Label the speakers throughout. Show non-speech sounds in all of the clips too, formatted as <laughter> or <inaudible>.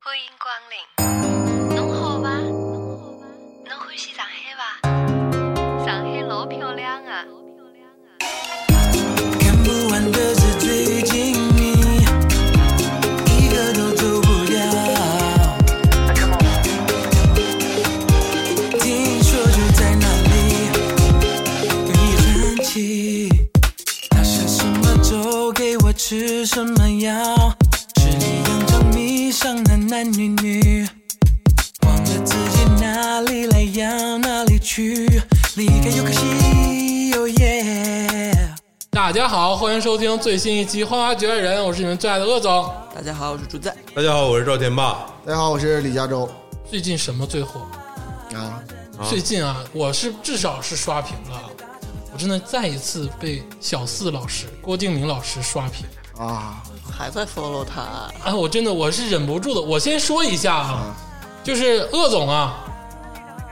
Speaker 1: 欢迎光临。侬好伐？侬好伐？侬欢喜上海伐？上海老漂亮啊个、老漂亮个、
Speaker 2: 看不完的纸醉金迷，一个都走不掉。听说就在那里，一传奇。他下什么粥给我吃什么药，吃你佯装迷上男男女女，忘了自己哪里来要哪里去，离开又可惜，哦耶。
Speaker 3: 大家好，欢迎收听最新一期《花花局外人》，我是你们最爱的鄂总。
Speaker 4: 大家好，我是朱赞。
Speaker 5: 大家好，我是赵天
Speaker 3: 哦
Speaker 5: 霸。
Speaker 6: 大家好，我是李佳洲
Speaker 3: 最近什么最火？
Speaker 6: 啊，
Speaker 3: 最近啊，我是至少是刷屏了，我真的再一次被小四老师、郭敬明老师刷屏。
Speaker 6: 啊，
Speaker 4: 还在 follow 他，
Speaker 3: 哎，我真的我是忍不住的。我先说一下啊，就是鄂总啊，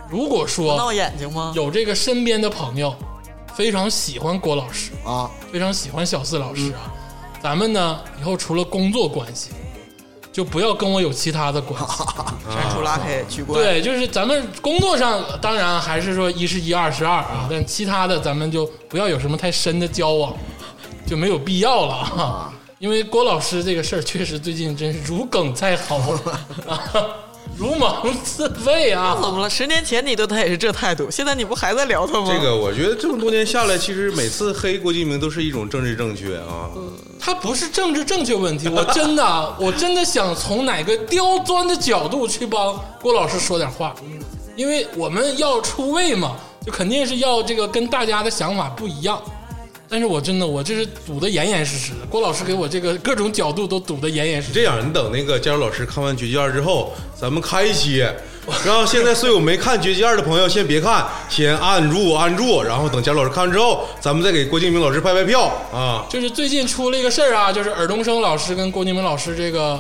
Speaker 3: 如果
Speaker 4: 闹
Speaker 3: 说
Speaker 4: 眼睛吗？
Speaker 3: 有这个身边的朋友非常喜欢郭老师，
Speaker 6: 啊，
Speaker 3: 非常喜欢小四老师啊，咱们呢以后除了工作关系，就不要跟我有其他的关系。
Speaker 4: 删除拉黑取关。，
Speaker 3: 对，就是咱们工作上当然还是说一是一二是二啊，但其他的咱们就不要有什么太深的交往， <laughs> 就没有必要了啊。因为郭老师这个事儿确实最近真是如鲠在喉啊，如芒刺背啊。
Speaker 4: 怎么了？十年前你对他也是这态度，现在你不还在聊他吗？
Speaker 5: 这个我觉得这么多年下来，其实每次黑郭敬明都是一种政治正确啊。
Speaker 3: 它不是政治正确问题，我真的，啊我真的想从哪个刁钻的角度去帮郭老师说点话，因为我们要出位嘛，就肯定是要这个跟大家的想法不一样。但是我真的，我这是堵得严严实实的，郭老师给我这个各种角度都堵得严严实实。
Speaker 5: 这样，你等那个佳茹老师看完《绝技二》之后，咱们开一期，然后现在所有没看《绝技二》的朋友先别看，先按住按住，然后等佳茹老师看完之后，咱们再给郭敬明老师拍拍票啊。
Speaker 3: 就是最近出了一个事儿啊，就是尔冬升老师跟郭敬明老师这个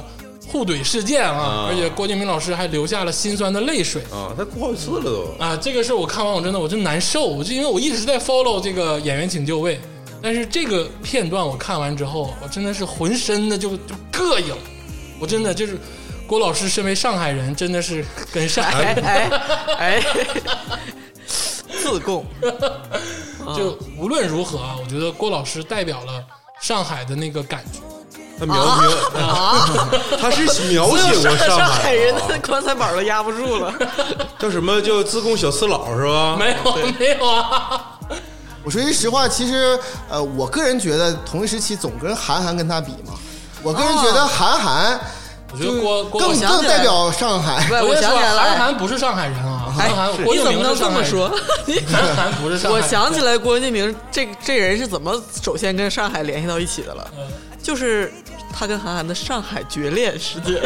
Speaker 3: 互怼事件啊，
Speaker 5: 啊
Speaker 3: 而且郭敬明老师还流下了心酸的泪水。
Speaker 5: 啊，他过好几次了都。
Speaker 3: 啊，这个事儿我看完我真的我真难受，我就因为我一直在 follow 这个演员请就位，但是这个片段我看完之后，我真的是浑身的就就膈应，我真的就是郭老师身为上海人，真的是跟上海
Speaker 4: 哎哎哎，自贡
Speaker 3: 就无论如何啊，我觉得郭老师代表了上海的那个感觉。嗯
Speaker 5: 他描描，他是描写过
Speaker 4: 上
Speaker 5: 上
Speaker 3: <laughs>
Speaker 4: 海
Speaker 5: 海
Speaker 4: 人
Speaker 5: 啊
Speaker 4: 的棺材板都压不住了。
Speaker 5: 叫什么叫自贡小四老是吧？
Speaker 3: 没有没有啊，
Speaker 6: 我说句实话，其实呃，我个人觉得同一时期总跟韩寒跟他比嘛，我个人觉得韩寒
Speaker 3: 哦我觉得郭郭老
Speaker 6: 更
Speaker 3: 师。
Speaker 4: 想
Speaker 6: 更
Speaker 4: 起来
Speaker 6: 代表上海 <laughs>
Speaker 4: 不，是，哎我
Speaker 3: 跟你
Speaker 4: 想
Speaker 3: 说
Speaker 4: 起来
Speaker 3: 韩
Speaker 4: 了，
Speaker 3: 寒不是上海人啊，
Speaker 4: 哎
Speaker 3: 韩寒
Speaker 4: 是
Speaker 3: 郭
Speaker 4: 你
Speaker 3: 敬
Speaker 4: 怎
Speaker 3: 明
Speaker 4: 么
Speaker 3: 是
Speaker 4: 能这
Speaker 3: 上海
Speaker 4: 么
Speaker 3: 人
Speaker 4: 说？
Speaker 3: 韩寒不是上海
Speaker 4: 我
Speaker 3: 人。
Speaker 4: 想起来郭敬明这这人是怎么首先跟上海联系到一起的了，
Speaker 3: 嗯
Speaker 4: 就是他跟韩寒的上海决恋事件。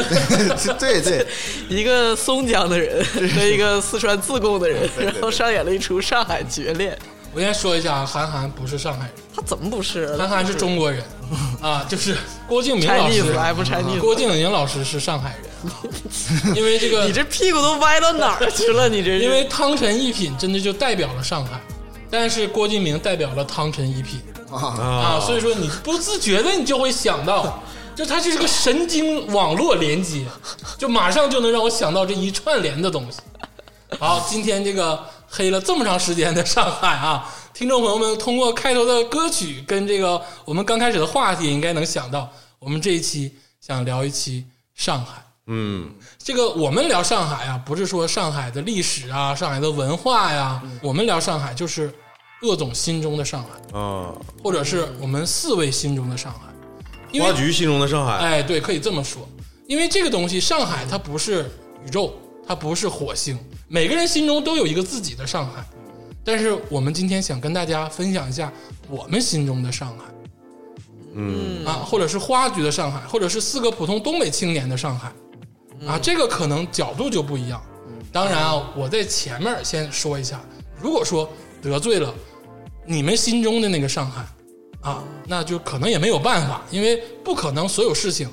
Speaker 6: 对对，
Speaker 4: 一个松江的人和一个四川自贡的人，然后上演了一出上海决恋。
Speaker 3: 我先说一下，啊，韩寒不是上海人。
Speaker 4: 他怎么不是？
Speaker 3: 韩寒是中国人啊，就是郭敬明老师啊
Speaker 4: Chinese，哎不 Chinese
Speaker 3: 郭敬明老师是上海人，因为这个
Speaker 4: 你，这屁股都歪到哪儿去了？你这是
Speaker 3: 因为汤臣一品真的就代表了上海，但是郭敬明代表了汤臣一品啊，
Speaker 6: 啊，
Speaker 3: 所以说你不自觉的你就会想到，就它就是个神经网络连接，就马上就能让我想到这一串联的东西。好，今天这个黑了这么长时间的上海啊，听众朋友们通过开头的歌曲跟这个我们刚开始的话题，应该能想到，我们这一期想聊一期上海。
Speaker 5: 嗯，
Speaker 3: 这个我们聊上海啊，不是说上海的历史啊，上海的文化呀、我们聊上海就是鄂总心中的上海，
Speaker 5: 啊，
Speaker 3: 或者是我们四位心中的上海。因为
Speaker 5: 花菊心中的上海，
Speaker 3: 哎，对，可以这么说，因为这个东西，上海它不是宇宙，它不是火星，每个人心中都有一个自己的上海。但是我们今天想跟大家分享一下我们心中的上海，嗯啊，或者是花局的上海，或者是四个普通东北青年的上海，啊，这个可能角度就不一样。当然啊，我在前面先说一下，如果说得罪了你们心中的那个上海，啊，那就可能也没有办法，因为不可能所有事情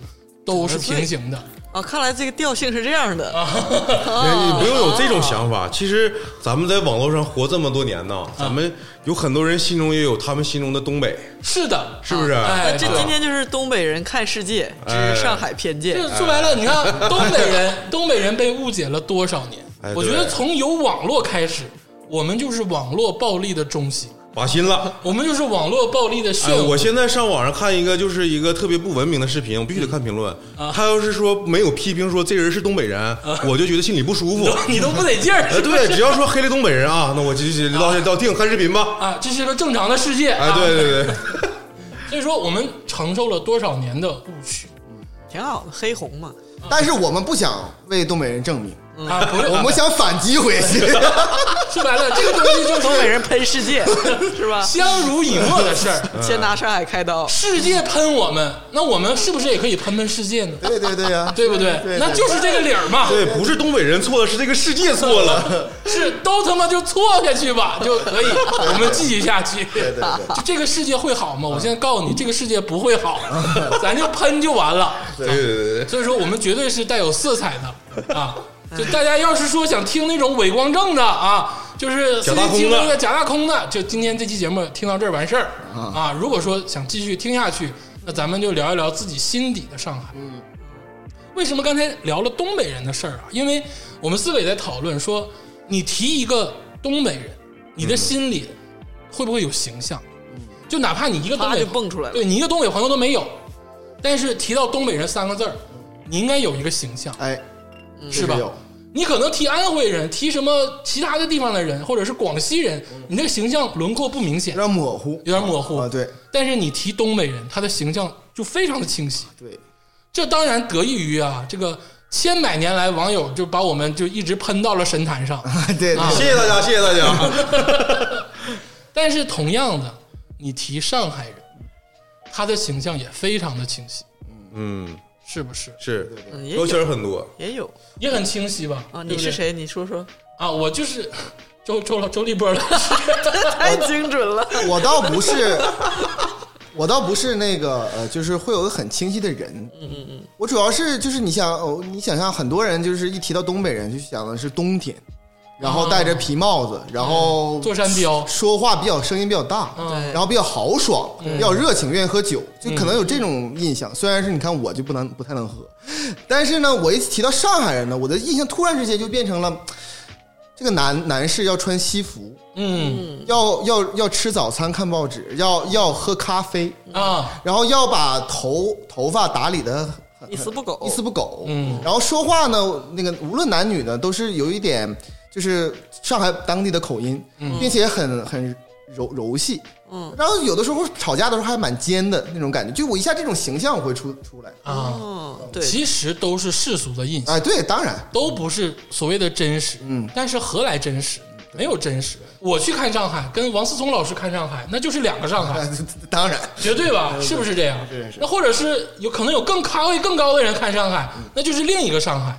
Speaker 3: 都是平行的。
Speaker 4: 啊，看来这个调性是这样的
Speaker 5: 哎 <laughs> 你
Speaker 4: 啊
Speaker 5: 不用有这种想法。其实咱们在网络上活这么多年呢，咱们有很多人心中也有他们心中的东北，
Speaker 3: 是的，
Speaker 5: 是不是？
Speaker 3: 哎
Speaker 4: 那这今天就是东北人看世界之上海偏见
Speaker 3: 这说白
Speaker 5: 哎
Speaker 3: 了，你
Speaker 5: <laughs>
Speaker 3: 看东北人，东北人被误解了多少年
Speaker 5: 哎？
Speaker 3: 我觉得
Speaker 5: 对
Speaker 3: 从有网络开始，我们就是网络暴力的中心，
Speaker 5: 把心了。
Speaker 3: 我们就是网络暴力的漩
Speaker 5: 哎，
Speaker 3: 涡。
Speaker 5: 我现在上网上看一个，就是一个特别不文明的视频，我必须得看评论。他要是说没有批评说这人是东北人，我就觉得心里不舒服。
Speaker 3: 你都不得劲儿，
Speaker 5: 呃，对，只要说黑了东北人啊，那我就就到到定看视频吧。
Speaker 3: 啊，这是个正常的世界
Speaker 5: 哎，
Speaker 3: 啊。
Speaker 5: 对对对，
Speaker 3: 所以说我们承受了多少年的误区
Speaker 4: 挺好的，黑红嘛，
Speaker 6: 但是我们不想为东北人证明，
Speaker 5: 嗯
Speaker 3: 啊？不是，
Speaker 6: 我们想反击回
Speaker 3: <laughs>
Speaker 6: 去。
Speaker 3: 说白了，这个东西就
Speaker 4: 东北
Speaker 3: 是
Speaker 4: 人喷世界是吧？
Speaker 3: 相濡以沫的事
Speaker 5: <laughs>
Speaker 3: 儿。
Speaker 4: 先拿上海开刀，
Speaker 3: 世界喷我们，那我们是不是也可以喷喷世界呢？
Speaker 6: 对对对呀、
Speaker 3: 对不对？
Speaker 6: 对
Speaker 3: 那就是这个理儿嘛。
Speaker 5: 对，不是东北人错了，是这个世界错
Speaker 3: <laughs>
Speaker 5: 了。
Speaker 3: 是都他妈就错下去吧，就
Speaker 6: <laughs>
Speaker 3: 可以，我们继续下去。对对对，就这个世界会好吗？我现在告诉你，这个世界不会好，咱就喷就完了。
Speaker 5: 对对对对对。
Speaker 3: 所以说，我们绝对是带有色彩的啊！就大家要是说想听那种伪光正的啊，就是
Speaker 5: 假大空的
Speaker 3: 听那个假大空的，就今天这期节目听到这儿完事儿啊。如果说想继续听下去，那咱们就聊一聊自己心底的上海。嗯，为什么刚才聊了东北人的事儿啊？因为我们四个也在讨论说，你提一个东北人，你
Speaker 4: 嗯
Speaker 3: 的心里会不会有形象？就哪怕你一个东
Speaker 4: 啪
Speaker 3: 北
Speaker 4: 嗯就蹦出来了
Speaker 3: 对你一个东北朋友都没有，但是提到东北人三个字儿，你应该有一个形象，
Speaker 6: 哎，
Speaker 3: 嗯是吧
Speaker 6: 有？
Speaker 3: 你可能提安徽人，提什么其他的地方的人，或者是广西人，你那个形象轮廓不明显
Speaker 6: 有，点模糊
Speaker 3: 有点模糊
Speaker 6: 啊，。对
Speaker 3: 但是你提东北人，他的形象就非常的清晰。 <laughs>
Speaker 6: 对，
Speaker 3: 这当然得益于啊，这个千百年来网友就把我们就一直喷到了神
Speaker 6: <laughs>
Speaker 3: 坛上。
Speaker 6: 啊对对，
Speaker 5: 谢谢大家，谢谢大家。
Speaker 3: 但是同样的，你提上海人，他的形象也非常的清晰，
Speaker 5: 嗯，
Speaker 3: 是不是？
Speaker 5: 是
Speaker 4: 嗯也
Speaker 5: 标
Speaker 4: 有
Speaker 5: 签很多。
Speaker 4: 也有
Speaker 3: 也很清晰吧？对
Speaker 4: 啊，你
Speaker 3: 不
Speaker 4: 是
Speaker 3: 对
Speaker 4: 谁？你说说， <laughs>
Speaker 3: 啊？我就是周周老周立波老师。
Speaker 4: 太精准了，
Speaker 6: <laughs> 我倒不是，我倒不是那个呃，就是会有一个很清晰的人。嗯嗯嗯。我主要是就是你想哦，你想象很多人就是一提到东北人就想的是冬天，然后戴着皮帽子，然后
Speaker 3: 坐山雕
Speaker 6: 说话比较声音比较大，
Speaker 3: 嗯
Speaker 6: 然后比较豪爽，比较热情，愿意喝酒，就可能有这种印象。虽然是你看我就不能不太能喝，但是呢，我一提到上海人呢，我的印象突然之间就变成了。这个男男士要穿西服，
Speaker 3: 嗯
Speaker 6: 要要要吃早餐、看报纸，要要喝咖啡，
Speaker 3: <laughs> 啊，
Speaker 6: 然后要把头头发打理的
Speaker 4: 一丝不苟
Speaker 6: 一丝不苟。
Speaker 3: 嗯，
Speaker 6: 然后说话呢，那个无论男女呢，都是有一点就是上海当地的口音，并且很很柔柔细。
Speaker 4: 嗯，
Speaker 6: 然后有的时候吵架的时候还蛮尖的那种感觉，就我一下这种形象我会出出来。
Speaker 3: 啊，
Speaker 4: 嗯，对，
Speaker 3: 其实都是世俗的印象，
Speaker 6: 哎，对，当然 <laughs>
Speaker 3: 都不是所谓的真实。
Speaker 6: 嗯，
Speaker 3: 但是何来真实？没有真实。我去看上海，跟王思聪老师看上海，那就是两个上海
Speaker 6: <laughs> 哎，当然，
Speaker 3: 绝对吧？是不是这样
Speaker 6: 是是？
Speaker 3: 那或者是有可能有更咖位更高的人看上海，那就是另一个上海。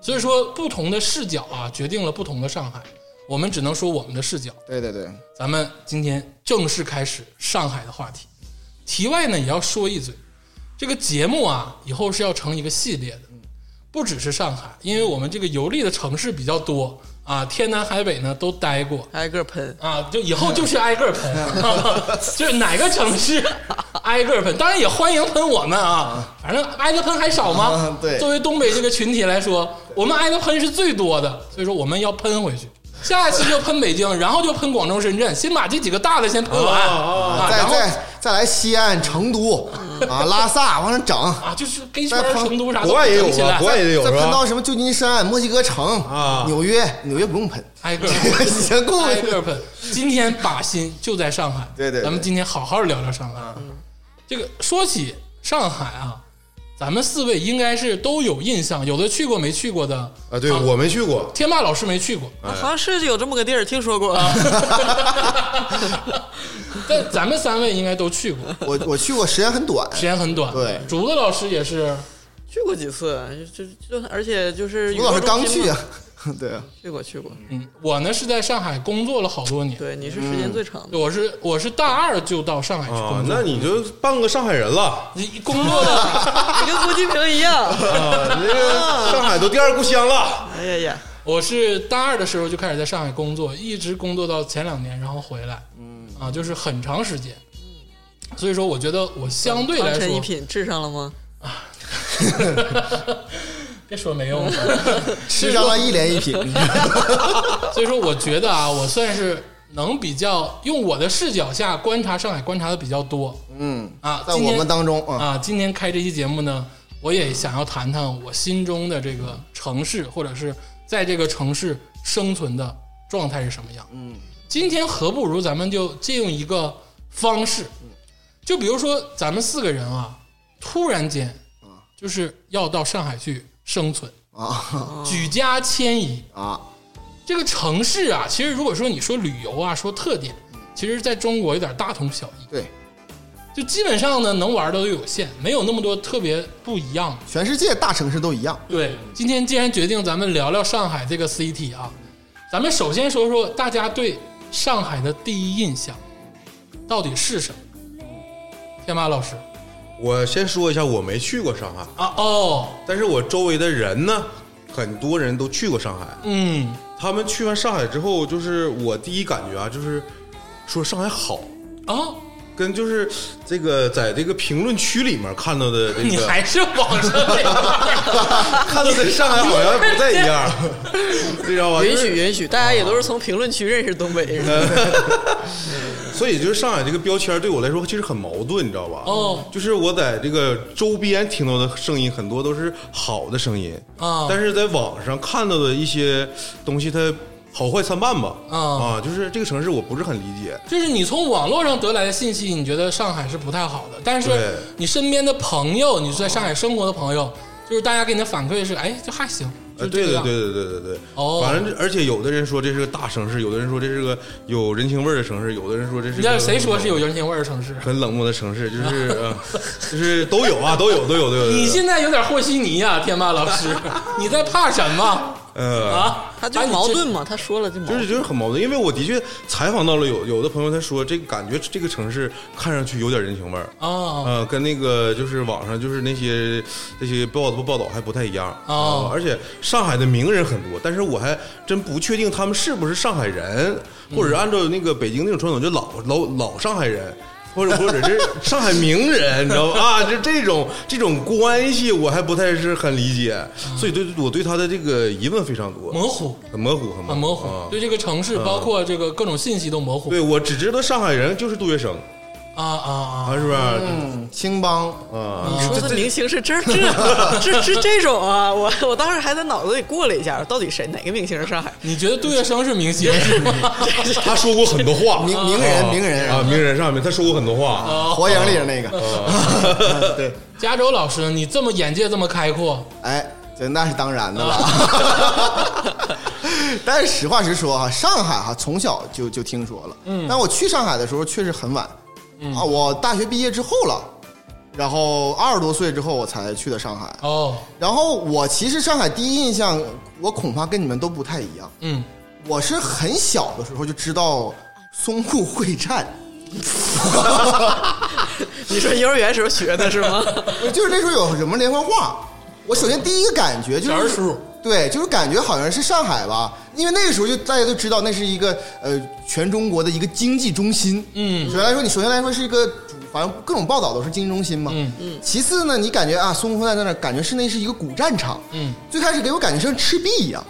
Speaker 3: 所以说，不同的视角啊，决定了不同的上海。我们只能说我们的视角。
Speaker 6: 对对对，
Speaker 3: 咱们今天正式开始上海的话题。题外呢，也要说一嘴，这个节目啊，以后是要成一个系列的，不只是上海，因为我们这个游历的城市比较多啊，天南海北呢都待过
Speaker 4: 挨个喷，
Speaker 3: 啊，就以后就是挨个
Speaker 5: <laughs>
Speaker 3: 喷，啊就是哪个城市挨个喷，当然也欢迎喷我们啊，反正挨个喷还少吗
Speaker 6: 啊？对
Speaker 3: 作为东北这个群体来说，我们挨的喷是最多的，所以说我们要喷回去。下一期就喷北京，然后就喷广州、深圳，先把这几个大的先喷完
Speaker 5: 哦
Speaker 3: 啊，
Speaker 6: 再
Speaker 3: 然后
Speaker 6: 再再来西安、成都啊、拉萨往上整。
Speaker 3: 啊，就是跟圈
Speaker 6: 再
Speaker 3: 儿
Speaker 6: 喷
Speaker 3: 成都啥的
Speaker 5: 国外也有
Speaker 3: 整起
Speaker 5: 吧？
Speaker 3: 来
Speaker 5: 国，外也有
Speaker 6: 再
Speaker 5: 哎是
Speaker 6: 喷
Speaker 5: 吧
Speaker 6: 到？什么旧金山、墨西哥城
Speaker 5: 啊
Speaker 6: 纽约，纽约不用喷， <laughs>
Speaker 3: 挨
Speaker 5: <laughs>
Speaker 3: 个喷
Speaker 6: 先过
Speaker 3: 挨
Speaker 6: 去。
Speaker 3: 个喷。哎 <laughs> 今天把心就在上海，
Speaker 6: 对对对嗯
Speaker 3: 咱们今天好好聊聊上海。这个说起上海啊，咱们四位应该是都有印象，有的去过没去过的
Speaker 5: 啊，对我没去过，
Speaker 3: 天霸老师没去过， <laughs>
Speaker 4: 啊好像是有这么个地儿，听说过，
Speaker 3: 但咱
Speaker 6: <laughs>
Speaker 3: 们三位应该都去过，
Speaker 6: 我我去过，时间很短，
Speaker 3: 时间很短。
Speaker 6: 对
Speaker 3: 竹子老师也是
Speaker 4: 去过几次，就就就而且就是
Speaker 6: 吴老师刚去
Speaker 4: 啊，
Speaker 6: 啊， <laughs> 对啊，
Speaker 4: 去过去过，
Speaker 3: 嗯，我呢是在上海工作了好多年，
Speaker 4: 对，你是时间最长的，
Speaker 3: 我是我是大二就到上海去
Speaker 5: 啊
Speaker 3: 工，作，
Speaker 5: 那
Speaker 6: 哦
Speaker 5: 你就半个上海人了
Speaker 3: 你工作了，
Speaker 4: <laughs> 你跟郭敬明一样，
Speaker 5: 啊，
Speaker 3: <laughs>
Speaker 5: 那个上海都第二故乡了。
Speaker 4: 哎呀呀，
Speaker 3: 我是大二的时候就开始在上海工作，一直工作到前两年，然后回来，嗯，啊，就是很长时间，所以说我觉得我相对来
Speaker 4: 陈一
Speaker 3: 说，
Speaker 4: 品治上了吗？
Speaker 3: <laughs> 别说没用的，
Speaker 6: 吃上了一连 <laughs> 一品，
Speaker 3: 所以说，我觉得啊，我算是能比较用我的视角下观察上海，观察的比较多
Speaker 6: 嗯，
Speaker 3: 啊。
Speaker 6: 在
Speaker 3: 今
Speaker 6: 我
Speaker 3: 天
Speaker 6: 们当中啊，
Speaker 3: 啊，今天开这期节目呢，我也想要谈谈我心中的这个城市，或者是在这个城市生存的状态是什么样。
Speaker 6: 嗯，
Speaker 3: 今天何不如咱们就借用一个方式，就比如说咱们四个人啊，突然间
Speaker 6: 嗯
Speaker 3: 就是要到上海去生存，
Speaker 6: 啊 <laughs>
Speaker 3: 举家迁移。
Speaker 6: 啊，
Speaker 3: 这个城市啊，其实如果说你说旅游啊，说特点，
Speaker 6: 嗯
Speaker 3: 其实在中国有点大同小异，
Speaker 6: 对，
Speaker 3: 就基本上呢能玩的都有限，没有那么多特别不一样的。
Speaker 6: 全世界大城市都一样，
Speaker 5: 嗯
Speaker 3: 对，今天既然决定咱们聊聊上海这个 CT 啊，咱们首先说说大家对上海的第一印象到底是什么？天马老师
Speaker 5: 我先说一下，我没去过上海，
Speaker 3: 啊，哦，
Speaker 5: 但是我周围的人呢，很多人都去过上海。
Speaker 3: 嗯，
Speaker 5: 他们去完上海之后，就是我第一感觉啊，就是说上海好，
Speaker 3: 哦，
Speaker 5: 跟就是这个在这个评论区里面看到的这
Speaker 3: 你
Speaker 5: 个
Speaker 3: 还是网上那个
Speaker 5: 看到的上海好像不太一
Speaker 3: <laughs>
Speaker 5: 样，知道吧？
Speaker 4: 允
Speaker 5: 就是
Speaker 4: 许允许，大家也都是从评论区认识东北人，
Speaker 5: 所以就是上海这个标签对我来说其实很矛盾，你知道吧？
Speaker 3: 哦
Speaker 5: 就是我在这个周边听到的声音很多都是好的声音
Speaker 3: 啊
Speaker 5: 但是在网上看到的一些东西，它好坏参半吧
Speaker 3: 啊
Speaker 5: 就是这个城市我不是很理解。
Speaker 3: <laughs> 就是你从网络上得来的信息，你觉得上海是不太好的，但
Speaker 5: 对
Speaker 3: 是你身边的朋友，你在上海生活的朋友，就是大家给你的反馈是，哎，就还行，就
Speaker 5: 呃，
Speaker 3: 是
Speaker 5: 对
Speaker 3: 这
Speaker 5: 对
Speaker 3: 样
Speaker 5: 对对对对对，
Speaker 3: 哦
Speaker 5: 反正而且有的人说这是个大城市，有的人说这是个有人情味儿的城市，有的人说这是
Speaker 3: 你知道
Speaker 5: 个
Speaker 3: 谁说是有人情味儿的城市？
Speaker 5: 很冷漠的城市，就是呃，就是都有啊，都有都有都有。都有
Speaker 3: <laughs> 你现在有点和稀泥呀、天霸老
Speaker 4: <laughs>
Speaker 3: 师，你在怕什么
Speaker 5: 呃，
Speaker 3: 啊？
Speaker 4: 他就
Speaker 3: 把你
Speaker 4: 矛
Speaker 3: 这
Speaker 4: 盾嘛，他说了就矛
Speaker 5: 就是
Speaker 4: 盾，
Speaker 5: 就是很矛盾，因为我的确采访到了有有的朋友，他说这个感觉这个城市看上去有点人情味儿。
Speaker 3: 啊
Speaker 5: 呃，跟那个就是网上就是那些这些报道报道还不太一样啊、
Speaker 3: 哦
Speaker 5: 而且上海的名人很多，但是我还真不确定他们是不是上海人，或者按照那个北京那种传统，就老老老上海人。或者或者是上海名人，你知道吧？啊，就这种这种关系，我还不太是很理解，所以对我对他的这个疑问非常多，
Speaker 3: 模糊，
Speaker 5: 很模糊，很
Speaker 3: 很模糊，
Speaker 5: 啊
Speaker 3: 对这个城市，包括这个各种信息都模糊
Speaker 5: <laughs> 对我只知道上海人就是杜月笙
Speaker 3: 啊啊啊！
Speaker 5: 啊，是不是？
Speaker 6: 嗯，青帮，
Speaker 5: 啊，
Speaker 4: 你说的明星是这这这这这种啊！我我当时还在脑子里过了一下，到底谁哪个明星是上海？
Speaker 3: 你觉得杜月笙是明星是吗？
Speaker 5: 他说过很多话，
Speaker 6: 名名人名人
Speaker 5: 啊，名人上面他说过很多
Speaker 3: 啊
Speaker 5: 话，
Speaker 6: 火影里的那个，
Speaker 3: <laughs>
Speaker 6: 哦 <laughs>
Speaker 3: 加州老师，你这么眼界这么开阔，
Speaker 6: 哎，这那是当然的了。 <laughs> 但是实话实说哈，上海哈从小就就听说了，嗯，但我去上海的时候确实很晚，啊，我大学毕业之后了，然后二十多岁之后我才去的上海，
Speaker 3: 哦，
Speaker 6: 然后我其实上海第一印象，我恐怕跟你们都不太一样。
Speaker 3: 嗯，
Speaker 6: 我是很小的时候就知道淞沪会战， <laughs>
Speaker 4: 你说幼儿园时候学的是吗？
Speaker 6: 就是那时候有什么连环画。我首先第一个感觉就
Speaker 3: 小人
Speaker 6: 是
Speaker 3: 书
Speaker 6: 对，就是感觉好像是上海吧，因为那个时候就大家都知道那是一个呃全中国的一个经济中心。
Speaker 3: 嗯
Speaker 6: 首先来说，你首先来说是一个主，反正各种报道都是经济中心嘛。
Speaker 3: 嗯
Speaker 6: 嗯。其次呢，你感觉啊，淞沪会战在那儿，感觉是那是一个古战场。
Speaker 3: 嗯
Speaker 6: 最开始给我感觉像赤壁一样。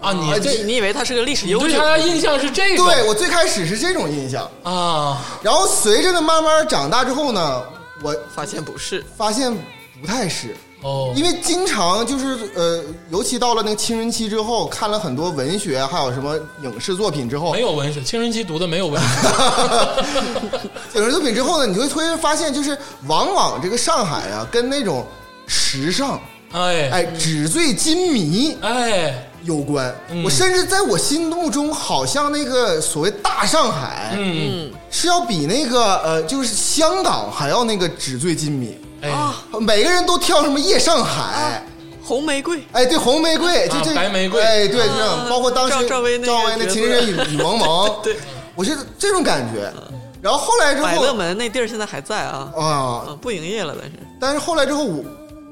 Speaker 3: 啊，你
Speaker 4: 啊
Speaker 3: 这
Speaker 4: 你你以为他是个历史悠
Speaker 3: 对
Speaker 4: 久
Speaker 3: 他？的印象是这个
Speaker 6: 对我最开始是这种印象，
Speaker 3: 啊，
Speaker 6: 然后随着呢慢慢长大之后呢，我
Speaker 4: 发现不是，
Speaker 6: 发现不太是，
Speaker 3: 哦，
Speaker 6: 因为经常就是呃，尤其到了那个青春期之后，看了很多文学还有什么影视作品之后
Speaker 3: 没，有文学，青春期读的没有文学，
Speaker 6: 影视作品之后呢，你就会突然发现，就是往往这个上海啊，跟那种时尚。
Speaker 3: 哎
Speaker 6: 哎，纸醉金迷
Speaker 3: 哎，
Speaker 6: 有关。
Speaker 3: 嗯
Speaker 6: 我甚至在我心目中，好像那个所谓大上海，
Speaker 3: 嗯
Speaker 4: 嗯，
Speaker 6: 是要比那个呃，就是香港还要那个纸醉金迷。
Speaker 3: 哎，
Speaker 6: 每个人都挑什么夜上
Speaker 4: 啊
Speaker 6: 海，
Speaker 4: 红玫瑰，
Speaker 6: 哎，对，红玫瑰，就
Speaker 3: 啊
Speaker 6: 这
Speaker 3: 白玫瑰
Speaker 6: 哎，对，这
Speaker 4: 啊
Speaker 6: 种包括当时
Speaker 4: 赵赵薇那个
Speaker 6: 赵薇那
Speaker 4: 角色
Speaker 6: 情深深雨雨蒙蒙，
Speaker 4: <laughs> 对，
Speaker 6: 我是这种感觉。然后后来之
Speaker 4: 百乐
Speaker 6: 后
Speaker 4: 门那地儿现在还在啊，
Speaker 6: 啊，
Speaker 4: 嗯，不营业了，但是
Speaker 6: 但是后来之后我，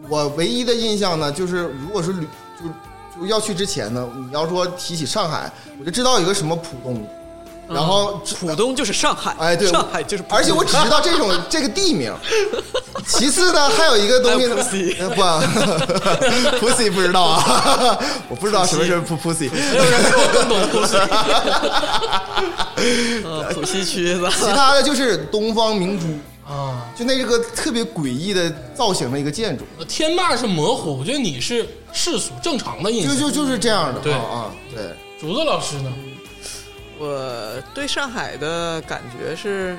Speaker 6: 我唯一的印象呢，就是如果是旅就就要去之前呢，你要说提起上海，我就知道一个什么浦东，然后知、
Speaker 4: 嗯浦东就是上海，
Speaker 6: 哎对
Speaker 4: 上海就是浦东，
Speaker 6: 而且我只知道这种这个
Speaker 4: <laughs>
Speaker 6: 地名。其次呢，还有一个东西呢，
Speaker 4: 还
Speaker 6: 呃不 <laughs> ，pussy 不知道啊， <laughs> 我不知道什么是 pu- pussy。
Speaker 4: 没有人比我更懂浦西，嗯，浦西区的，
Speaker 6: 其他的就是东方明珠，
Speaker 3: 啊，
Speaker 6: 就那是个特别诡异的造型的一个建筑，
Speaker 3: 天霸是模糊，我觉得你是世俗正常的印
Speaker 6: 就
Speaker 3: 象。
Speaker 6: 就就是这样的。
Speaker 3: 对
Speaker 6: 啊啊，对，
Speaker 3: 竹子老师呢？
Speaker 4: 我对上海的感觉是，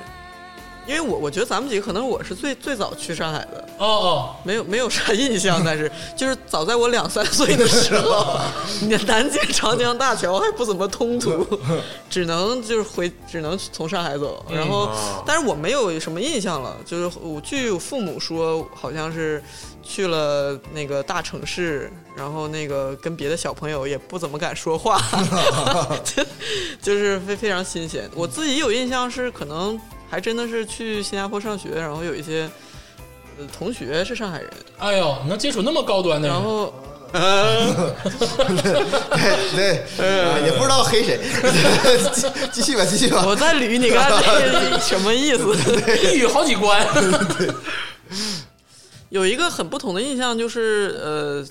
Speaker 4: 因为我我觉得咱们几个可能我是最最早去上海的，
Speaker 3: 哦哦，
Speaker 4: 没有没有啥印象，但是就是早在我两三岁的时候，你的南京长江大桥还不怎么通途，只能就是回，只能从上海走。然后，但是我没有什么印象了，就是我据我父母说，好像是去了那个大城市，然后那个跟别的小朋友也不怎么敢说话， <laughs> 就就是非非常新鲜。我自己有印象是可能。还真的是去新加坡上学，然后有一些呃同学是上海人，
Speaker 3: 哎呦，你能接触那么高端的
Speaker 4: 然
Speaker 3: 人，
Speaker 4: 后
Speaker 6: 对，
Speaker 3: <laughs>
Speaker 6: 啊也不知道黑谁，继继续吧，继续吧。
Speaker 4: 我再捋你看这个什么意思？
Speaker 3: 一语哎好几关。
Speaker 6: <laughs>
Speaker 4: 有一个很不同的印象就是，呃，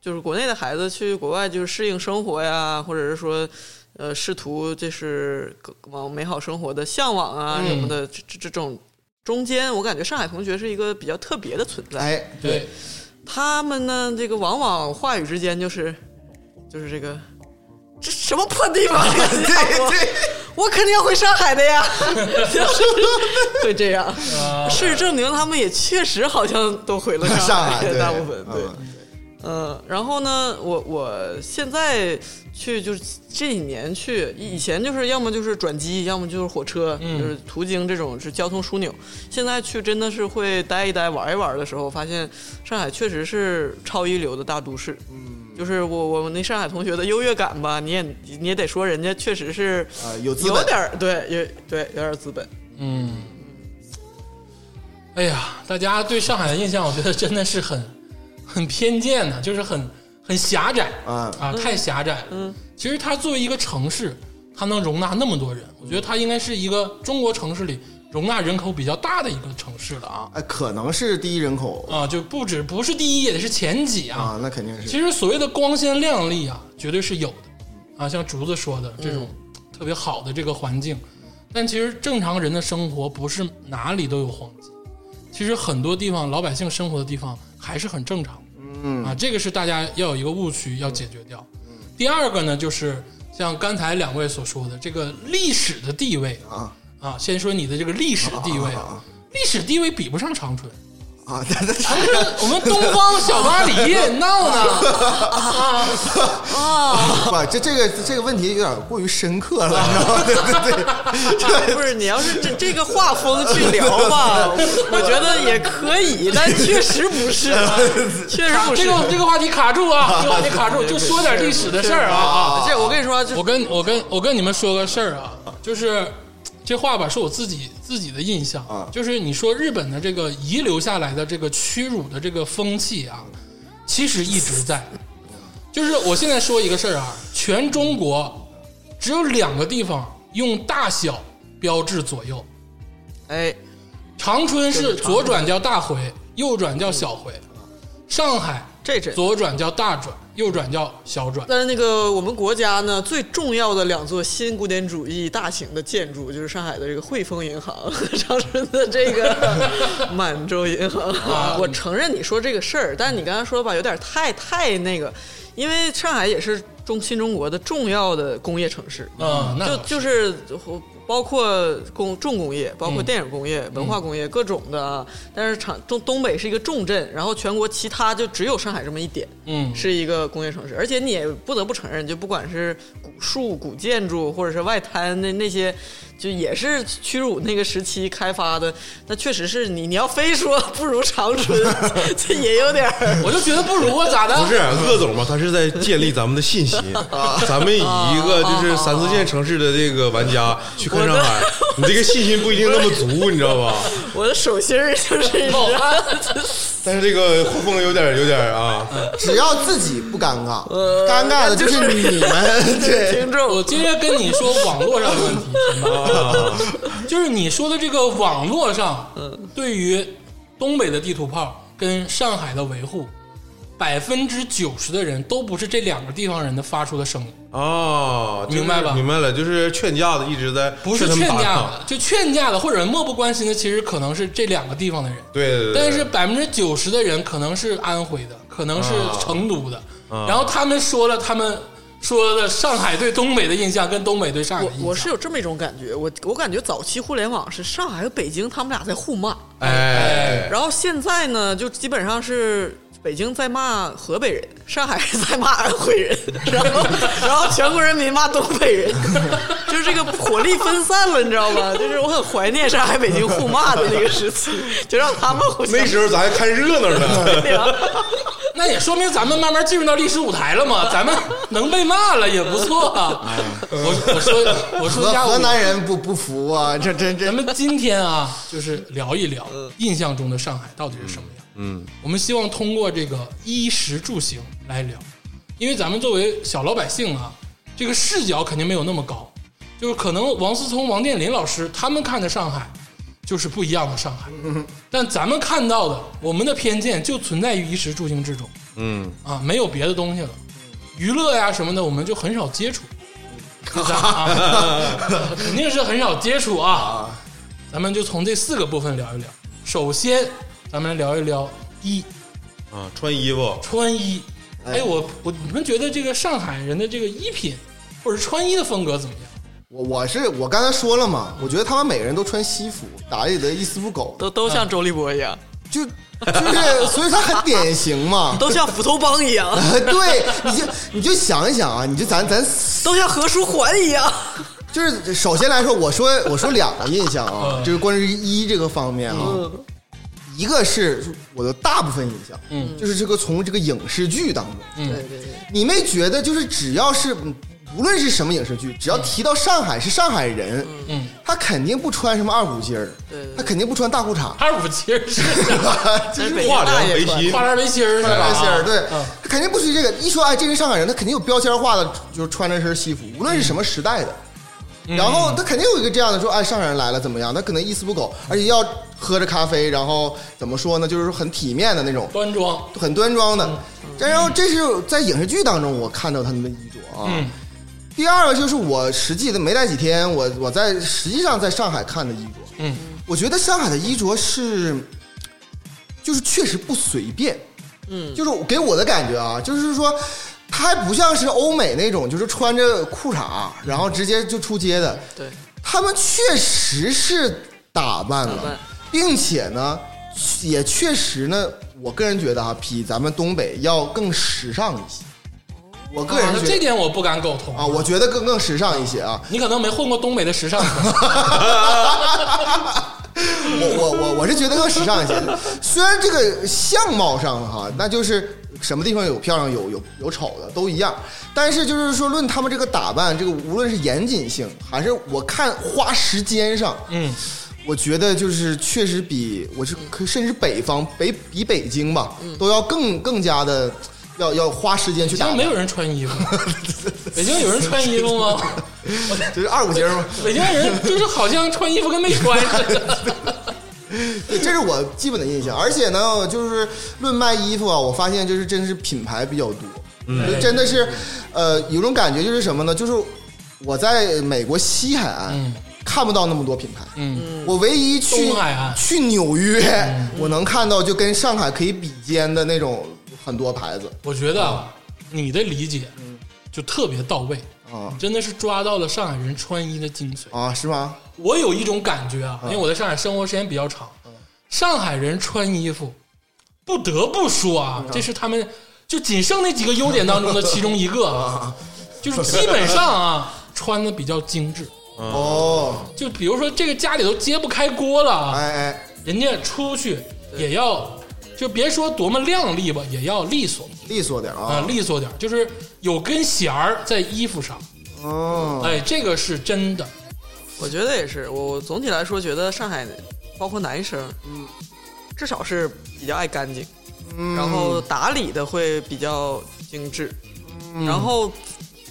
Speaker 4: 就是国内的孩子去国外就是适应生活呀，或者是说。呃，试图就是往美好生活的向往啊
Speaker 3: 嗯
Speaker 4: 什么的，这这这种中间，我感觉上海同学是一个比较特别的存在。
Speaker 6: 哎，
Speaker 3: 对，
Speaker 4: 他们呢，这个往往话语之间就是，就是这个，这什么破地方？对对， <laughs> 我肯定要回上海的呀， <laughs> 就是会这样。
Speaker 3: 啊
Speaker 4: 事实证明，他们也确实好像都回了
Speaker 6: 上
Speaker 4: 海，
Speaker 6: 海对
Speaker 4: 大部分对。
Speaker 6: 嗯
Speaker 4: 嗯，然后呢，我我现在去就是这几年去，以以前就是要么就是转机，要么就是火车，
Speaker 6: 嗯
Speaker 4: 就是途经这种是交通枢纽。现在去真的是会待一待、玩一玩的时候，发现上海确实是超一流的大都市。嗯，就是我我那上海同学的优越感吧，你也你也得说人家确实是
Speaker 6: 啊有资本
Speaker 4: 有点儿对，有对有点儿资本。
Speaker 3: 嗯，哎呀，大家对上海的印象，我觉得真的是很很偏见的，就是很很狭窄
Speaker 6: 啊
Speaker 3: 啊，太狭窄了。嗯，其实它作为一个城市，它能容纳那么多人，我觉得它应该是一个中国城市里容纳人口比较大的一个城市了啊
Speaker 6: 哎，可能是第一人口
Speaker 3: 啊，就不止不是第一，也得是前几啊。
Speaker 6: 啊，那肯定是
Speaker 3: 其实所谓的光鲜亮丽啊，绝对是有的啊，像竹子说的这种
Speaker 6: 嗯
Speaker 3: 特别好的这个环境，但其实正常人的生活不是哪里都有黄金，其实很多地方老百姓生活的地方还是很正常的，嗯啊，这个是大家要有一个误区要解决掉。
Speaker 6: 嗯
Speaker 3: 第二个呢，就是像刚才两位所说的这个历史的地位
Speaker 6: 啊
Speaker 3: 啊，先说你的这个历史地位
Speaker 6: 啊啊
Speaker 3: 啊，历史地位比不上长春。
Speaker 6: 啊， <laughs> 那那
Speaker 3: 不是我们东方小巴黎闹呢，
Speaker 6: 不，这这个这个问题有点过于深刻了，你知道吗？对对
Speaker 4: <laughs>
Speaker 6: 对，
Speaker 4: 不是你要是这这个画风去聊吧， <laughs> 我觉得也可以，但确实不是，啊 <laughs> 确实不是
Speaker 3: 这。
Speaker 4: 啊
Speaker 3: 个这个话题卡住啊，这个话题卡住，就说点历史的事儿啊啊！
Speaker 4: 这我跟你说，
Speaker 3: 我
Speaker 4: 就
Speaker 3: 跟我跟我跟你们说个事儿啊，就是这话吧，是我自己自己的印象
Speaker 6: 啊
Speaker 3: 就是你说日本的这个遗留下来的这个屈辱的这个风气啊，其实一直在。就是我现在说一个事儿啊，全中国只有两个地方用大小标志左右，
Speaker 4: 哎，
Speaker 3: 长春嗯是左转叫大回，右转叫小回；上海
Speaker 4: 这这。
Speaker 3: 左转叫大转，右转叫小转。
Speaker 4: 但是那个我们国家呢，最重要的两座新古典主义大型的建筑，就是上海的这个汇丰银行 <laughs> 和长春的这个
Speaker 3: <laughs>
Speaker 4: 满洲银行。
Speaker 3: 啊
Speaker 4: 我承认你说这个事儿，但你刚才说吧，有点太太那个，因为上海也是中新中国的重要的工业城市。
Speaker 3: 嗯，那
Speaker 4: 就
Speaker 3: 倒是嗯
Speaker 4: 就是包括工重工业，包括电影工业、文化工业各种的啊。但是产中东北是一个重镇，然后全国其他就只有上海这么一点，
Speaker 3: 嗯
Speaker 4: 是一个工业城市。而且你也不得不承认，就不管是古树、古建筑，或者是外滩的那些，就也是屈辱那个时期开发的。那确实是你，你要非说 <laughs> 不如长春，这也有点儿。
Speaker 3: 我就觉得不如啊，咋的？ <laughs>
Speaker 5: 不是鄂总嘛，他是在建立咱们的信心。
Speaker 3: 啊
Speaker 5: 咱们以一个就是三四线城市的这个玩家去看上海，你这个信心不一定那么足，你知道
Speaker 3: <laughs>
Speaker 5: 吧？
Speaker 4: 我的手心儿就是
Speaker 3: 老安，
Speaker 5: 但是这个画风有点有点啊，
Speaker 6: 只要自己不尴尬，
Speaker 3: 呃
Speaker 6: 尴尬的就是你
Speaker 3: <laughs>
Speaker 6: 们。对，
Speaker 4: 听众，
Speaker 3: 我今天跟你说网络上的问题， <laughs> 行吧？
Speaker 5: 啊
Speaker 3: 就是你说的这个网络上，对于东北的地图炮跟上海的维护，百分之九十的人都不是这两个地方人的发出的声音，
Speaker 5: 哦，就是
Speaker 3: 明白吧
Speaker 5: 明白了，就是劝架的一直在
Speaker 3: 不是
Speaker 5: 劝他
Speaker 3: 劝
Speaker 5: 们打
Speaker 3: 架
Speaker 5: 抗
Speaker 3: 的，就劝架的或者漠不关心的，其实可能是这两个地方的人。
Speaker 5: 对对对，
Speaker 3: 但是百分之九十的人可能是安徽的，可能是成都的，然后他们说了他们说的上海对东北的印象跟东北对上海的印象，
Speaker 4: 我我是有这么一种感觉，我我感觉早期互联网是上海和北京他们俩在互骂，
Speaker 5: 哎，
Speaker 4: 然后现在呢，就基本上是北京在骂河北人，上海人在骂安徽人，然后然后全国人民骂东北人， <laughs> 就是这个火力分散了，你知道吗？就是我很怀念上海北京互骂的那个时期，就让他们互相
Speaker 5: 那时候咱还看热闹
Speaker 3: <laughs>
Speaker 5: 呢。
Speaker 4: 聊。
Speaker 3: 那也说明咱们慢慢进入到历史舞台了嘛，咱们能被骂了也不错啊。我我说我说
Speaker 6: 河
Speaker 3: 一下
Speaker 6: 河
Speaker 3: 我
Speaker 6: 南人不不服啊，这这
Speaker 3: 咱
Speaker 6: 这
Speaker 3: 们今天啊，就是聊一聊印象中的上海到底是什么样。嗯，我们希望通过这个衣食住行来聊，因为咱们作为小老百姓啊，这个视角肯定没有那么高，就是可能王思聪、王健林老师他们看的上海就是不一样的上海，但咱们看到的我们的偏见就存在于衣食住行之中。
Speaker 5: 嗯，
Speaker 3: 啊，没有别的东西了，娱乐呀什么的，我们就很少接触。就咱啊肯定是很少接触啊。咱们就从这四个部分聊一聊。首先，咱们来聊一聊衣
Speaker 5: 啊，穿衣服
Speaker 3: 穿衣。
Speaker 6: 哎
Speaker 3: 哎，我我你们觉得这个上海人的这个衣品或者穿衣的风格怎么样？
Speaker 6: 我我是我刚才说了嘛，我觉得他们每个人都穿西服，打理的一丝不苟，
Speaker 4: <laughs> 都都像周立波一样，
Speaker 6: 就就是，所以他很典型嘛。
Speaker 4: 都像斧头帮一样，
Speaker 6: <laughs> 对，你就你就想一想啊，你就咱咱
Speaker 4: 都像何书桓一样。
Speaker 6: 就是首先来说，我说我说两个印象啊，就是关于一这个方面啊，一个是我的大部分印象，
Speaker 3: 嗯
Speaker 6: 就是这个从这个影视剧当中，
Speaker 5: 嗯
Speaker 4: 对对对。
Speaker 6: 你没觉得就是只要是嗯无论是什么影视剧，只要提到上海是上海人，
Speaker 3: 嗯，，
Speaker 6: 他肯定不穿什么二股筋儿
Speaker 4: 对对，
Speaker 6: 他肯定不穿大裤 <laughs> 衩
Speaker 3: 二五其实
Speaker 6: <laughs>
Speaker 3: 是
Speaker 6: 就是
Speaker 4: 北京
Speaker 5: 画
Speaker 4: 大
Speaker 5: 梁
Speaker 4: 爷
Speaker 5: 围
Speaker 4: 穿
Speaker 5: 棋
Speaker 3: 花衫背心儿是吧？
Speaker 6: 大仙儿，对
Speaker 3: 嗯，
Speaker 6: 他肯定不许这个。一说哎，这是上海人，他肯定有标签化的，就是穿着
Speaker 3: 嗯
Speaker 6: 身西服，无论是什么时代的。然后他肯定有一个这样的说，哎，上海人来了怎么样？他可能一丝不苟，而且要喝着咖啡，然后怎么说呢，就是很体面的那种，
Speaker 3: 端庄。
Speaker 6: 很端庄的。然后这是在影视剧当中我看到他们的衣着啊。
Speaker 3: 嗯
Speaker 6: 第二个就是我实际的没待几天，我我在实际上在上海看的衣着，
Speaker 3: 嗯
Speaker 6: 我觉得上海的衣着是，就是确实不随便，嗯，就是给我的感觉啊，就是说，他还不像是欧美那种，就是穿着裤衩然后直接就出街的，
Speaker 4: 对，
Speaker 6: 他们确实是打扮了，
Speaker 4: 打扮
Speaker 6: 并且呢，也确实呢，我个人觉得啊，比咱们东北要更时尚一些。我个人
Speaker 3: 啊
Speaker 6: 觉
Speaker 3: 那
Speaker 6: 得
Speaker 3: 这点我不敢苟同
Speaker 6: 啊，我觉得更更时尚一些啊。
Speaker 3: 你可能没混过东北的时尚圈，
Speaker 6: <laughs> 我我我我是觉得更时尚一些。虽然这个相貌上哈，那就是什么地方有漂亮有有有丑的都一样，但是就是说论他们这个打扮，这个无论是严谨性还是我看花时间上，
Speaker 3: 嗯，
Speaker 6: 我觉得就是确实比我是可甚至北方北比北京吧，都要更更加的要要花时间去
Speaker 3: 北
Speaker 6: 打
Speaker 3: 京没
Speaker 6: 扮，
Speaker 3: 有人穿衣服，北京有人穿衣服吗？
Speaker 6: 就是二五
Speaker 3: <laughs>
Speaker 6: 节嘛。
Speaker 3: 北京人就是好像穿衣服跟没穿似的。
Speaker 6: 对，这是我基本的印象。而且呢，就是论卖衣服啊，我发现就是真是品牌比较多，
Speaker 3: 嗯
Speaker 6: 就真的是，呃，有种感觉就是什么呢？就是我在美国西海岸、
Speaker 3: 嗯
Speaker 6: 看不到那么多品牌，
Speaker 3: 嗯，
Speaker 6: 我唯一去
Speaker 3: 东海岸嗯
Speaker 6: 去纽约、我能看到就跟上海可以比肩的那种很多牌子。
Speaker 3: 我觉得啊，你的理解就特别到位，
Speaker 6: 啊
Speaker 3: 真的是抓到了上海人穿衣的精髓。
Speaker 6: 啊，是吗？
Speaker 3: 我有一种感觉啊，因为我在上海生活时间比较长，上海人穿衣服，不得不说啊，这是他们就仅剩那几个优点当中的其中一个啊，就是基本上啊穿的比较精致。
Speaker 6: 哦，
Speaker 3: 就比如说这个家里都揭不开锅了啊，
Speaker 6: 哎哎，
Speaker 3: 人家出去也要，就别说多么靓丽吧，也要利索
Speaker 6: 利索点
Speaker 3: 啊
Speaker 4: 哦
Speaker 6: 啊，，
Speaker 3: 利索点儿，就是有根弦儿在衣服上。
Speaker 6: 哦，
Speaker 3: 哎，这个是真的。
Speaker 4: 我觉得也是，我我总体来说觉得上海，包括男生，嗯，至少是比较爱干净，
Speaker 3: 嗯
Speaker 4: 然后打理的会比较精致，然后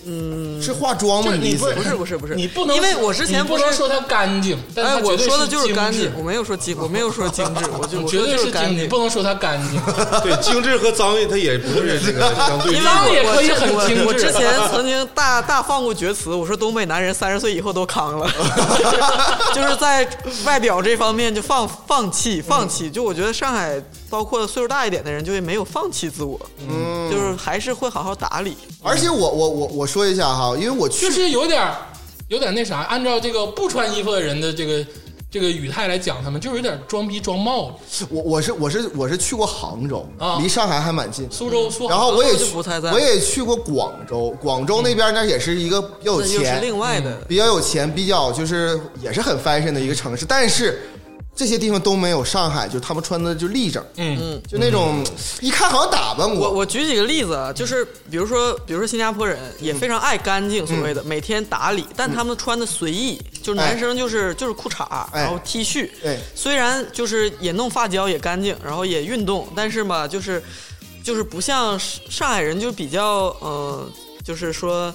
Speaker 4: 嗯，
Speaker 6: 是化妆吗？
Speaker 3: 这
Speaker 6: 你的意
Speaker 3: 你
Speaker 6: 思
Speaker 3: 不
Speaker 4: 不是不是不是，
Speaker 3: 你不能，
Speaker 4: 因为我之前
Speaker 3: 你不
Speaker 4: 是
Speaker 3: 能说它干净，但
Speaker 4: 哎，
Speaker 3: 它
Speaker 4: 我
Speaker 3: 绝对
Speaker 4: 说的就是
Speaker 3: 精
Speaker 4: 干
Speaker 3: 致嗯
Speaker 4: 净，我没有说精，我没有说精致，我就我
Speaker 3: <laughs> 绝
Speaker 4: 说
Speaker 3: 对
Speaker 4: 的就是
Speaker 3: 是
Speaker 4: 干
Speaker 3: 精，你
Speaker 4: 净。
Speaker 3: 不能说它干
Speaker 4: <laughs>
Speaker 3: 净。
Speaker 5: <laughs> 对，精致和脏它也不是这个相对
Speaker 4: 因
Speaker 5: 的
Speaker 4: 为。
Speaker 3: 脏也
Speaker 4: 我
Speaker 3: 可以
Speaker 4: 我
Speaker 3: 很
Speaker 4: 我
Speaker 3: 精致
Speaker 4: 我之
Speaker 3: <laughs>
Speaker 4: 前曾经大大放过厥词，我说东北男人三十岁以后都康了， <laughs> 就是在外表这方面就放放弃放弃。
Speaker 3: 嗯
Speaker 4: 就我觉得上海包括岁数大一点的人，就会没有放弃自我，
Speaker 3: 嗯
Speaker 4: 就是还是会好好打理。
Speaker 6: 而且我我我我说一下哈，因为我去
Speaker 3: 就是有点儿有点那啥，按照这个不穿衣服的人的这个这个语态来讲，他们就是有点装逼装冒了。
Speaker 6: 我我是我是我是去过杭州
Speaker 3: 啊，
Speaker 6: 离上海还蛮近。
Speaker 3: 苏
Speaker 4: 嗯
Speaker 3: 州苏杭
Speaker 6: 然后我也
Speaker 4: 就
Speaker 6: 去
Speaker 4: 不太在乎嗯
Speaker 6: 我也去过广州，广州那边那也是一个比较有
Speaker 4: 那又是
Speaker 6: 钱，
Speaker 4: 另外
Speaker 3: 嗯
Speaker 4: 的，
Speaker 6: 比较有钱，比较就是也是很 fashion 的一个城市，但是这些地方都没有上海，就是他们穿的就立正，
Speaker 3: 嗯
Speaker 6: 就那种一看好像打扮
Speaker 4: 我
Speaker 6: 过，
Speaker 4: 我举几个例子
Speaker 6: 嗯
Speaker 4: 啊，就是比如说，比如说新加坡人也非常爱干净，所
Speaker 6: 嗯
Speaker 4: 谓的、每天打理，但他们穿的随意，就是男生就是、就是裤衩，
Speaker 6: 哎
Speaker 4: 然后 T 恤，
Speaker 6: 对
Speaker 4: 虽然就是也弄发胶也干净，然后也运动，但是嘛，就是就是不像上海人就比较呃，就是说。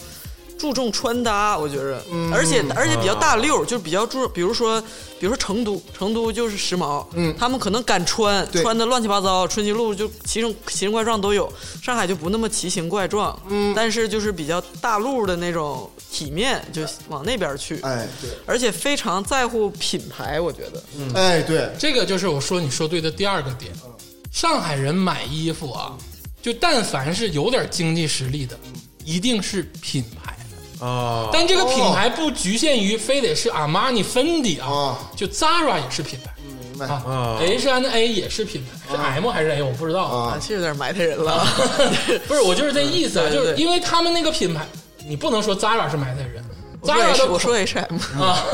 Speaker 4: 注重穿搭，我觉着，
Speaker 6: 嗯
Speaker 4: 而且而且比较大溜儿，就是比较注，比如说，比如说成都，成都就是时髦，嗯，他们可能敢穿，
Speaker 6: 对
Speaker 4: 穿的乱七八糟，春熙路就奇形奇形怪状都有，上海就不那么奇形怪状，嗯，但是就是比较大路的那种体面，就往那边去，
Speaker 6: 哎对，
Speaker 4: 而且非常在乎品牌，我觉得，
Speaker 6: 哎对，
Speaker 3: 这个就是我说你说对的第二个点。
Speaker 4: 嗯
Speaker 3: 上海人买衣服啊，就但凡是有点经济实力
Speaker 4: 嗯
Speaker 3: 的，一定是品牌。
Speaker 6: 哦
Speaker 5: 啊，
Speaker 3: 但这个品牌不局限于非得是阿玛尼、芬迪
Speaker 6: 哦
Speaker 3: 啊，就 Zara 也是品牌
Speaker 6: 明白，哦
Speaker 3: 啊
Speaker 5: 哦
Speaker 3: ，H and A 也是品牌，是 M 还是 A 我不知道啊。
Speaker 4: 啊，是有点埋汰人 <laughs> 了，
Speaker 3: <laughs> 不是，我就是这意思啊，
Speaker 4: 嗯对
Speaker 3: 就
Speaker 4: 对
Speaker 3: 是
Speaker 4: 对
Speaker 3: 因为他们那个品牌，你不能说 Zara 是埋汰人
Speaker 4: 我说
Speaker 3: ，Zara 的
Speaker 4: H- 我说 H M，
Speaker 3: 啊，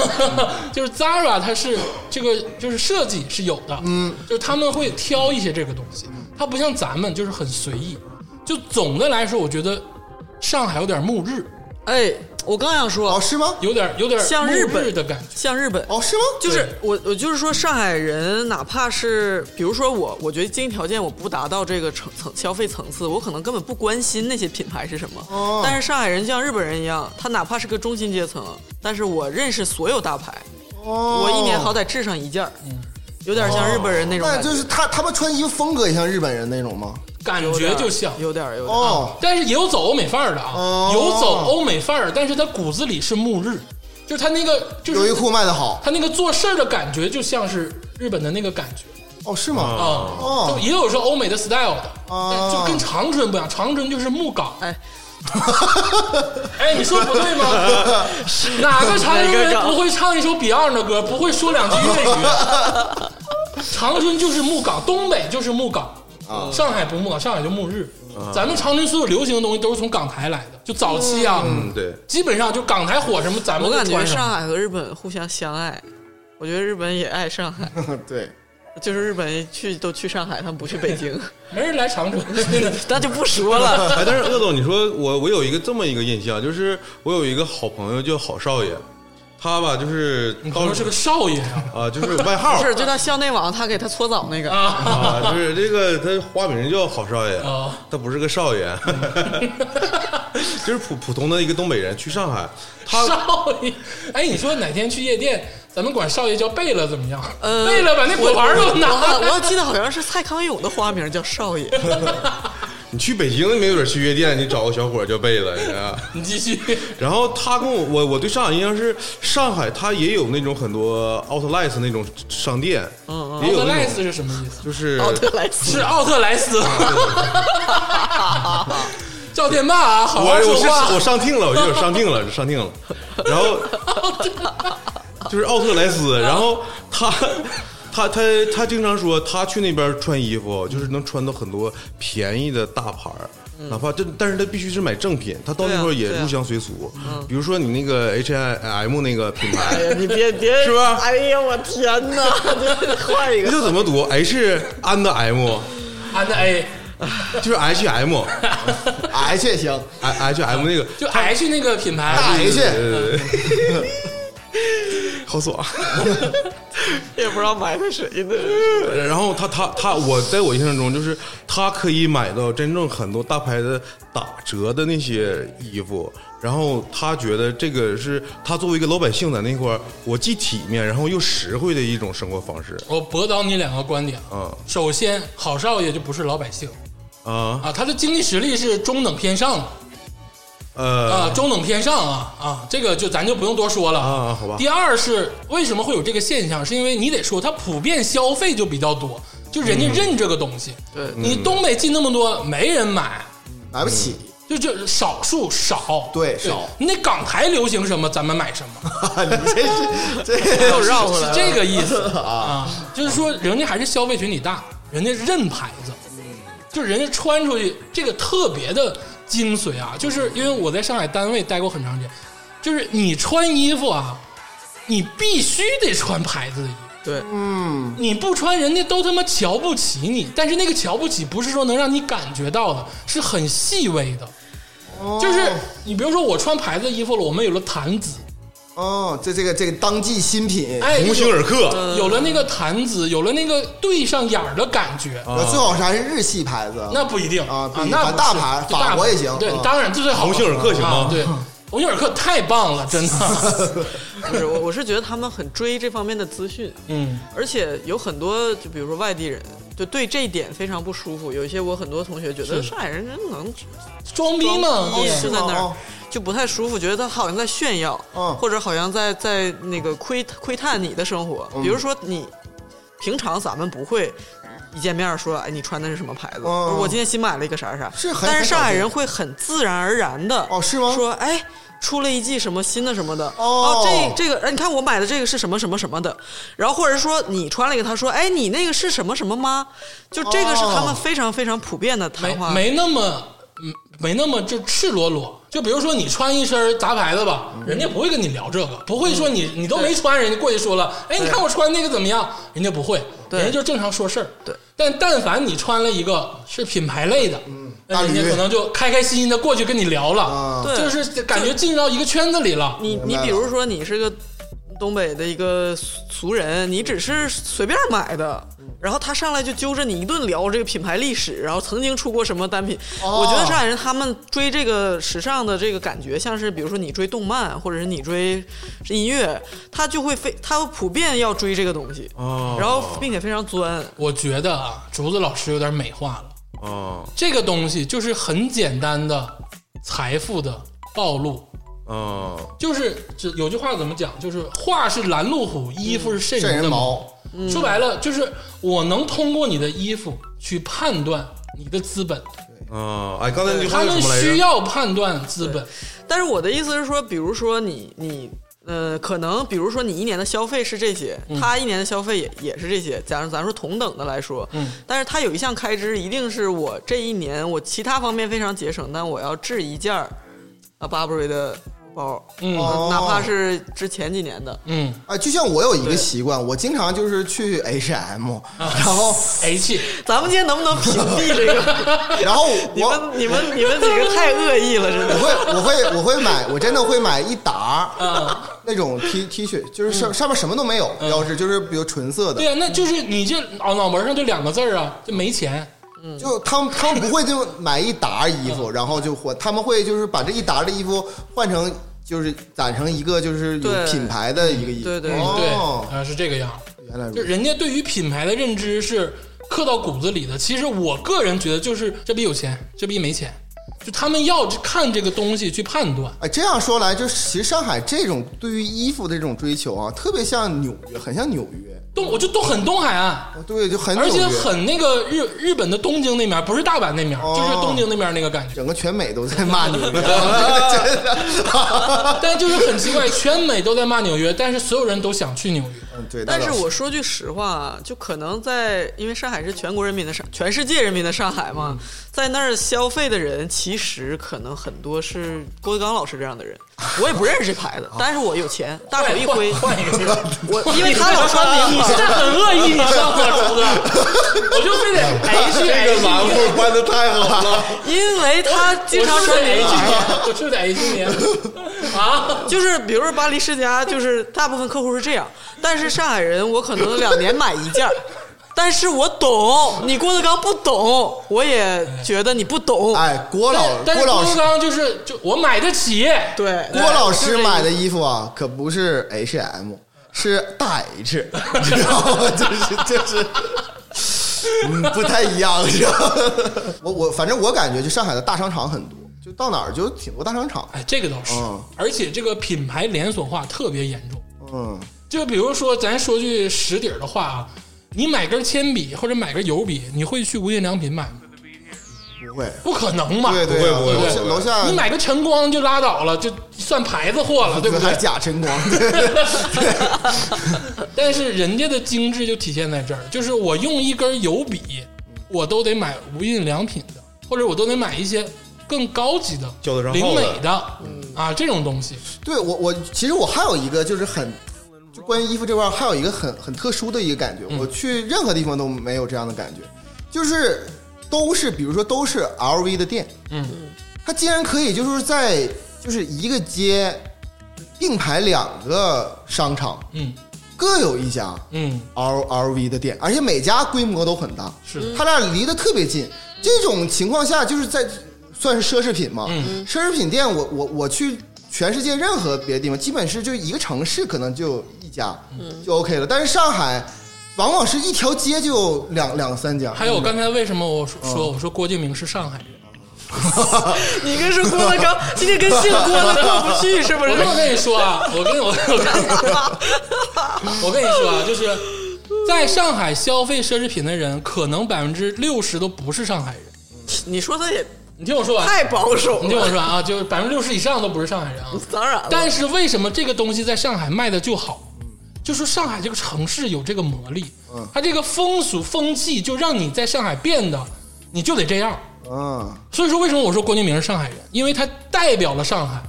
Speaker 3: <laughs> 就是 Zara 它是这个就是设计是有的，嗯，就是他们会挑一些这个东西，
Speaker 6: 嗯
Speaker 3: 它不像咱们就是很随意。就总的来说，我觉得上海有点暮日，
Speaker 4: 哎，我刚想说
Speaker 6: 哦，是吗？
Speaker 3: 有点有点
Speaker 4: 像
Speaker 3: 暮
Speaker 4: 日本
Speaker 3: 的感觉。
Speaker 4: 像日本，
Speaker 6: 哦是吗？
Speaker 4: 就是我，我就是说，上海人哪怕是比如说我，我觉得经济条件我不达到这个层层消费层次，我可能根本不关心那些品牌是什么。
Speaker 6: 哦
Speaker 4: 但是上海人就像日本人一样，他哪怕是个中薪阶层，但是我认识所有大牌，
Speaker 6: 哦，嗯哦
Speaker 4: 我一年好歹置上一件儿，有点像日本人那种
Speaker 6: 那
Speaker 4: 感觉，
Speaker 6: 就是他他们穿衣服风格也像日本人那种吗？
Speaker 3: 感
Speaker 4: 有
Speaker 3: 觉
Speaker 4: 点
Speaker 3: 就像，
Speaker 4: 有点儿有点儿。
Speaker 6: 哦，
Speaker 3: 但是也有走欧美范儿的啊，
Speaker 6: 哦
Speaker 3: 有走欧美范儿，但是他骨子里是暮日，就是他那个就
Speaker 6: 优衣
Speaker 3: 是
Speaker 6: 库卖的好，
Speaker 3: 他那个做事儿的感觉，就像是日本的那个感觉。
Speaker 6: 哦是吗？
Speaker 3: 啊、
Speaker 6: 哦
Speaker 3: 就也有说欧美的 style 的，
Speaker 6: 哦
Speaker 3: 但就跟长春不一样，长春就是木岗。
Speaker 4: 哎，
Speaker 3: 哎，你说不对
Speaker 5: <laughs>
Speaker 3: 吗？哪个长春
Speaker 4: 哪个
Speaker 3: 人
Speaker 4: 岗
Speaker 3: 不会唱一首 Beyond 的歌，不会说两句粤语？
Speaker 5: <laughs>
Speaker 3: 长春就是木岗，东北就是木岗。
Speaker 5: 啊
Speaker 3: 上海不木岗，上海就木日。咱们长春所有流行的东西都是从港台来的，就早期啊，
Speaker 5: 嗯对，
Speaker 3: 基本上就港台火什么，咱们就
Speaker 4: 我感觉
Speaker 3: 传什么
Speaker 4: 上海和日本互相相爱，我觉得日本也爱上海， <laughs>
Speaker 6: <laughs> 对，
Speaker 4: 就是日本去都去上海，他们不去北京， <laughs>
Speaker 3: 没人来长春。
Speaker 5: <laughs>
Speaker 4: 那就不说了。
Speaker 5: 哎，但是鄂总，你说我我有一个这么一个印象，就是我有一个好朋友叫郝少爷，他吧就是
Speaker 3: 你朋
Speaker 5: 到
Speaker 3: 友是个少爷啊！
Speaker 5: <laughs> 啊，就是外号
Speaker 3: <laughs>
Speaker 4: 不是，就那校内网，他给他搓澡那个，
Speaker 5: 啊，就是这个他花名叫郝少爷
Speaker 3: 啊，
Speaker 5: 他不是个
Speaker 3: <laughs>
Speaker 5: 少爷， <laughs> 就是普普通的一个东北人去上海，他
Speaker 3: 少爷，哎，你说哪天去夜店，咱们管少爷叫贝勒怎么样？
Speaker 4: 呃，
Speaker 3: 贝勒把那果盘给
Speaker 4: 我
Speaker 3: 拿
Speaker 4: 我我
Speaker 3: 来。
Speaker 4: 我记得好像是蔡康永的花名叫
Speaker 3: <laughs>
Speaker 4: 少爷，
Speaker 5: 你去北京，没准去夜店，你找个小伙叫贝勒，你看。
Speaker 3: 你继续，
Speaker 5: 然后他跟我我我对上海印象是上海，它也有那种很多 outlets 那种商店，嗯也
Speaker 3: 奥
Speaker 5: 有
Speaker 3: 特
Speaker 5: 那
Speaker 3: 莱
Speaker 5: 种
Speaker 3: 斯是
Speaker 4: 哦
Speaker 3: 什么意思？
Speaker 5: 就是
Speaker 3: <laughs>
Speaker 4: 奥特莱斯。
Speaker 3: 是奥特莱斯。赵天霸啊，好
Speaker 5: 我
Speaker 3: 好说
Speaker 5: 我是
Speaker 3: 话
Speaker 5: 我。上听了，我就有上听了，上听了，然后就是奥特莱斯，然后他他他他经常说他去那边穿衣服，就是能穿到很多便宜的大牌儿。哪怕这，但是他必须是买正品，他到那块
Speaker 4: 对
Speaker 5: 儿
Speaker 4: 啊
Speaker 5: 也
Speaker 4: 对啊
Speaker 5: 入乡随俗。比如说你那个 H M 那个品牌，
Speaker 4: 哎呀，你别别，
Speaker 5: 是吧
Speaker 4: 哎呀，我天哪！换一
Speaker 5: 那
Speaker 4: 个，
Speaker 5: 叫怎么读？H and M，
Speaker 3: 安的 A
Speaker 5: 就是 H M，H
Speaker 6: H 也行
Speaker 5: M 那个
Speaker 3: 就 H 那个品牌，啊
Speaker 6: 大 H，
Speaker 5: 呃，好爽。 <laughs>
Speaker 4: 也不知道埋汰谁呢。
Speaker 5: 然后他他他，我在我印象中就是他可以买到真正很多大牌的打折的那些衣服，然后他觉得这个是他作为一个老百姓在那块儿，我既体面，然后又实惠的一种生活方式
Speaker 3: 我驳倒你两个观点啊。
Speaker 5: 啊
Speaker 3: 首先，郝少爷就不是老百姓
Speaker 5: 啊
Speaker 3: 啊，他的经济实力是中等偏上的啊，
Speaker 5: 呃
Speaker 3: 中等偏上啊啊，这个就咱就不用多说了
Speaker 5: 啊，好吧，
Speaker 3: 第二是为什么会有这个现象？是因为你得说它普遍消费就比较多，就人
Speaker 5: 嗯
Speaker 3: 家认这个东西。
Speaker 4: 对
Speaker 3: 你东北进那么多，没人买，
Speaker 6: 买不起。 <laughs>
Speaker 3: 就这少数少。
Speaker 6: 对少
Speaker 3: 你那港台流行什么，咱们买什么，
Speaker 6: 啊你这是
Speaker 4: <laughs>
Speaker 6: 这
Speaker 3: <laughs>
Speaker 4: 又绕回
Speaker 3: 是
Speaker 4: 来了，
Speaker 3: 这个意
Speaker 4: <laughs>
Speaker 3: 思啊。就是说，人家还是消费群体大，人家认牌子，
Speaker 4: 嗯
Speaker 3: 就人家穿出去这个特别的精髓啊。就是因为我在上海单位待过很长时间，就是你穿衣服啊，你必须得穿牌子的衣服。
Speaker 4: 对，
Speaker 3: 你不穿，人家都他妈瞧不起你。但是那个瞧不起不是说能让你感觉到的，是很细微的。
Speaker 6: 哦
Speaker 3: 就是你比如说我穿牌子衣服了，我们有了弹子，
Speaker 6: 哦，这这个这个当季新品，
Speaker 3: 哎，
Speaker 5: 鸿星尔克
Speaker 6: 嗯
Speaker 3: 有有了那个弹子，有了那个对上眼儿的感觉，
Speaker 6: 我最好是还是日系牌子。
Speaker 3: 那不一定
Speaker 6: 啊不一定
Speaker 3: 那
Speaker 6: 反正大牌
Speaker 3: 就
Speaker 6: 法国也行
Speaker 3: 对
Speaker 6: 啊，
Speaker 3: 当然这最好
Speaker 5: 鸿星尔克行
Speaker 3: 啊
Speaker 5: 吗，？
Speaker 3: 对，鸿星尔克太棒了，真的。
Speaker 4: <laughs>
Speaker 6: <laughs>
Speaker 4: 不是我，我是觉得他们很追这方面的资讯，
Speaker 3: 嗯，
Speaker 4: 而且有很多就比如说外地人，就对这一点非常不舒服。有一些我很多同学觉得上海人真能
Speaker 3: 装逼嘛，
Speaker 4: 装逼
Speaker 3: 对
Speaker 4: 就在那儿
Speaker 6: 哦
Speaker 4: 就不太舒服，觉得他好像在炫耀，
Speaker 6: 嗯
Speaker 4: 或者好像在在那个窥窥探你的生活。
Speaker 6: 嗯
Speaker 4: 比如说你平常咱们不会。一见面说，哎，你穿的是什么牌子？
Speaker 6: 嗯
Speaker 4: 我今天新买了一个啥啥，
Speaker 6: 是很
Speaker 4: 但是上海人会很自然而然的
Speaker 6: 哦是吗
Speaker 4: 说，哎，出了一季什么新的什么的，
Speaker 6: 哦
Speaker 4: 这这个，哎，你看我买的这个是什么什么什么的，然后或者说你穿了一个，他说，哎，你那个是什么什么吗？就这个是他们
Speaker 6: 哦
Speaker 4: 非常非常普遍的谈
Speaker 3: 没
Speaker 4: 话，
Speaker 3: 没那么嗯没那么就赤裸裸。就比如说你穿一身杂牌子吧，
Speaker 4: 嗯
Speaker 3: 人家不会跟你聊这个，不会说你你都没穿，人家过去说了，哎，你看我穿那个怎么样？人家不会，
Speaker 4: 对
Speaker 3: 人家就正常说事儿。
Speaker 4: 对，
Speaker 3: 但但凡你穿了一个是品牌类的，
Speaker 4: 嗯
Speaker 3: 那人家
Speaker 6: 大驴
Speaker 3: 可能就开开心心的过去跟你聊
Speaker 6: 啊
Speaker 3: 了，
Speaker 4: 啊对
Speaker 3: 就是感觉进入到一个圈子里了。
Speaker 4: 你你
Speaker 6: 白
Speaker 4: 比
Speaker 6: 了
Speaker 4: 如说你是个东北的一个俗人，你只是随便买的，
Speaker 6: 嗯
Speaker 4: 然后他上来就揪着你一顿聊这个品牌历史，然后曾经出过什么单品。
Speaker 6: 哦
Speaker 4: 我觉得上海人他们追这个时尚的这个感觉，像是比如说你追动漫，或者是你追音乐，他就会非他普遍要追这个东西，
Speaker 3: 呃
Speaker 5: 哦
Speaker 4: 然后并且非常钻。
Speaker 3: 我觉得啊，竹子老师有点美化了。
Speaker 5: 啊
Speaker 3: 这个东西就是很简单的财富的暴露，
Speaker 5: 啊
Speaker 3: 就是这有句话怎么讲？就是话是拦路虎，衣服是瘆
Speaker 6: 瘆
Speaker 3: 人
Speaker 6: 人
Speaker 3: 的嗯
Speaker 6: 毛。
Speaker 3: 说白了，就是我能通过你的衣服去判断你的资本，
Speaker 5: 啊！哎，刚才那句话
Speaker 3: 他
Speaker 5: 是
Speaker 3: 们
Speaker 5: 什么来
Speaker 3: 需
Speaker 5: 着？
Speaker 3: 要判断资本。
Speaker 4: 但是我的意思是说，比如说你你呃，可能比如说你一年的消费是这些，
Speaker 3: 嗯
Speaker 4: 他一年的消费也也是这些。假如咱说同等的来说，
Speaker 3: 嗯，
Speaker 4: 但是他有一项开支一定是我这一年我其他方面非常节省，但我要置一件儿啊 Burberry 的包，呃
Speaker 3: 嗯
Speaker 6: 哦
Speaker 4: 哪怕是之前几年的，
Speaker 3: 嗯
Speaker 6: 啊，就像我有一个
Speaker 4: 对
Speaker 6: 习惯，我经常就是去 H M，然
Speaker 3: 啊
Speaker 6: 后
Speaker 3: ，H
Speaker 4: 咱们今天能不能屏蔽这个？
Speaker 3: <laughs>
Speaker 6: 然后
Speaker 4: 你
Speaker 6: 我
Speaker 4: 们你们你们几个太恶意了，真
Speaker 6: 我
Speaker 4: 的。
Speaker 6: 会我会我会买，我真的会买一沓
Speaker 3: 啊，嗯
Speaker 6: 那种 T T 恤，就是上上面什么都没有标志，就是比如纯色
Speaker 3: 对
Speaker 6: 的，
Speaker 3: 啊，那就是你这脑脑门上就两个字儿啊，就没钱。
Speaker 6: 就他们他们不会就买一沓衣服，然后就换，他们会就是把这一沓的衣服换成就是攒成一个就是有
Speaker 4: 对
Speaker 6: 品牌的一个衣服，
Speaker 4: 对对对
Speaker 3: 对
Speaker 6: 哦，
Speaker 3: 啊，是这个样。
Speaker 6: 原来如
Speaker 3: 就
Speaker 6: 此，
Speaker 3: 人家对于品牌的认知是刻到骨子里的。其实我个人觉得，就是这逼有钱，这逼没钱，就他们要看这个东西去判断。
Speaker 6: 哎，这样说来，就是其实上海这种对于衣服的这种追求啊，特别像纽约，很像纽约。哦
Speaker 3: 东我就东很东海岸，
Speaker 6: 对，就很
Speaker 3: 而且
Speaker 6: 纽约
Speaker 3: 很那个日日本的东京那面，不是大阪那面，
Speaker 6: 哦
Speaker 3: 就是东京那面那个感觉。
Speaker 6: 整个全美都在骂纽约，啊真的。 <laughs>
Speaker 3: 但就是很奇怪，全美都在骂纽约，但是所有人都想去纽约。
Speaker 6: 嗯，对。
Speaker 4: 但
Speaker 6: 那
Speaker 4: 是
Speaker 6: 倒
Speaker 4: 我说句实话啊，就可能在，因为上海是全国人民的上，全世界人民的上海
Speaker 3: 嗯
Speaker 4: 嘛，在那儿消费的人，其实可能很多是郭德纲老师这
Speaker 3: <laughs>
Speaker 4: 样的人，我也不认识这牌子，但是我有钱，大手一挥，
Speaker 3: 哦换换一个，
Speaker 4: 我因为他老穿
Speaker 3: <laughs>
Speaker 4: 名
Speaker 3: 你
Speaker 4: 牌
Speaker 3: 是。很恶意，你知道吗，竹子？我就非得 H
Speaker 5: 这个
Speaker 3: H
Speaker 5: 栏目办的太好 <laughs> 了，
Speaker 4: 因为他经
Speaker 3: 我
Speaker 4: 常
Speaker 3: 是不
Speaker 4: 穿
Speaker 3: 是
Speaker 4: 名
Speaker 3: H
Speaker 4: 牌，
Speaker 3: 年？我是不是 <laughs> H 年？啊，
Speaker 4: <laughs> 就是比如说巴黎世家，就是大部分客户是这样，但是上海人我可能两年买一
Speaker 3: <laughs>
Speaker 4: 件儿，但是我懂，你郭德纲不懂，我也觉得你不懂。
Speaker 6: <laughs> 哎，郭老
Speaker 3: 但
Speaker 6: 郭
Speaker 3: 是
Speaker 6: 老
Speaker 3: 郭
Speaker 6: 师
Speaker 3: 德纲就是就我买得起，
Speaker 4: 对，
Speaker 6: 郭老师买的衣服啊，可不是 H M，是大 H，你知道吗？ <laughs> 就是就是，嗯，不太一样，知道吗？ <laughs> 我我反正我感觉就上海的大商场很多，就到哪儿就挺多大商场。
Speaker 3: 哎，这个倒是
Speaker 6: 嗯，
Speaker 3: 而且这个品牌连锁化特别严重。
Speaker 6: 嗯，
Speaker 3: 就比如说，咱说句实底儿的话啊，你买根铅笔或者买根油笔，你会去无印良品买吗？
Speaker 6: 不会，
Speaker 3: 不可能嘛！
Speaker 6: 对
Speaker 5: 不会
Speaker 6: 对啊，
Speaker 5: 不会
Speaker 6: 楼下
Speaker 5: 不会
Speaker 6: 楼下
Speaker 3: 你买个晨光就拉倒了，就算牌子货了，对不
Speaker 6: <laughs> 还
Speaker 3: 对？
Speaker 6: 假晨光，对
Speaker 3: 但是人家的精致就体现在这儿，就是我用一根油笔，我都得买无印良品的，或者我都得买一些更高级的、
Speaker 5: 叫得上号
Speaker 3: 灵美
Speaker 5: 的
Speaker 3: 的
Speaker 6: 嗯
Speaker 3: 啊这种东西。
Speaker 6: 对我我其实我还有一个就是很。就关于衣服这块儿，还有一个很很特殊的一个感
Speaker 3: 嗯
Speaker 6: 觉，我去任何地方都没有这样的感觉，就是都是比如说都是 LV 的店，
Speaker 3: 嗯，
Speaker 6: 它竟然可以就是在就是一个街并排两个商场
Speaker 3: 嗯
Speaker 6: 各有一家
Speaker 3: 嗯，
Speaker 6: L L V 的店，而且每家规模都很大，
Speaker 3: 是的
Speaker 6: 它俩离得特别近。这种情况下，就是在算是奢侈品嘛，
Speaker 3: 嗯
Speaker 6: 奢侈品店我我我去全世界任何别的地方，基本是就一个城市可能就一家，
Speaker 3: 嗯
Speaker 6: 就 OK 了。但是上海往往是一条街就两两三家，嗯
Speaker 3: 还有刚才为什么我说说我说郭敬明是上海人？
Speaker 4: 你跟说郭德 <laughs> 纲，今天跟姓郭的过不去是不 <laughs>
Speaker 3: 我
Speaker 4: 是
Speaker 3: 这？么跟你说啊，我跟我我跟你说，我跟你说啊，就是在上海消费奢侈品的人，可能百分之六十都不是上海人。
Speaker 4: 你说他也
Speaker 3: 你听我说完，啊
Speaker 4: 太保守
Speaker 3: 你听我
Speaker 4: 了，
Speaker 3: 说完啊，就是百分之六十以上都不是上海人啊。
Speaker 4: 当然了，
Speaker 3: 但是为什么这个东西在上海卖的就好？就是上海这个城市有这个魔力，
Speaker 4: 嗯
Speaker 3: 它这个风俗风气就让你在上海变得，你就得这样。
Speaker 6: 嗯。
Speaker 3: 所以说，为什么我说郭敬明是上海人？因为他代表了上海，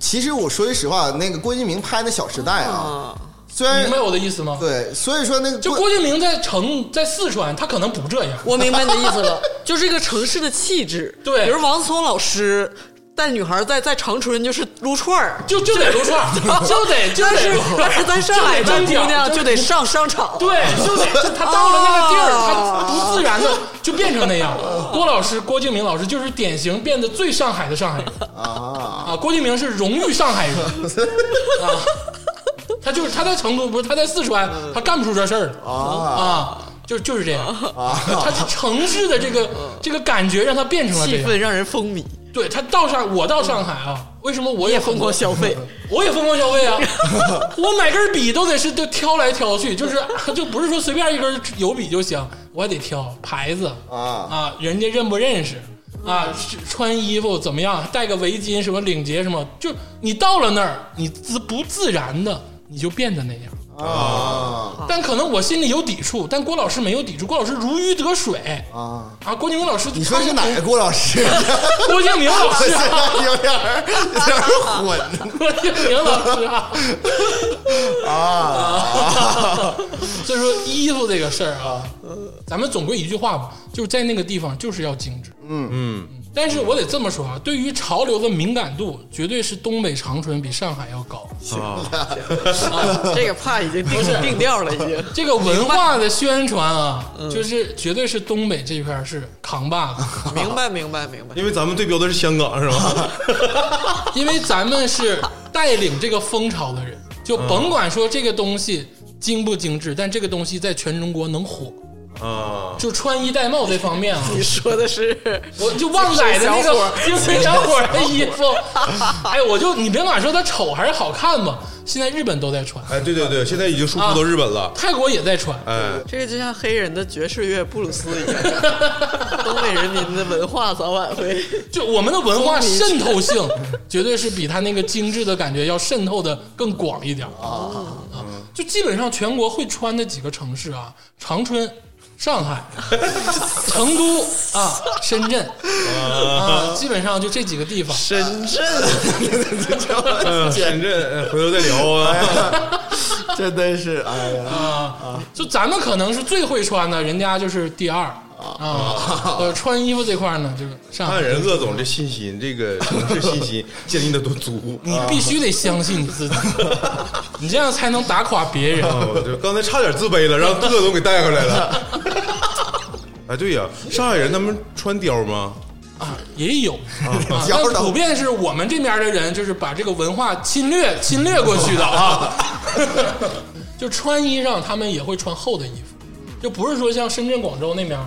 Speaker 6: 其实我说句实话，那个郭敬明拍的《小时代》
Speaker 3: 嗯
Speaker 6: 啊，
Speaker 4: 啊，
Speaker 6: 虽然
Speaker 3: 明白我的意思吗？
Speaker 6: 对，所以说那个
Speaker 3: 就郭敬明在成在四川，他可能不这样。
Speaker 4: 我明白你的意思 <laughs> 了，就是这个城市的气质。
Speaker 3: 对
Speaker 4: 比如王思聪老师带女孩在在长春就是 <laughs> 撸串儿，
Speaker 3: 就就得撸串儿，就得就
Speaker 4: 但
Speaker 3: 得
Speaker 4: 是
Speaker 3: 撸串
Speaker 4: 但是
Speaker 3: 儿，
Speaker 4: 在上海当姑娘
Speaker 3: 就
Speaker 4: <laughs> 就
Speaker 3: 得
Speaker 4: 得上商场。
Speaker 3: 对，就得他到了那个地儿，
Speaker 4: 啊
Speaker 3: 他不自然的就变成那样。郭老师，郭敬明老师就是典型变得最上海的上海人
Speaker 6: 啊，
Speaker 3: 啊！郭敬明是荣誉上海
Speaker 4: <laughs>
Speaker 3: 人啊，他就是他在成都不是他在四川，
Speaker 4: 嗯
Speaker 3: 他干不出这事儿来啊，就就是这样啊，他城市的这个这个感觉让他变成了这
Speaker 4: 气
Speaker 3: 样。
Speaker 4: 氛让人风靡，
Speaker 3: 对他到上，我到上海啊，为什么我
Speaker 4: 也
Speaker 3: 也
Speaker 4: 疯狂消 <laughs> 费，
Speaker 3: 我也疯狂消费啊！我买根笔都得是都挑来挑去，就是啊就不是说随便一根油笔就行，我还得挑牌子
Speaker 6: 啊
Speaker 3: 人家认不认识啊，是穿衣服怎么样，戴个围巾什么领结什么，就你到了那儿，你自不自然的你就变得那样。
Speaker 6: 啊
Speaker 3: 但可能我心里有抵触，但郭老师没有抵触，郭老师如鱼得水
Speaker 6: 啊！
Speaker 3: 啊！郭敬明老师，
Speaker 6: 你说是哪个？郭老师？
Speaker 3: 郭敬明老
Speaker 6: 现
Speaker 3: 师啊，
Speaker 6: <laughs> 在有点儿有点儿混
Speaker 3: 郭敬明老师啊。
Speaker 6: 啊！
Speaker 3: 所以说衣服这个事儿啊，咱们总归一句话吧，就是在那个地方就是要精致。
Speaker 5: 嗯，
Speaker 3: 但是我得这么说啊，对于潮流的敏感度，绝对是东北长春比上海要高。
Speaker 5: 啊，
Speaker 4: 这个怕已经定定调了，已 <laughs> 经。
Speaker 3: 这个文化的宣传啊，就是绝对是东北这片儿是扛把子，
Speaker 4: 明白，明白，明白。
Speaker 5: 因为咱们对标的是香港是吧？
Speaker 3: 因为咱们是带领这个风潮的人，就甭管说这个东西精不精致，但这个东西在全中国能火。
Speaker 5: 啊，
Speaker 3: 就穿衣戴帽这方面啊，
Speaker 4: 你说的是
Speaker 3: 我就旺仔的那
Speaker 4: 小伙
Speaker 3: 个精神小伙的衣服， <laughs> 哎，我就你甭管说它丑还是好看吧，现在日本都在穿，
Speaker 5: 哎，对对对，现在已经输出到日本了，
Speaker 3: 泰国也在穿，
Speaker 5: 哎，
Speaker 4: 这个就像黑人的爵士乐布鲁斯一样，东北人民的文化早晚会。
Speaker 3: 就我们的文化渗透性，绝对是比它那个精致的感觉要渗透的更广一点啊啊！就基本上全国会穿的几个城市啊，长春、上 <laughs> 海、成都啊、深圳啊，基本上就这几个地方。
Speaker 4: 深圳，
Speaker 5: <laughs> 嗯深圳，哎回头再聊啊。
Speaker 6: 真的是哎呀，
Speaker 3: 啊，就咱们可能是最会穿的，人家就是第二啊。呃，穿衣服这块呢，就是上海
Speaker 5: 看人鄂总这信心，这个城市信心建立的多足。
Speaker 3: 你必须得相信你 <laughs> 自己，你这样才能打垮别人。
Speaker 5: 啊，我就刚才差点自卑了，让鄂总给带回来了。哎，对呀，上海人他们穿貂吗？
Speaker 3: 啊，也有啊，
Speaker 6: 摇
Speaker 3: 但
Speaker 6: 头
Speaker 3: 普遍是我们这边的人，就是把这个文化侵略侵略过去的啊。 <laughs> 就穿衣裳，他们也会穿厚的衣服，就不是说像深圳、广州那边，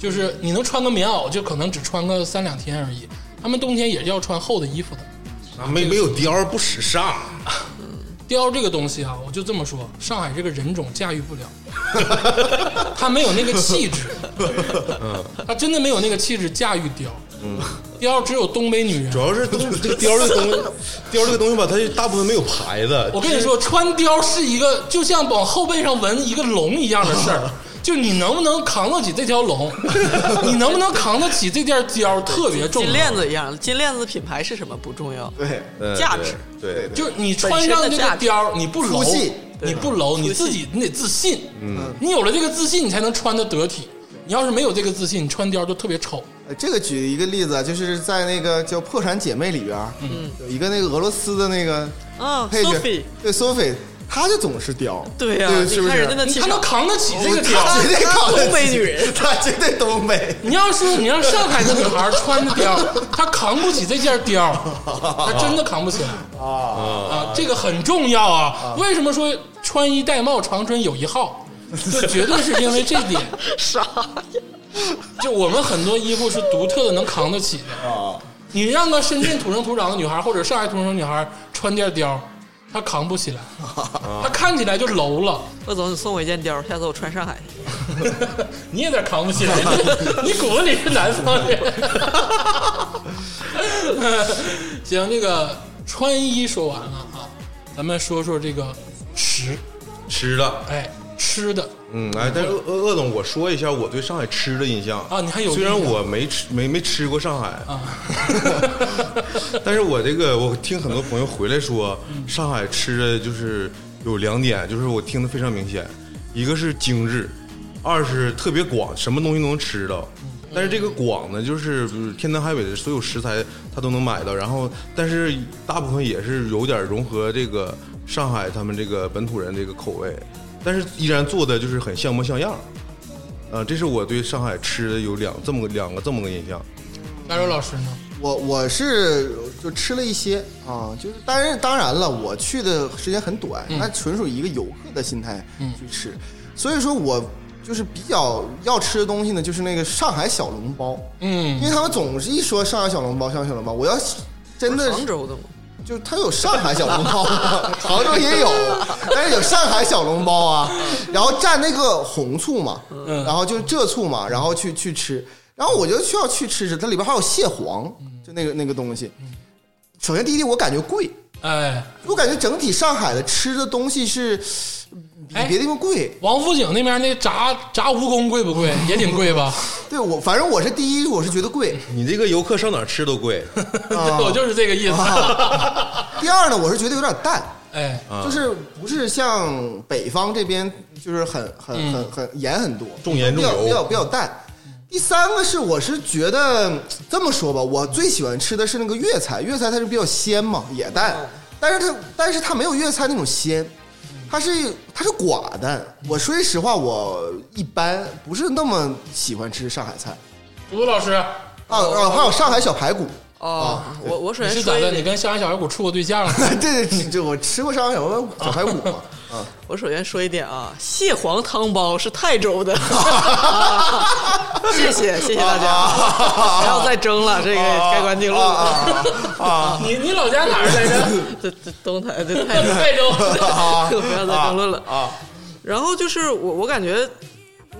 Speaker 3: 就是你能穿个棉袄，就可能只穿个三两天而已。他们冬天也要穿厚的衣服的。
Speaker 5: 啊，没 <laughs> 没有貂不时尚。啊
Speaker 3: 貂这个东西啊，我就这么说，上海这个人种驾驭不了， <laughs> 他没有那个气质，
Speaker 5: 嗯
Speaker 3: 他真的没有那个气质驾驭貂。貂只有东北女人
Speaker 5: 主。要是东这个貂这个东西， <laughs> 貂这个东西吧，它大部分没有牌子。
Speaker 3: 我跟你说，穿貂是一个就像往后背上纹一个龙一样的事
Speaker 5: <laughs>
Speaker 3: 儿，就你能不能扛得起这条龙， <laughs> 你能不能扛得起这件貂，特别重要。啊
Speaker 4: 金链子一样，金链子品牌是什么不重要，
Speaker 6: 对，
Speaker 5: 嗯
Speaker 4: 价值
Speaker 5: 对对对
Speaker 3: 就是你穿上这个貂，你不
Speaker 6: 出
Speaker 3: 搂
Speaker 6: 戏，
Speaker 3: 你不搂，你自己你得自信。嗯，你有了这个自信，你才能穿的得体。你要是没有这个自信，你穿貂就特别丑。
Speaker 6: 呃这个举一个例子啊，就是在那个叫《破产姐妹》里边，嗯，有一个那个俄罗斯的那个
Speaker 4: 嗯
Speaker 6: 配角
Speaker 4: ，Sophie，
Speaker 6: 对 Sophie，她就总是貂，
Speaker 4: 对呀、
Speaker 6: 对，是不
Speaker 4: 你看
Speaker 6: 是
Speaker 4: 人家？那气
Speaker 3: 他能
Speaker 4: 场，
Speaker 3: 扛得起这个貂。
Speaker 6: 她绝对
Speaker 4: 她
Speaker 6: 靠得
Speaker 4: 东北
Speaker 6: 起
Speaker 4: 女人
Speaker 6: 她绝对东北。
Speaker 3: 你要说你让上海的女孩穿着貂， <laughs> 她扛不起这件貂，她真的扛不起来啊啊！这个很重要啊！为什么说穿衣戴帽长春有一号？就绝对是因为这点。
Speaker 4: 啥呀？
Speaker 3: 就我们很多衣服是独特的，能扛得起的。你让个深圳土生土长的女孩或者上海土生女孩穿件貂，她扛不起来，她看起来就 low 了。
Speaker 4: 鄂总，你送我一件貂，下次我穿上海去。
Speaker 3: 你也有点扛不起来，你骨子里是南方人。 <laughs> 行，这个穿衣说完了啊，咱们说说这个吃，
Speaker 5: 吃的，
Speaker 3: 哎，吃的
Speaker 5: 嗯，哎，但是鄂鄂鄂总，我说一下我对上海吃的印象
Speaker 3: 啊你还有
Speaker 5: 虽然
Speaker 3: 印象
Speaker 5: 我没吃没没吃过上海，
Speaker 3: 啊，
Speaker 5: 但是我这个我听很多朋友回来说，上海吃的就是有两点，就是我听的非常明显，一个是精致，二是特别广，什么东西都能吃到。但是这个广呢，就是比如天南海北的所有食材它都能买到，然后但是大部分也是有点融合这个上海他们这个本土人这个口味，但是依然做的就是很像模像样。啊，这是我对上海吃的有两这么个两个这么个印象。
Speaker 3: 大周老师呢？
Speaker 6: 我我是就吃了一些啊，就是当然当然了，我去的时间很短，那纯属一个游客的心态去吃，所以说我就是比较要吃的东西呢，就是那个上海小笼包，因
Speaker 3: 嗯
Speaker 6: 为他们总是一说上海小笼包，上海小笼包，我要真的
Speaker 4: 杭州的吗？
Speaker 6: 就它有上海小笼包，啊 <laughs> 杭州也有，但是有上海小笼包啊，然后蘸那个红醋嘛，
Speaker 3: 嗯
Speaker 6: 然后就是浙醋嘛，然后去去吃，然后我就需要去吃吃，它里边还有蟹黄，就那个那个东西。首先第一点，我感觉贵，
Speaker 3: 哎，
Speaker 6: 我感觉整体上海的吃的东西是比
Speaker 3: 哎
Speaker 6: 别的地方贵。
Speaker 3: 王府井那边那炸炸蜈蚣贵不贵？也挺贵吧？
Speaker 6: 对我，反正我是第一，我是觉得贵。
Speaker 5: 你这个游客上哪儿吃都贵，
Speaker 3: <laughs>
Speaker 6: 啊
Speaker 3: 我就是这个意思。
Speaker 6: 第二呢，我是觉得有点淡。
Speaker 3: 哎，
Speaker 4: 嗯
Speaker 6: 就是不是像北方这边就是很很
Speaker 4: 嗯
Speaker 6: 很很盐很多，
Speaker 5: 重盐重
Speaker 6: 比较
Speaker 5: 油
Speaker 6: 比较比较淡。第三个是，我是觉得这么说吧，我最喜欢吃的是那个粤菜，粤菜它是比较鲜嘛，也淡，
Speaker 4: 嗯
Speaker 6: 但是它但是它没有粤菜那种鲜，它是它是寡淡。我说句实话，我一般不是那么喜欢吃上海菜
Speaker 3: 竹子老师，
Speaker 6: 啊啊，还有上海小排骨， <laughs>
Speaker 4: 哦，我我首
Speaker 3: 你
Speaker 4: 先
Speaker 3: 是
Speaker 4: 说
Speaker 3: 咋
Speaker 4: 一
Speaker 3: 的？
Speaker 4: 点
Speaker 3: 你跟上海小排骨处过对象了？
Speaker 6: 对对，这这我吃过上海小排骨小排骨嘛，
Speaker 4: 我首先说一点啊，蟹黄汤包是泰州的，啊谢谢谢谢大家，不要再争了，这个该关静路了，
Speaker 3: 你你老家哪儿来 <laughs> 着？
Speaker 4: <coughs> 这这东台这泰州。
Speaker 3: 泰州。 <laughs>
Speaker 4: <laughs> 不要再争论了啊。然后就是我，我感觉，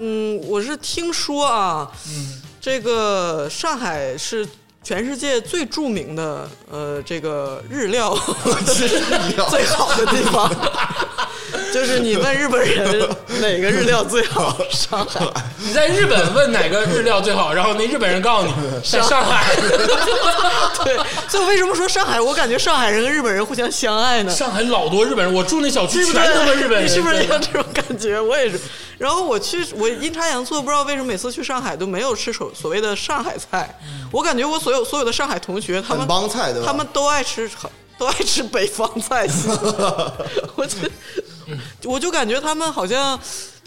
Speaker 4: 嗯，我是听说啊，这个上海是全世界最著名的呃，这个日料 <laughs> 最好的地 <laughs> 方。就是你问日本人哪个日料最好，上海。
Speaker 3: 你在日本问哪个日料最好，然后那日本人告诉你在上海。
Speaker 4: 对，所以为什么说上海？我感觉上海人跟日本人互相相爱呢？
Speaker 3: <laughs> 上海老多日本人，我住那小区
Speaker 4: 对不
Speaker 3: 全
Speaker 4: 对？
Speaker 3: 他妈日本人，
Speaker 4: 你 <laughs> 是不是也有
Speaker 3: 对
Speaker 4: 这种感觉？我也是。然后我去，我阴差阳错，不知道为什么每次去上海都没有吃所所谓的上海菜。我感觉我所有所有的上海同学， <laughs> 他们
Speaker 6: 很帮菜对吧
Speaker 4: 他们都爱吃都爱吃北方菜 <laughs> 系。我就我就感觉他们好像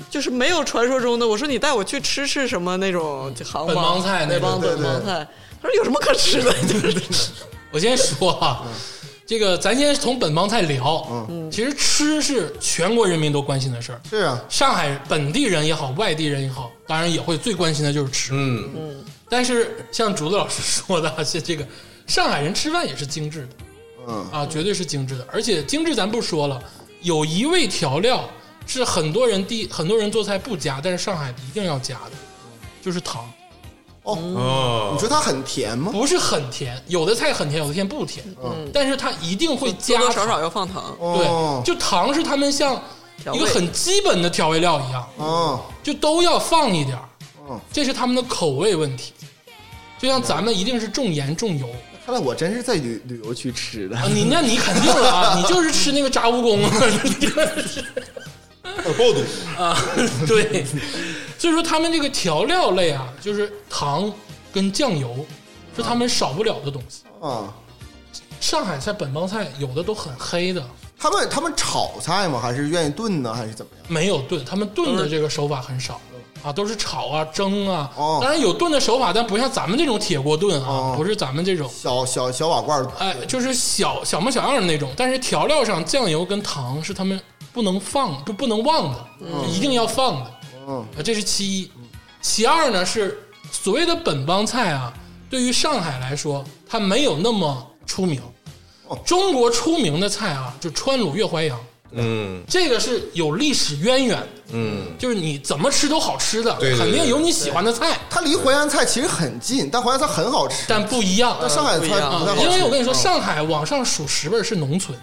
Speaker 4: 就是没有传说中的。我说你带我去吃吃什么那种杭
Speaker 3: 本帮
Speaker 4: 帮
Speaker 3: 菜那
Speaker 4: 那帮
Speaker 3: 种
Speaker 4: 本帮菜。他说有什么可吃的？
Speaker 3: <laughs>
Speaker 4: 就是
Speaker 3: 我先说啊，这个咱先从本帮菜聊。嗯，其实吃是全国人民都关心的事儿，
Speaker 6: 是啊，
Speaker 3: 上海本地人也好，外地人也好，当然也会最关心的就是吃。
Speaker 5: 嗯，
Speaker 3: 但是像竹子老师说的啊，是这个上海人吃饭也是精致的。
Speaker 6: 嗯，
Speaker 3: 啊，绝对是精致的，而且精致咱不说了，有一味调料是很多人第很多人做菜不加，但是上海一定要加的，就是糖，
Speaker 4: 嗯
Speaker 6: 哦，
Speaker 5: 哦
Speaker 6: 你，说它很甜吗？
Speaker 3: 不是很甜，有的菜很甜，有的菜不甜，嗯，但是它一定会加
Speaker 4: 多多少
Speaker 3: 糖，
Speaker 4: 少要放糖。
Speaker 6: 哦
Speaker 3: 对，就糖是他们像
Speaker 4: 调
Speaker 3: 一
Speaker 4: 味
Speaker 3: 个很基本的调味料一样，
Speaker 6: 哦，
Speaker 3: 就都要放一点儿
Speaker 6: 嗯，
Speaker 3: 这是他们的口味问题，就像咱们一定是重盐重油。
Speaker 6: 看来我真是在旅旅游区吃的
Speaker 3: 啊，你那你肯定了啊，你就是吃那个炸蜈蚣啊，你就是
Speaker 5: 爆肚，
Speaker 3: 啊，对，所以说他们这个调料类啊，就是糖跟酱油是他们少不了的东西。
Speaker 6: 啊。
Speaker 3: 上海菜、本帮菜有的都很黑的，
Speaker 6: 他们他们炒菜吗？还是愿意炖呢？还是怎么样？
Speaker 3: 没有炖，他们炖的这个手法很少啊，都是炒啊、蒸啊。
Speaker 6: 哦
Speaker 3: 当然有炖的手法，但不像咱们这种铁锅炖啊，
Speaker 6: 哦
Speaker 3: 不是咱们这种，
Speaker 6: 小小小瓦罐儿
Speaker 3: 哎，就是小小模小样的那种。但是调料上，酱油跟糖是他们不能放、就不能忘的，就一定要放的。
Speaker 6: 嗯
Speaker 3: 啊，这是其一。其二呢是所谓的本帮菜啊，对于上海来说，它没有那么出名
Speaker 6: 哦。
Speaker 3: 中国出名的菜啊，就川鲁粤淮扬，
Speaker 5: 嗯
Speaker 3: 这个是有历史渊源的，
Speaker 5: 嗯，
Speaker 3: 就是你怎么吃都好吃的，
Speaker 5: 对对对
Speaker 3: 肯定有你喜欢的菜，
Speaker 6: 它离淮扬菜其实很近，但淮扬菜很好吃，
Speaker 3: 但不一样。
Speaker 6: 但上海菜
Speaker 4: 不
Speaker 6: 不太
Speaker 3: 啊
Speaker 6: 好吃。嗯
Speaker 3: 因为我跟你说，上海往上数十辈儿是农村，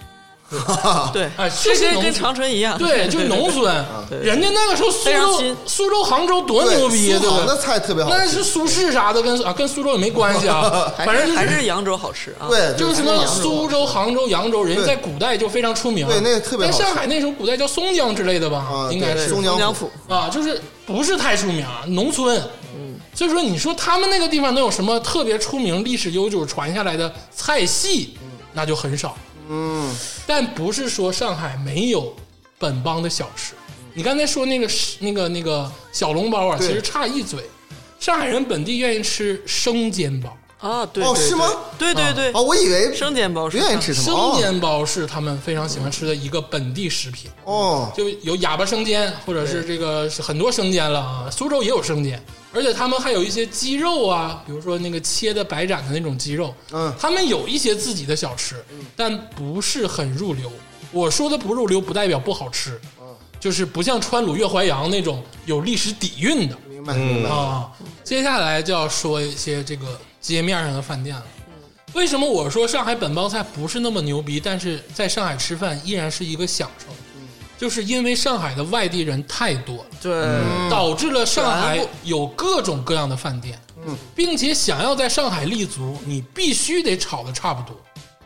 Speaker 6: <laughs>
Speaker 4: 对，
Speaker 3: 哎
Speaker 4: 这
Speaker 3: 这些
Speaker 4: 跟
Speaker 3: 农
Speaker 4: 跟长春一 <laughs> 样。
Speaker 3: 对，就是农村。
Speaker 4: 对对
Speaker 3: 人家那个时候苏
Speaker 4: 非常
Speaker 3: 州
Speaker 4: 新、
Speaker 3: 苏州、杭州多
Speaker 6: 对
Speaker 3: 牛逼，对
Speaker 6: 苏
Speaker 3: 不
Speaker 6: 杭的
Speaker 3: 对？
Speaker 6: 菜特别好吃，
Speaker 3: 那是苏轼啥的，跟啊跟苏州也没关系
Speaker 6: <laughs>
Speaker 3: 啊，
Speaker 4: 还
Speaker 3: 反正
Speaker 4: 是
Speaker 3: 就
Speaker 4: 还是扬州好吃啊。
Speaker 6: 哎对，
Speaker 3: 就是什么
Speaker 6: 扬州
Speaker 3: 苏州、杭州、扬州，人家
Speaker 6: 对
Speaker 3: 在古代就非常出名。
Speaker 6: 对那个特别好
Speaker 3: 但上
Speaker 6: 吃
Speaker 3: 海那时候古代叫松江之类的吧，
Speaker 6: 啊，
Speaker 3: 应该
Speaker 6: 对
Speaker 3: 是
Speaker 6: 松江
Speaker 4: 江
Speaker 6: 府
Speaker 4: 府，
Speaker 3: 啊，就是不是太出名，啊农村。嗯，所以说你说他们那个地方能有什么特别出名、历史悠久传下来的菜系，那就很少。
Speaker 6: 嗯，
Speaker 3: 但不是说上海没有本帮的小吃。
Speaker 6: 嗯
Speaker 3: 你刚才说那个那个那个小笼包啊，其
Speaker 6: 对
Speaker 3: 实差一嘴。上海人本地愿意吃生煎包，
Speaker 4: 啊，对，
Speaker 6: 哦
Speaker 4: 对
Speaker 6: 是吗？
Speaker 4: 对对对，
Speaker 6: 啊，我以为
Speaker 4: 生煎包
Speaker 6: 不
Speaker 4: 是
Speaker 6: 愿意吃什么
Speaker 3: 生
Speaker 6: 哦
Speaker 3: 煎包是他们非常喜欢吃的一个本地食品，
Speaker 6: 哦，
Speaker 3: 就有哑巴生煎，或者是这个是很多生煎了啊。苏州也有生煎，而且他们还有一些鸡肉啊，比如说那个切的白斩的那种鸡肉，
Speaker 6: 嗯
Speaker 3: 他们有一些自己的小吃，但不是很入流。我说的不入流，不代表不好吃，
Speaker 6: 嗯
Speaker 3: 就是不像川鲁粤淮扬那种有历史底蕴的
Speaker 6: 明白明白，
Speaker 3: 啊。接下来就要说一些这个街面上的饭店了。为什么我说上海本帮菜不是那么牛逼，但是在上海吃饭依然是一个享受？就是因为上海的外地人太多了，
Speaker 4: 对，
Speaker 6: 嗯
Speaker 3: 导致了上海
Speaker 4: 全部
Speaker 3: 有各种各样的饭店，
Speaker 6: 嗯
Speaker 3: 并且想要在上海立足，你必须得炒的差不多。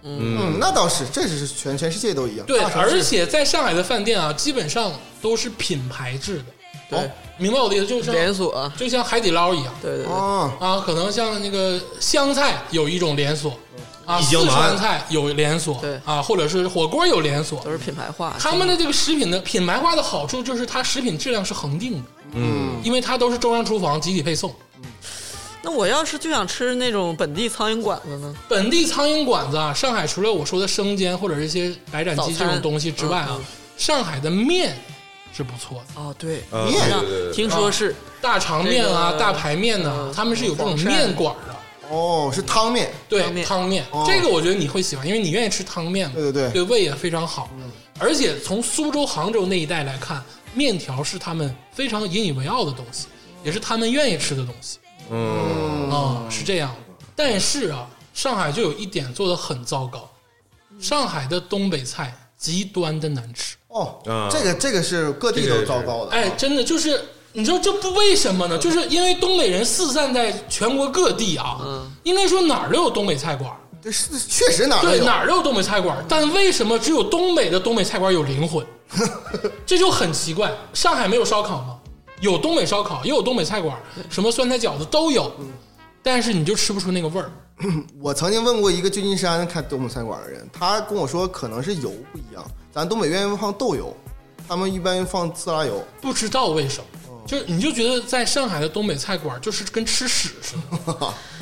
Speaker 6: 嗯，那倒是，这是全全世界都一样，
Speaker 3: 对，
Speaker 6: 大城市
Speaker 3: 而且在上海的饭店啊，基本上都是品牌制的，哦
Speaker 4: 对，
Speaker 3: 明白我的意思？就
Speaker 4: 连
Speaker 3: 像
Speaker 4: 锁，
Speaker 3: 就像海底捞一样
Speaker 4: 对对对，
Speaker 6: 哦，
Speaker 3: 啊，可能像那个湘菜有一种连锁啊，
Speaker 5: 嗯一江
Speaker 3: 四
Speaker 5: 南
Speaker 3: 川菜有连锁，
Speaker 4: 对
Speaker 3: 啊，或者是火锅有连锁
Speaker 4: 都。是品牌化。
Speaker 3: 他们的这个食品的品牌化的好处就是它食品质量是恒定的，嗯，因为它都是中央厨房集体配送。
Speaker 4: 那我要是就想吃那种本地苍蝇馆子呢？
Speaker 3: 本地苍蝇馆子啊，上海除了我说的生煎或者是一些白斩鸡这种东西之外啊，
Speaker 4: 早餐嗯
Speaker 3: 上海的面是不错的，
Speaker 4: 哦，对，
Speaker 5: 啊，
Speaker 6: 面
Speaker 5: 对对对对，
Speaker 4: 听说是
Speaker 6: 哦
Speaker 3: 大肠面啊、
Speaker 4: 这个
Speaker 3: 大排面呐、
Speaker 4: 嗯
Speaker 3: 他们是有这种
Speaker 4: 广式
Speaker 3: 面馆的。
Speaker 6: 哦，是汤面，
Speaker 3: 对
Speaker 4: 汤面
Speaker 3: 汤面
Speaker 6: 哦，
Speaker 3: 这个我觉得你会喜欢，因为你愿意吃汤面嘛，
Speaker 6: 对对对
Speaker 3: 对胃也非常好。而且从苏州、杭州那一带来看，面条是他们非常引以为傲的东西，也是他们愿意吃的东西
Speaker 5: 嗯，
Speaker 3: 啊、是这样的。但是啊，上海就有一点做的很糟糕，
Speaker 4: 嗯
Speaker 3: 上海的东北菜极端的难吃，
Speaker 6: 哦
Speaker 5: 啊，
Speaker 6: 这个这个是各地都糟糕的，
Speaker 3: 哎，真的就是。你知道这不为什么呢？就是因为东北人四散在全国各地啊，
Speaker 4: 嗯
Speaker 3: 应该说哪儿都有东北菜馆儿，
Speaker 6: 这是确实哪儿都
Speaker 3: 对，
Speaker 6: 有，
Speaker 3: 哪儿都有东北菜馆，但为什么只有东北的东北菜馆有灵魂？这就很奇怪。上海没有烧烤吗？有东北烧烤，也有东北菜馆，什么酸菜饺子都有，但是你就吃不出那个味儿。
Speaker 6: 我曾经问过一个旧金山开东北餐馆的人，他跟我说可能是油不一样，咱东北愿意放豆油，他们一般放自拉油。
Speaker 3: 不知道为什么，就是你就觉得在上海的东北菜馆就是跟吃屎似的，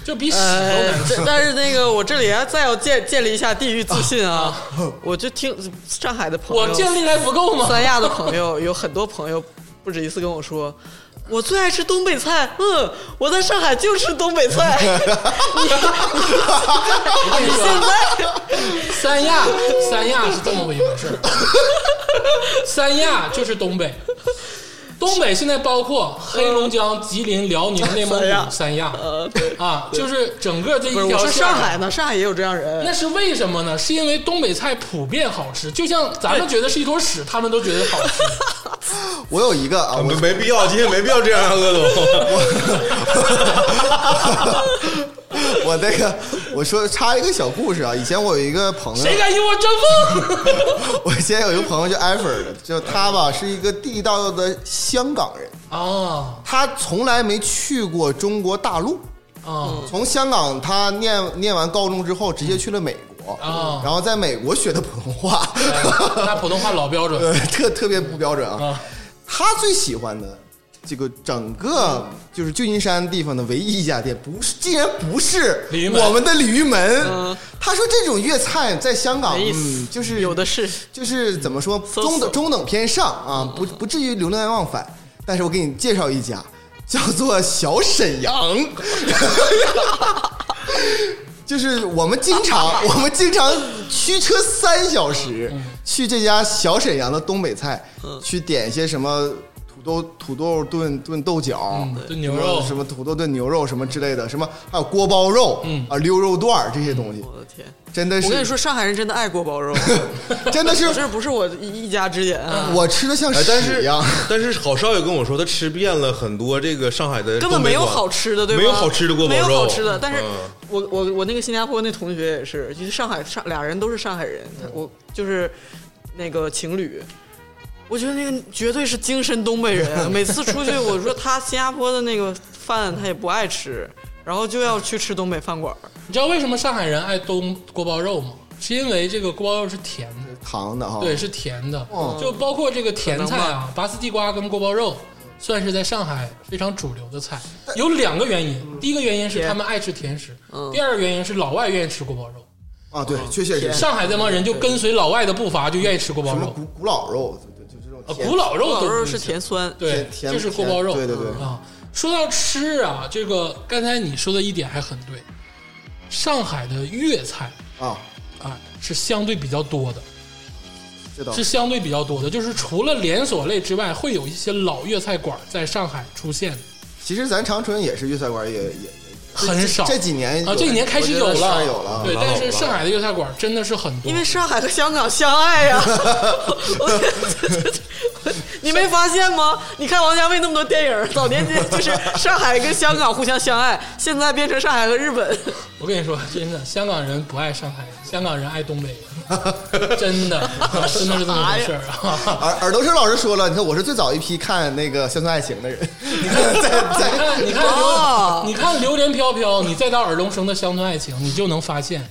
Speaker 3: 就比屎都
Speaker 4: 呃
Speaker 3: 难，
Speaker 6: 哦
Speaker 3: 吃。
Speaker 4: 这但是那个我这里啊，再要建建立一下地域自信啊，
Speaker 6: 哦
Speaker 4: 我就听上海的朋友，
Speaker 3: 我建立还不够吗？
Speaker 4: 三
Speaker 3: <laughs>
Speaker 4: 亚的朋友有很多朋友不止一次跟我说。我最爱吃东北菜，嗯，我在上海就吃东北
Speaker 6: <laughs>
Speaker 4: 菜。
Speaker 3: 我跟你说，三亚，三亚是这么一回事儿。三亚就是东北，东北现在包括黑龙江、吉林、辽宁、内蒙
Speaker 4: 三亚
Speaker 3: 古、三亚
Speaker 4: 呃，对，
Speaker 3: 啊，就是整个这一
Speaker 4: 不是，我
Speaker 3: 条
Speaker 4: 说
Speaker 3: 线
Speaker 4: 上海呢，上海也有这样人
Speaker 3: 那。是为什么呢？是因为东北菜普遍好吃，就像咱们觉得是一坨屎，他们都觉得好
Speaker 4: <laughs>
Speaker 3: 吃。
Speaker 6: 我有一个啊，
Speaker 5: 啊
Speaker 6: 我
Speaker 4: 嗯
Speaker 5: 没没必要，今天没必要这样啊，鄂
Speaker 4: <laughs>
Speaker 5: 总，
Speaker 6: 嗯 <laughs> 我那个我说插一个小故事啊，以前我有一个朋友，
Speaker 3: 谁敢与我争锋？
Speaker 6: <laughs> 我以前有一个朋友叫埃菲尔，就他吧是一个地道的香港人，
Speaker 3: <laughs> 啊
Speaker 6: 他从来没去过中国大陆。
Speaker 3: 啊
Speaker 4: 嗯
Speaker 6: 从香港，他念念完高中之后，直接去了美国，
Speaker 4: 嗯
Speaker 3: 啊
Speaker 6: 然后在美国学的普通话，
Speaker 3: 哎
Speaker 6: <laughs>
Speaker 3: 那普通话老标
Speaker 6: 呃
Speaker 3: 准，
Speaker 6: 特特别不标准啊。
Speaker 4: 嗯
Speaker 3: 啊！
Speaker 6: 他最喜欢的这个整个就是旧金山地方的唯一一家店，不是竟然不是
Speaker 3: 鲤鱼门
Speaker 6: 我们的鲤鱼门
Speaker 4: 嗯。
Speaker 6: 他说这种粤菜在香港，
Speaker 4: 没意思
Speaker 6: 嗯，就是
Speaker 4: 有的是，
Speaker 6: 就是怎么说
Speaker 4: 搜
Speaker 6: 中
Speaker 4: 索
Speaker 6: 等中等偏上啊，不不至于流连忘返。但是我给你介绍一家，叫做小沈阳， <laughs> 就是我们经
Speaker 4: <laughs>
Speaker 6: 常我们经常驱车三小时去这家小沈阳的东北菜，去点一些什么土豆土豆炖炖豆角
Speaker 3: 嗯，炖牛肉
Speaker 6: 什么土豆炖牛肉什么之类的，什么还有锅包肉，
Speaker 3: 嗯
Speaker 6: 啊溜肉段儿这些东西，
Speaker 4: 我的天！
Speaker 6: 真的是
Speaker 4: 我跟你说，上海人真的爱锅包 <laughs> 肉，
Speaker 6: 真的是
Speaker 4: 我这不是我一一家之言啊，
Speaker 6: 我吃的像
Speaker 5: 哎，但
Speaker 6: 屎
Speaker 5: 是
Speaker 6: 一样。
Speaker 5: 但是郝少爷跟我说，他吃遍了很多这个上海的，
Speaker 4: 根本没有好吃的，对吧？
Speaker 5: 没有好吃的锅包
Speaker 4: 没
Speaker 5: 肉，
Speaker 4: 有好吃的。但是
Speaker 5: 嗯
Speaker 4: 我我我那个新加坡那同学也是，就是上海上俩人都是上海人，他我就是那个情侣。我觉得那个绝对是精神东北
Speaker 5: <laughs>
Speaker 4: 人，啊每次出去我说他新加坡的那个饭他也不爱吃，然后就要去吃东北饭馆儿。
Speaker 3: 你知道为什么上海人爱东锅包肉吗？是因为这个锅包肉是甜的。
Speaker 6: 糖的哈，
Speaker 3: 对，是甜的，
Speaker 6: 哦
Speaker 3: 就包括这个甜菜啊，拔丝地瓜跟锅包肉，算是在上海非常主流的菜。有两个原
Speaker 6: 嗯
Speaker 3: 因，第一个原因是
Speaker 4: 甜
Speaker 3: 他们爱吃甜食，
Speaker 4: 嗯
Speaker 3: 第二个原因是老外愿意吃锅包肉。
Speaker 6: 啊，对，确实是什
Speaker 3: 上海这帮人就跟随老外的步伐，就愿意吃锅包
Speaker 6: 么
Speaker 3: 肉，
Speaker 6: 古古老肉，就就就这种
Speaker 3: 呃，
Speaker 6: 甜
Speaker 3: 古老肉
Speaker 4: 老
Speaker 3: 都
Speaker 4: 肉
Speaker 3: 不
Speaker 4: 是甜，酸，
Speaker 3: 对，
Speaker 6: 甜
Speaker 3: 就是锅包肉，
Speaker 6: 甜对对对
Speaker 3: 啊。说到吃啊，这个刚才你说的一点还很对，上海的粤菜
Speaker 6: 啊，
Speaker 3: 啊是相对比较多的，
Speaker 6: 这倒
Speaker 3: 是相对比较多的，就是除了连锁类之外，会有一些老粤菜馆在上海出现，
Speaker 6: 其实咱长春也是粤菜馆，也也也
Speaker 3: 很少。
Speaker 6: 这几年
Speaker 3: 啊，这几年开始有
Speaker 6: 我觉得
Speaker 3: 了，
Speaker 6: 是有了，
Speaker 3: 对，
Speaker 5: 蛮好
Speaker 3: 但是上海的粤菜馆真的是很多，
Speaker 4: 因为上海和香港相爱呀、你没发现吗？你看王家卫那么多电影，早年间就是上海跟香港互相相爱，现在变成上海和日本。
Speaker 3: 我跟你说，真的，香港人不爱上海，香港人爱东北人， <laughs> 真的，啊真的是这么回事儿啊。
Speaker 6: 耳耳朵生老师说了，你看我是最早一批看那个《乡村爱情》的人，你看在
Speaker 3: 你
Speaker 6: 在
Speaker 3: 看，你看
Speaker 4: 哦
Speaker 3: 榴，你看榴莲飘飘，你再到耳东升的《乡村爱情》，你就能发现，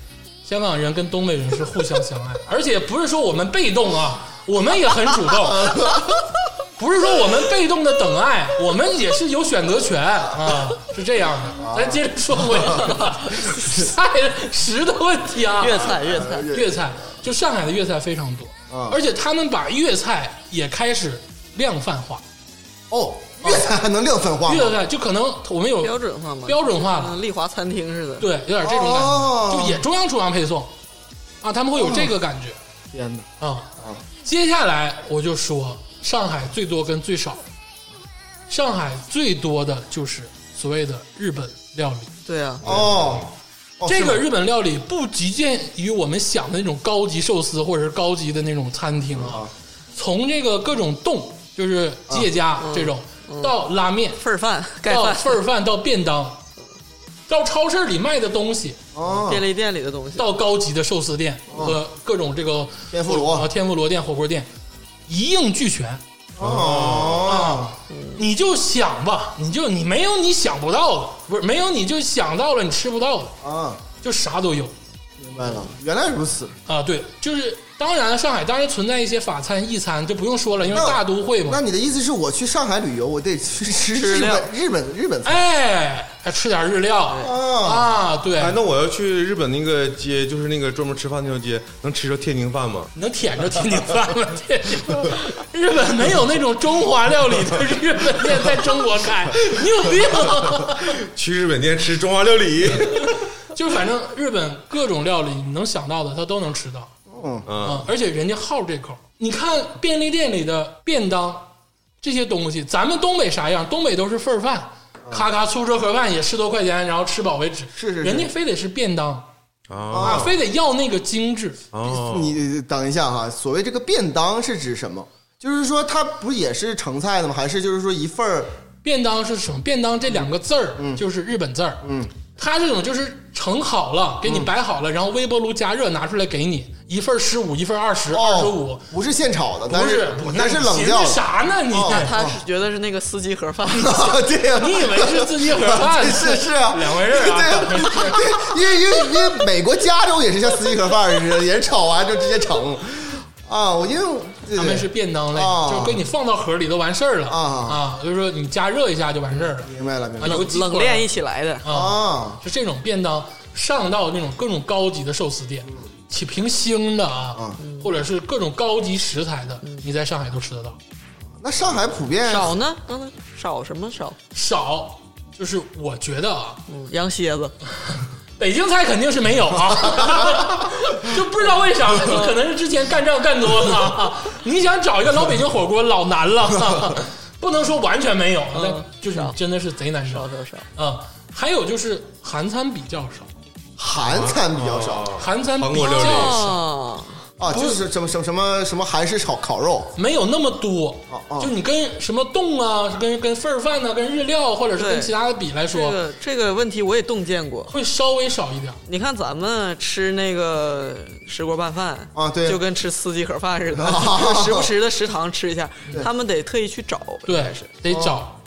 Speaker 3: 香港人跟东北人是互相相爱，而且不是说我们被动啊，我们也很主动，不是说我们被动的等爱，我们也是有选择权啊，是这样的。咱接着说回那个菜食的问题啊，
Speaker 4: 粤菜，粤菜，
Speaker 3: 粤菜，就上海的粤菜非常多。
Speaker 6: 啊
Speaker 3: 而且他们把粤菜也开始量贩化，
Speaker 6: 哦，粤菜还能量分化吗？
Speaker 3: 粤菜就可能我们有
Speaker 4: 标准化嘛，
Speaker 3: 标准化了
Speaker 4: 嗯，丽华餐厅似的。
Speaker 3: 对，有点这种感觉，
Speaker 6: 哦
Speaker 3: 就也中央厨房配送啊，他们会有这个感觉
Speaker 6: 天哪！
Speaker 3: 啊。接下来我就说上海最多跟最少，上海最多的就是所谓的日本料理。
Speaker 4: 对啊，
Speaker 6: 哦，哦
Speaker 3: 这个
Speaker 6: 是吗
Speaker 3: 日本料理不局限于我们想的那种高级寿司或者是高级的那种餐厅啊，从这个各种冻，就是吉野家
Speaker 6: 啊
Speaker 3: 这种，到拉面，
Speaker 4: 份儿饭、嗯盖
Speaker 3: 到
Speaker 4: 饭、
Speaker 3: 份儿饭，到便当，到超市里卖的东西，
Speaker 6: 哦
Speaker 4: 便利店里的东西，
Speaker 3: 到高级的寿司店和各种这个
Speaker 6: 嗯天妇罗嗯
Speaker 3: 啊天妇罗店、火锅店，一应俱全。
Speaker 6: 哦，
Speaker 3: 你就想吧，你就你没有你想不到的，不是没有你就想到了你吃不到的，
Speaker 6: 啊，
Speaker 3: 就啥都有。
Speaker 6: 明白了，原来如此。
Speaker 3: 啊，对，就是当然，上海当然存在一些法餐、意餐，这不用说了，因为
Speaker 6: 那
Speaker 3: 大都会
Speaker 6: 那
Speaker 3: 嘛。
Speaker 6: 你的意思是我去上海旅游，我得
Speaker 3: <laughs>
Speaker 6: 去吃
Speaker 4: 吃
Speaker 6: 日
Speaker 4: 料
Speaker 6: 本日本日本菜
Speaker 3: 哎，还吃点日料
Speaker 6: 啊？
Speaker 3: 啊，对，
Speaker 5: 哎，那我要去日本那个街，就是那个专门吃饭那条街，能吃着天津饭吗？
Speaker 3: 能舔着天津饭
Speaker 6: <laughs>
Speaker 3: 吗？天津饭日本没有那种中华料理的日本店在中国开，你有病！啊
Speaker 5: 去日本店吃中华
Speaker 4: <laughs>
Speaker 5: 料理，
Speaker 3: 就是反正日本各种料理你能想到的，他都能吃到
Speaker 5: 嗯，
Speaker 3: 啊，而且人家好这口。你看便利店里的便当这些东西，咱们东北啥样？东北都是份儿饭，咔咔粗车盒饭也十多块钱，然后吃饱为止。
Speaker 6: 嗯是是是
Speaker 3: 人家非得是便当
Speaker 5: 啊
Speaker 3: 啊，非得要那个精致。哦
Speaker 5: 啊，
Speaker 6: 你等一下哈，所谓这个便当是指什么？就是说它不也是成菜的吗？还是就是说一份儿
Speaker 3: 便当是什么？便当这两个字儿
Speaker 6: 嗯
Speaker 3: 就是日本字儿，嗯，它这种就是盛好了，给你
Speaker 6: 嗯
Speaker 3: 摆好了，然后微波炉加热拿出来给你，一份十五，一份二十，二十五
Speaker 6: 哦，，不是现炒的，
Speaker 3: 不
Speaker 6: 但是
Speaker 3: 不
Speaker 6: 但
Speaker 3: 那
Speaker 6: 是
Speaker 3: 你
Speaker 6: 冷
Speaker 3: 寻
Speaker 6: 掉哦
Speaker 3: 思
Speaker 6: 的。
Speaker 3: 啥呢你？
Speaker 4: 那他是觉得是那个司机盒
Speaker 3: <laughs>
Speaker 4: 饭，
Speaker 6: 啊， <laughs> 对呀、
Speaker 3: 你以为是自己盒饭？
Speaker 6: <laughs> 是是啊，
Speaker 3: <laughs> 两回事儿
Speaker 6: <laughs> 对
Speaker 3: 啊。
Speaker 6: 对，因为因为因为美国加州也是像司机盒饭似的，也是炒完就直接盛啊。我因为对
Speaker 3: 他们是便当类，
Speaker 6: 啊
Speaker 3: 就是给你放到盒里都完事儿了
Speaker 6: 啊
Speaker 3: 啊，就是说你加热一下就完事儿了
Speaker 6: 明白了明
Speaker 3: 啊，
Speaker 6: 白了
Speaker 3: 有个鸡腿
Speaker 4: 冷链一起来
Speaker 3: <laughs>
Speaker 4: 的。
Speaker 3: 啊，
Speaker 6: 啊，
Speaker 3: 就这种便当上到那种各种高级的寿司店，
Speaker 6: 嗯
Speaker 3: 起平星的啊，或者是各种高级食材的，你在上海都吃得到。
Speaker 6: 那上海普遍
Speaker 4: 少呢？刚才少什么少？
Speaker 3: 少，就是我觉得啊，
Speaker 4: 嗯，羊蝎子，
Speaker 3: 北京菜肯定是没有啊，就不知道为啥，就可能是之前干仗干多了啊。你想找一个老北京火锅老难了，不能说完全没有，但就是你真的是贼难
Speaker 4: 少
Speaker 3: 找
Speaker 4: 少少。
Speaker 3: 啊。还有就是韩餐比较少，
Speaker 6: 韩餐比较少
Speaker 3: 韩餐
Speaker 5: 韩
Speaker 3: 比
Speaker 5: 国料理
Speaker 3: 较
Speaker 4: 哦，
Speaker 6: 啊，就是什么什么什么什么韩式炒烤肉
Speaker 3: 没有那么多
Speaker 6: 哦哦，
Speaker 3: 就你跟什么冻啊，跟跟份儿饭呐、跟日料或者是跟
Speaker 4: 对
Speaker 3: 其他的比来
Speaker 4: 这
Speaker 3: 说，
Speaker 4: 个这个问题我也洞见过。
Speaker 3: 会稍微少一点。
Speaker 4: 你看咱们吃那个石锅拌饭
Speaker 6: 啊对
Speaker 4: 就跟吃司机盒饭似的，
Speaker 6: 啊
Speaker 4: 就 <laughs> 时不时的食堂吃一下，他们得特意去找，应
Speaker 3: 对
Speaker 4: 该是，
Speaker 3: 得找。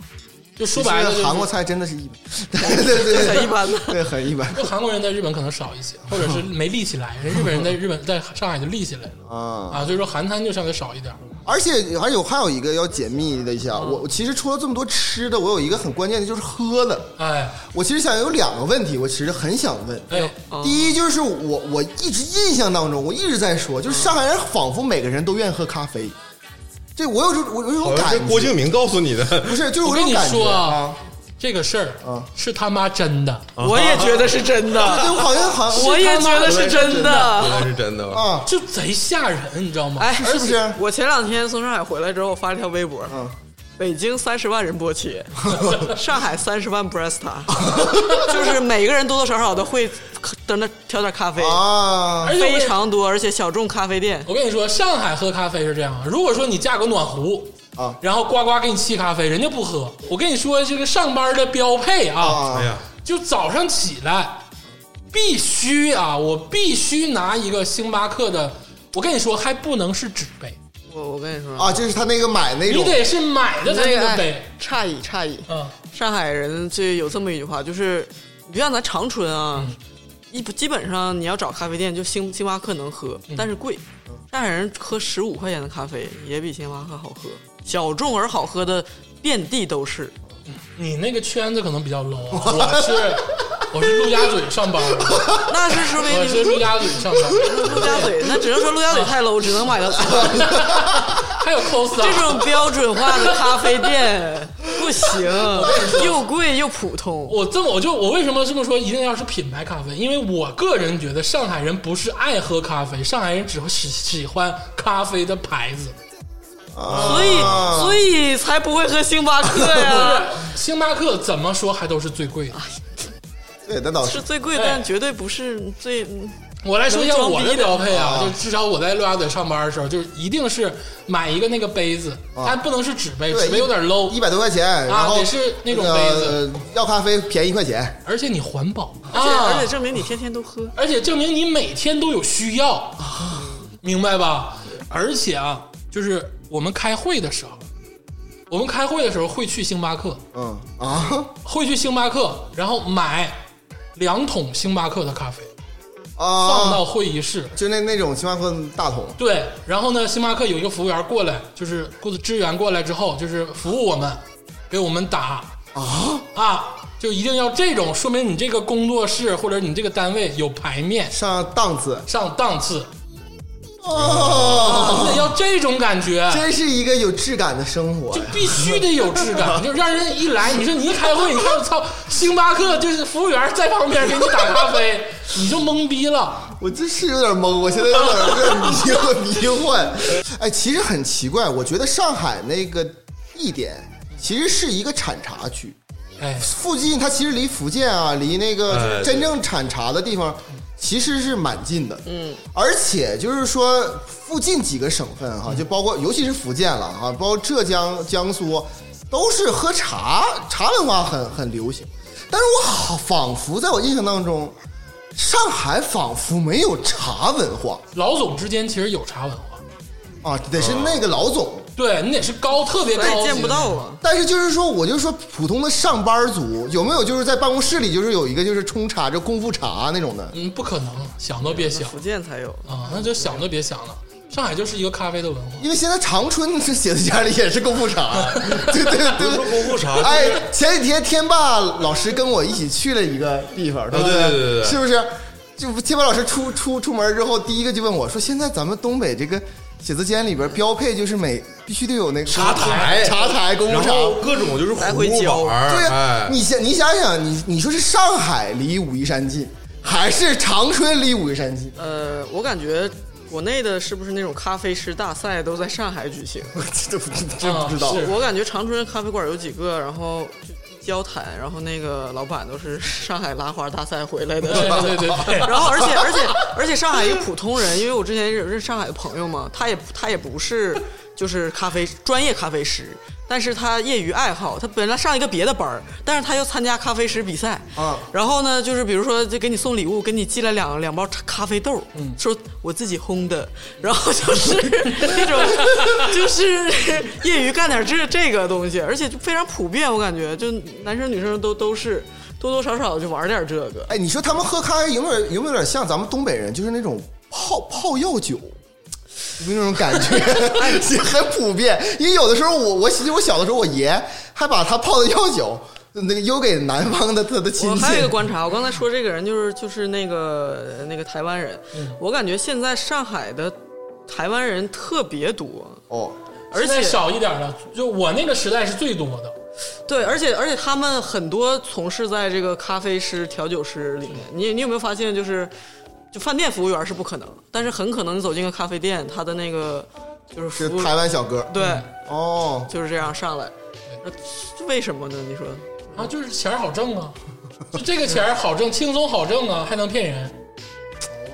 Speaker 3: 就说白了、就
Speaker 6: 其
Speaker 3: 是，
Speaker 6: 实韩国菜真的是一般， <laughs> 对对对，
Speaker 4: 很一般的
Speaker 6: 对，很一般
Speaker 3: 就韩国人在日本可能少一些，或者是没立起来。人日本人在日本在上海就立起来了
Speaker 6: 啊。
Speaker 3: 啊，所以说韩餐就相对少一点。
Speaker 6: 而且还有还有一个要解密的一下，我我其实除了这么多吃的，我有一个很关键的就是喝的。
Speaker 3: 哎
Speaker 6: 我其实想有两个问题，我其实很想问。
Speaker 3: 哎，
Speaker 6: 第一就是我我一直印象当中，我一直在说，就是上海人仿佛每个人都愿意喝咖啡，这我有种我有种
Speaker 5: 好像
Speaker 6: 感
Speaker 5: 是
Speaker 6: 觉，
Speaker 5: 郭敬明告诉你的
Speaker 6: 不是就是
Speaker 3: 我
Speaker 6: 我
Speaker 3: 跟
Speaker 6: 有
Speaker 3: 你
Speaker 6: 种感觉
Speaker 3: 说
Speaker 6: 啊，
Speaker 3: 这个事儿
Speaker 6: 啊
Speaker 3: 是他妈真的，
Speaker 4: 我也觉得是真
Speaker 6: <laughs> 对，
Speaker 4: 的，
Speaker 6: 我好像好像
Speaker 4: 我也觉得是真
Speaker 5: 啊原
Speaker 4: 的。
Speaker 5: 来是真的吧？
Speaker 6: 啊，
Speaker 3: 就贼吓人，你知道吗？
Speaker 4: 哎，而
Speaker 6: 是不是
Speaker 4: 且我前两天从上海回来之后，我发了一条微博，
Speaker 6: 嗯
Speaker 4: 北京三十万人波
Speaker 6: <laughs>
Speaker 4: 切，上海三十万 Bresta，就是每个人多多少少都会在那调点咖啡，
Speaker 6: 啊
Speaker 3: 而且我跟
Speaker 4: 非常多，而且小众咖啡店。
Speaker 3: 我跟你说，上海喝咖啡是这样，如果说你架个暖壶。
Speaker 6: 啊
Speaker 3: 然后呱呱给你沏咖啡，人家不喝。我跟你说，这个上班的标配啊，
Speaker 5: 哎
Speaker 6: 啊
Speaker 5: 呀，
Speaker 3: 就早上起来必须啊，我必须拿一个星巴克的。我跟你说，还不能是纸杯，
Speaker 4: 我我跟你说，
Speaker 6: 啊！就是他那个买那
Speaker 3: 你
Speaker 6: 种
Speaker 3: 得是买的才
Speaker 4: 那
Speaker 3: 那
Speaker 4: 个
Speaker 3: 个
Speaker 4: 哎
Speaker 3: 杯。
Speaker 4: 诧异诧异，
Speaker 3: 嗯，
Speaker 4: 上海人就有这么一句话，就是你就像咱长春啊，一基本上你要找咖啡店，就星星巴克能喝，但是贵。上海人喝十五块钱的咖啡也比星巴克好喝，小众而好喝的遍地都是。
Speaker 3: 你那个圈子可能比较 low，啊我是我是陆家嘴上班
Speaker 4: <laughs>
Speaker 3: 的，
Speaker 4: 那是说明
Speaker 3: 我
Speaker 4: 你
Speaker 3: 是
Speaker 4: 们
Speaker 3: 陆家嘴上班的，
Speaker 4: 陆家嘴，那只能说陆家嘴太 low，只能买
Speaker 3: <laughs>
Speaker 4: 到
Speaker 3: 还有 cos
Speaker 4: 这
Speaker 3: 啊。
Speaker 4: 种标准化的咖啡店不行，又贵又普通。
Speaker 3: 我这么我就我为什么这么说一定要是品牌咖啡？因为我个人觉得上海人不是爱喝咖啡，上海人只会喜喜欢咖啡的牌子。
Speaker 6: 啊
Speaker 4: 所以，所以才不会喝星巴克呀， <laughs>
Speaker 3: 星巴克怎么说还都是最贵的。
Speaker 6: 对，那倒
Speaker 4: 是
Speaker 6: 是。
Speaker 4: 最贵，但绝对不是最。
Speaker 3: 我来说一下我的标配啊，
Speaker 6: 能装逼的
Speaker 3: 就至少我在陆家嘴上班的时候，就是一定是买一个那个杯子，它不能是纸杯，
Speaker 6: 啊对
Speaker 3: 纸杯有点 low，
Speaker 6: 一百多块钱，然后
Speaker 3: 啊得是那种
Speaker 6: 个
Speaker 3: 杯子
Speaker 6: 呃要咖啡便宜一块钱，
Speaker 3: 而且你环保
Speaker 4: 而且而
Speaker 3: 啊
Speaker 4: 且，证明你天天都喝，
Speaker 3: 而且证明你每天都有需要，
Speaker 6: 啊
Speaker 3: 明白吧？而且啊，就是我们开会的时候，我们开会的时候会去星巴克，
Speaker 6: 嗯啊
Speaker 3: 会去星巴克，然后买两桶星巴克的咖啡放
Speaker 6: 啊，
Speaker 3: 到会议室，
Speaker 6: 就那那种星巴克大桶，
Speaker 3: 对，然后呢，星巴克有一个服务员过来，就是过支援过来之后，就是服务我们，给我们打啊啊，就一定要这种，说明你这个工作室或者你这个单位有排面
Speaker 6: 上档次
Speaker 3: 上档次，
Speaker 6: 哦，
Speaker 3: 那要这种感觉。
Speaker 6: 真是一个有质感的生活
Speaker 3: 就
Speaker 6: 呀。
Speaker 3: 必须得有质感，就让人一来，你说你一开会，你看我操，星巴克就是服务员在旁边给你打咖啡，你就懵逼了。
Speaker 6: 我真是有点懵，我现在有点有点迷迷幻。哎，其实很奇怪，我觉得上海那个地点其实是一个产茶区，
Speaker 3: 哎，
Speaker 6: 附近它其实离福建啊，离那
Speaker 5: 哎
Speaker 6: 个
Speaker 5: 对
Speaker 6: 真正产茶的地方。其实是蛮近的，嗯，而且就是说附近几个省份哈、就包括尤其是福建了哈、包括浙江、江苏，都是喝茶，茶文化很很流行。但是我好仿佛在我印象当中，上海仿佛没有茶文化
Speaker 3: 老总之间其实有茶文化，
Speaker 6: 啊，得是那个老总。
Speaker 3: 对你得是高特别高
Speaker 4: 所
Speaker 3: 级的那
Speaker 4: 以
Speaker 3: 种，
Speaker 4: 见不到啊。
Speaker 6: 但是就是说，我就说普通的上班族有没有就是在办公室里就是有一个就是冲茶这功夫茶啊那种的，
Speaker 3: 嗯，不可能，想都别想
Speaker 4: 福建才有，
Speaker 3: 啊，那就想都别想了。上海就是一个咖啡的文
Speaker 4: <laughs>
Speaker 3: 化，
Speaker 6: 因为现在长春这写字家里也是功夫茶，
Speaker 5: <laughs>
Speaker 6: 对对
Speaker 5: 不是说
Speaker 6: 对。
Speaker 5: 功夫茶，
Speaker 6: 哎，前几天天霸老师跟我一起去了一个地方，对不
Speaker 5: 啊对对对对
Speaker 6: 是不是？就天霸老师出出出门之后，第一个就问我说：“现在咱们东北这个写字间里边标配就是每必须得有那个
Speaker 5: 茶台
Speaker 6: 茶台功夫
Speaker 5: 然
Speaker 6: 茶。”
Speaker 5: 后各种就是
Speaker 4: 来
Speaker 5: 葫
Speaker 4: 回
Speaker 5: 芦
Speaker 4: 浇
Speaker 5: 板儿，
Speaker 6: 对呀、
Speaker 5: 哎，
Speaker 6: 你想你想想，你你说是上海离武夷山近，还是长春离武夷山近？ <laughs>
Speaker 4: 呃，我感觉国内的是不是那种咖啡师大赛都在上海举行？
Speaker 6: 我这不这不知道。
Speaker 5: 哦
Speaker 3: 啊是
Speaker 4: 我感觉长春咖啡馆有几个，然后就交谈，然后那个老板都是上海拉花大赛回来的。
Speaker 3: 对对对对，
Speaker 4: 然后而且而且而且上海一个普通人，因为我之前有认识上海的朋友嘛，他也他也不是就是咖啡专业咖啡师，但是他业余爱好，他本来上一个别的班儿，但是他又参加咖啡师比赛
Speaker 6: 啊
Speaker 4: 然后呢，就是比如说就给你送礼物，给你寄了两两包咖啡豆，说我自己烘的，然后就是那种就是业余干点这这个东西，而且就非常普遍，我感觉就男生女生都都是多多少少就玩点这个。
Speaker 6: 哎，你说他们喝咖啡有没有有没有点像咱们东北人，就是那种泡泡药酒？有没有那种感觉， <laughs> 哎也很普遍。因为有的时候我，我其实我小的时候，我爷还把他泡的药酒，那个邮给南方的他的亲
Speaker 4: 我
Speaker 6: 戚。
Speaker 4: 还有一个观察，我刚才说这个人就是就是那个那个台湾人，
Speaker 3: 嗯
Speaker 4: 我感觉现在上海的台湾人特别多，
Speaker 6: 哦，
Speaker 4: 而
Speaker 3: 现在
Speaker 4: 且
Speaker 3: 少一点了，就我那个时代是最多的。
Speaker 4: 对，而且而且他们很多从事在这个咖啡师、调酒师里面，
Speaker 3: 嗯
Speaker 4: 你你有没有发现就是，就饭店服务员是不可能，但是很可能你走进个咖啡店，他的那个就是
Speaker 6: 是
Speaker 4: 服务
Speaker 6: 台湾小哥。
Speaker 4: 对，
Speaker 6: 哦，
Speaker 4: 就是这样上来，那为什么呢？你说
Speaker 3: 嗯啊，就是钱儿好挣
Speaker 4: <laughs>
Speaker 3: 啊，就这个钱儿好挣，轻松好挣啊，还能骗人。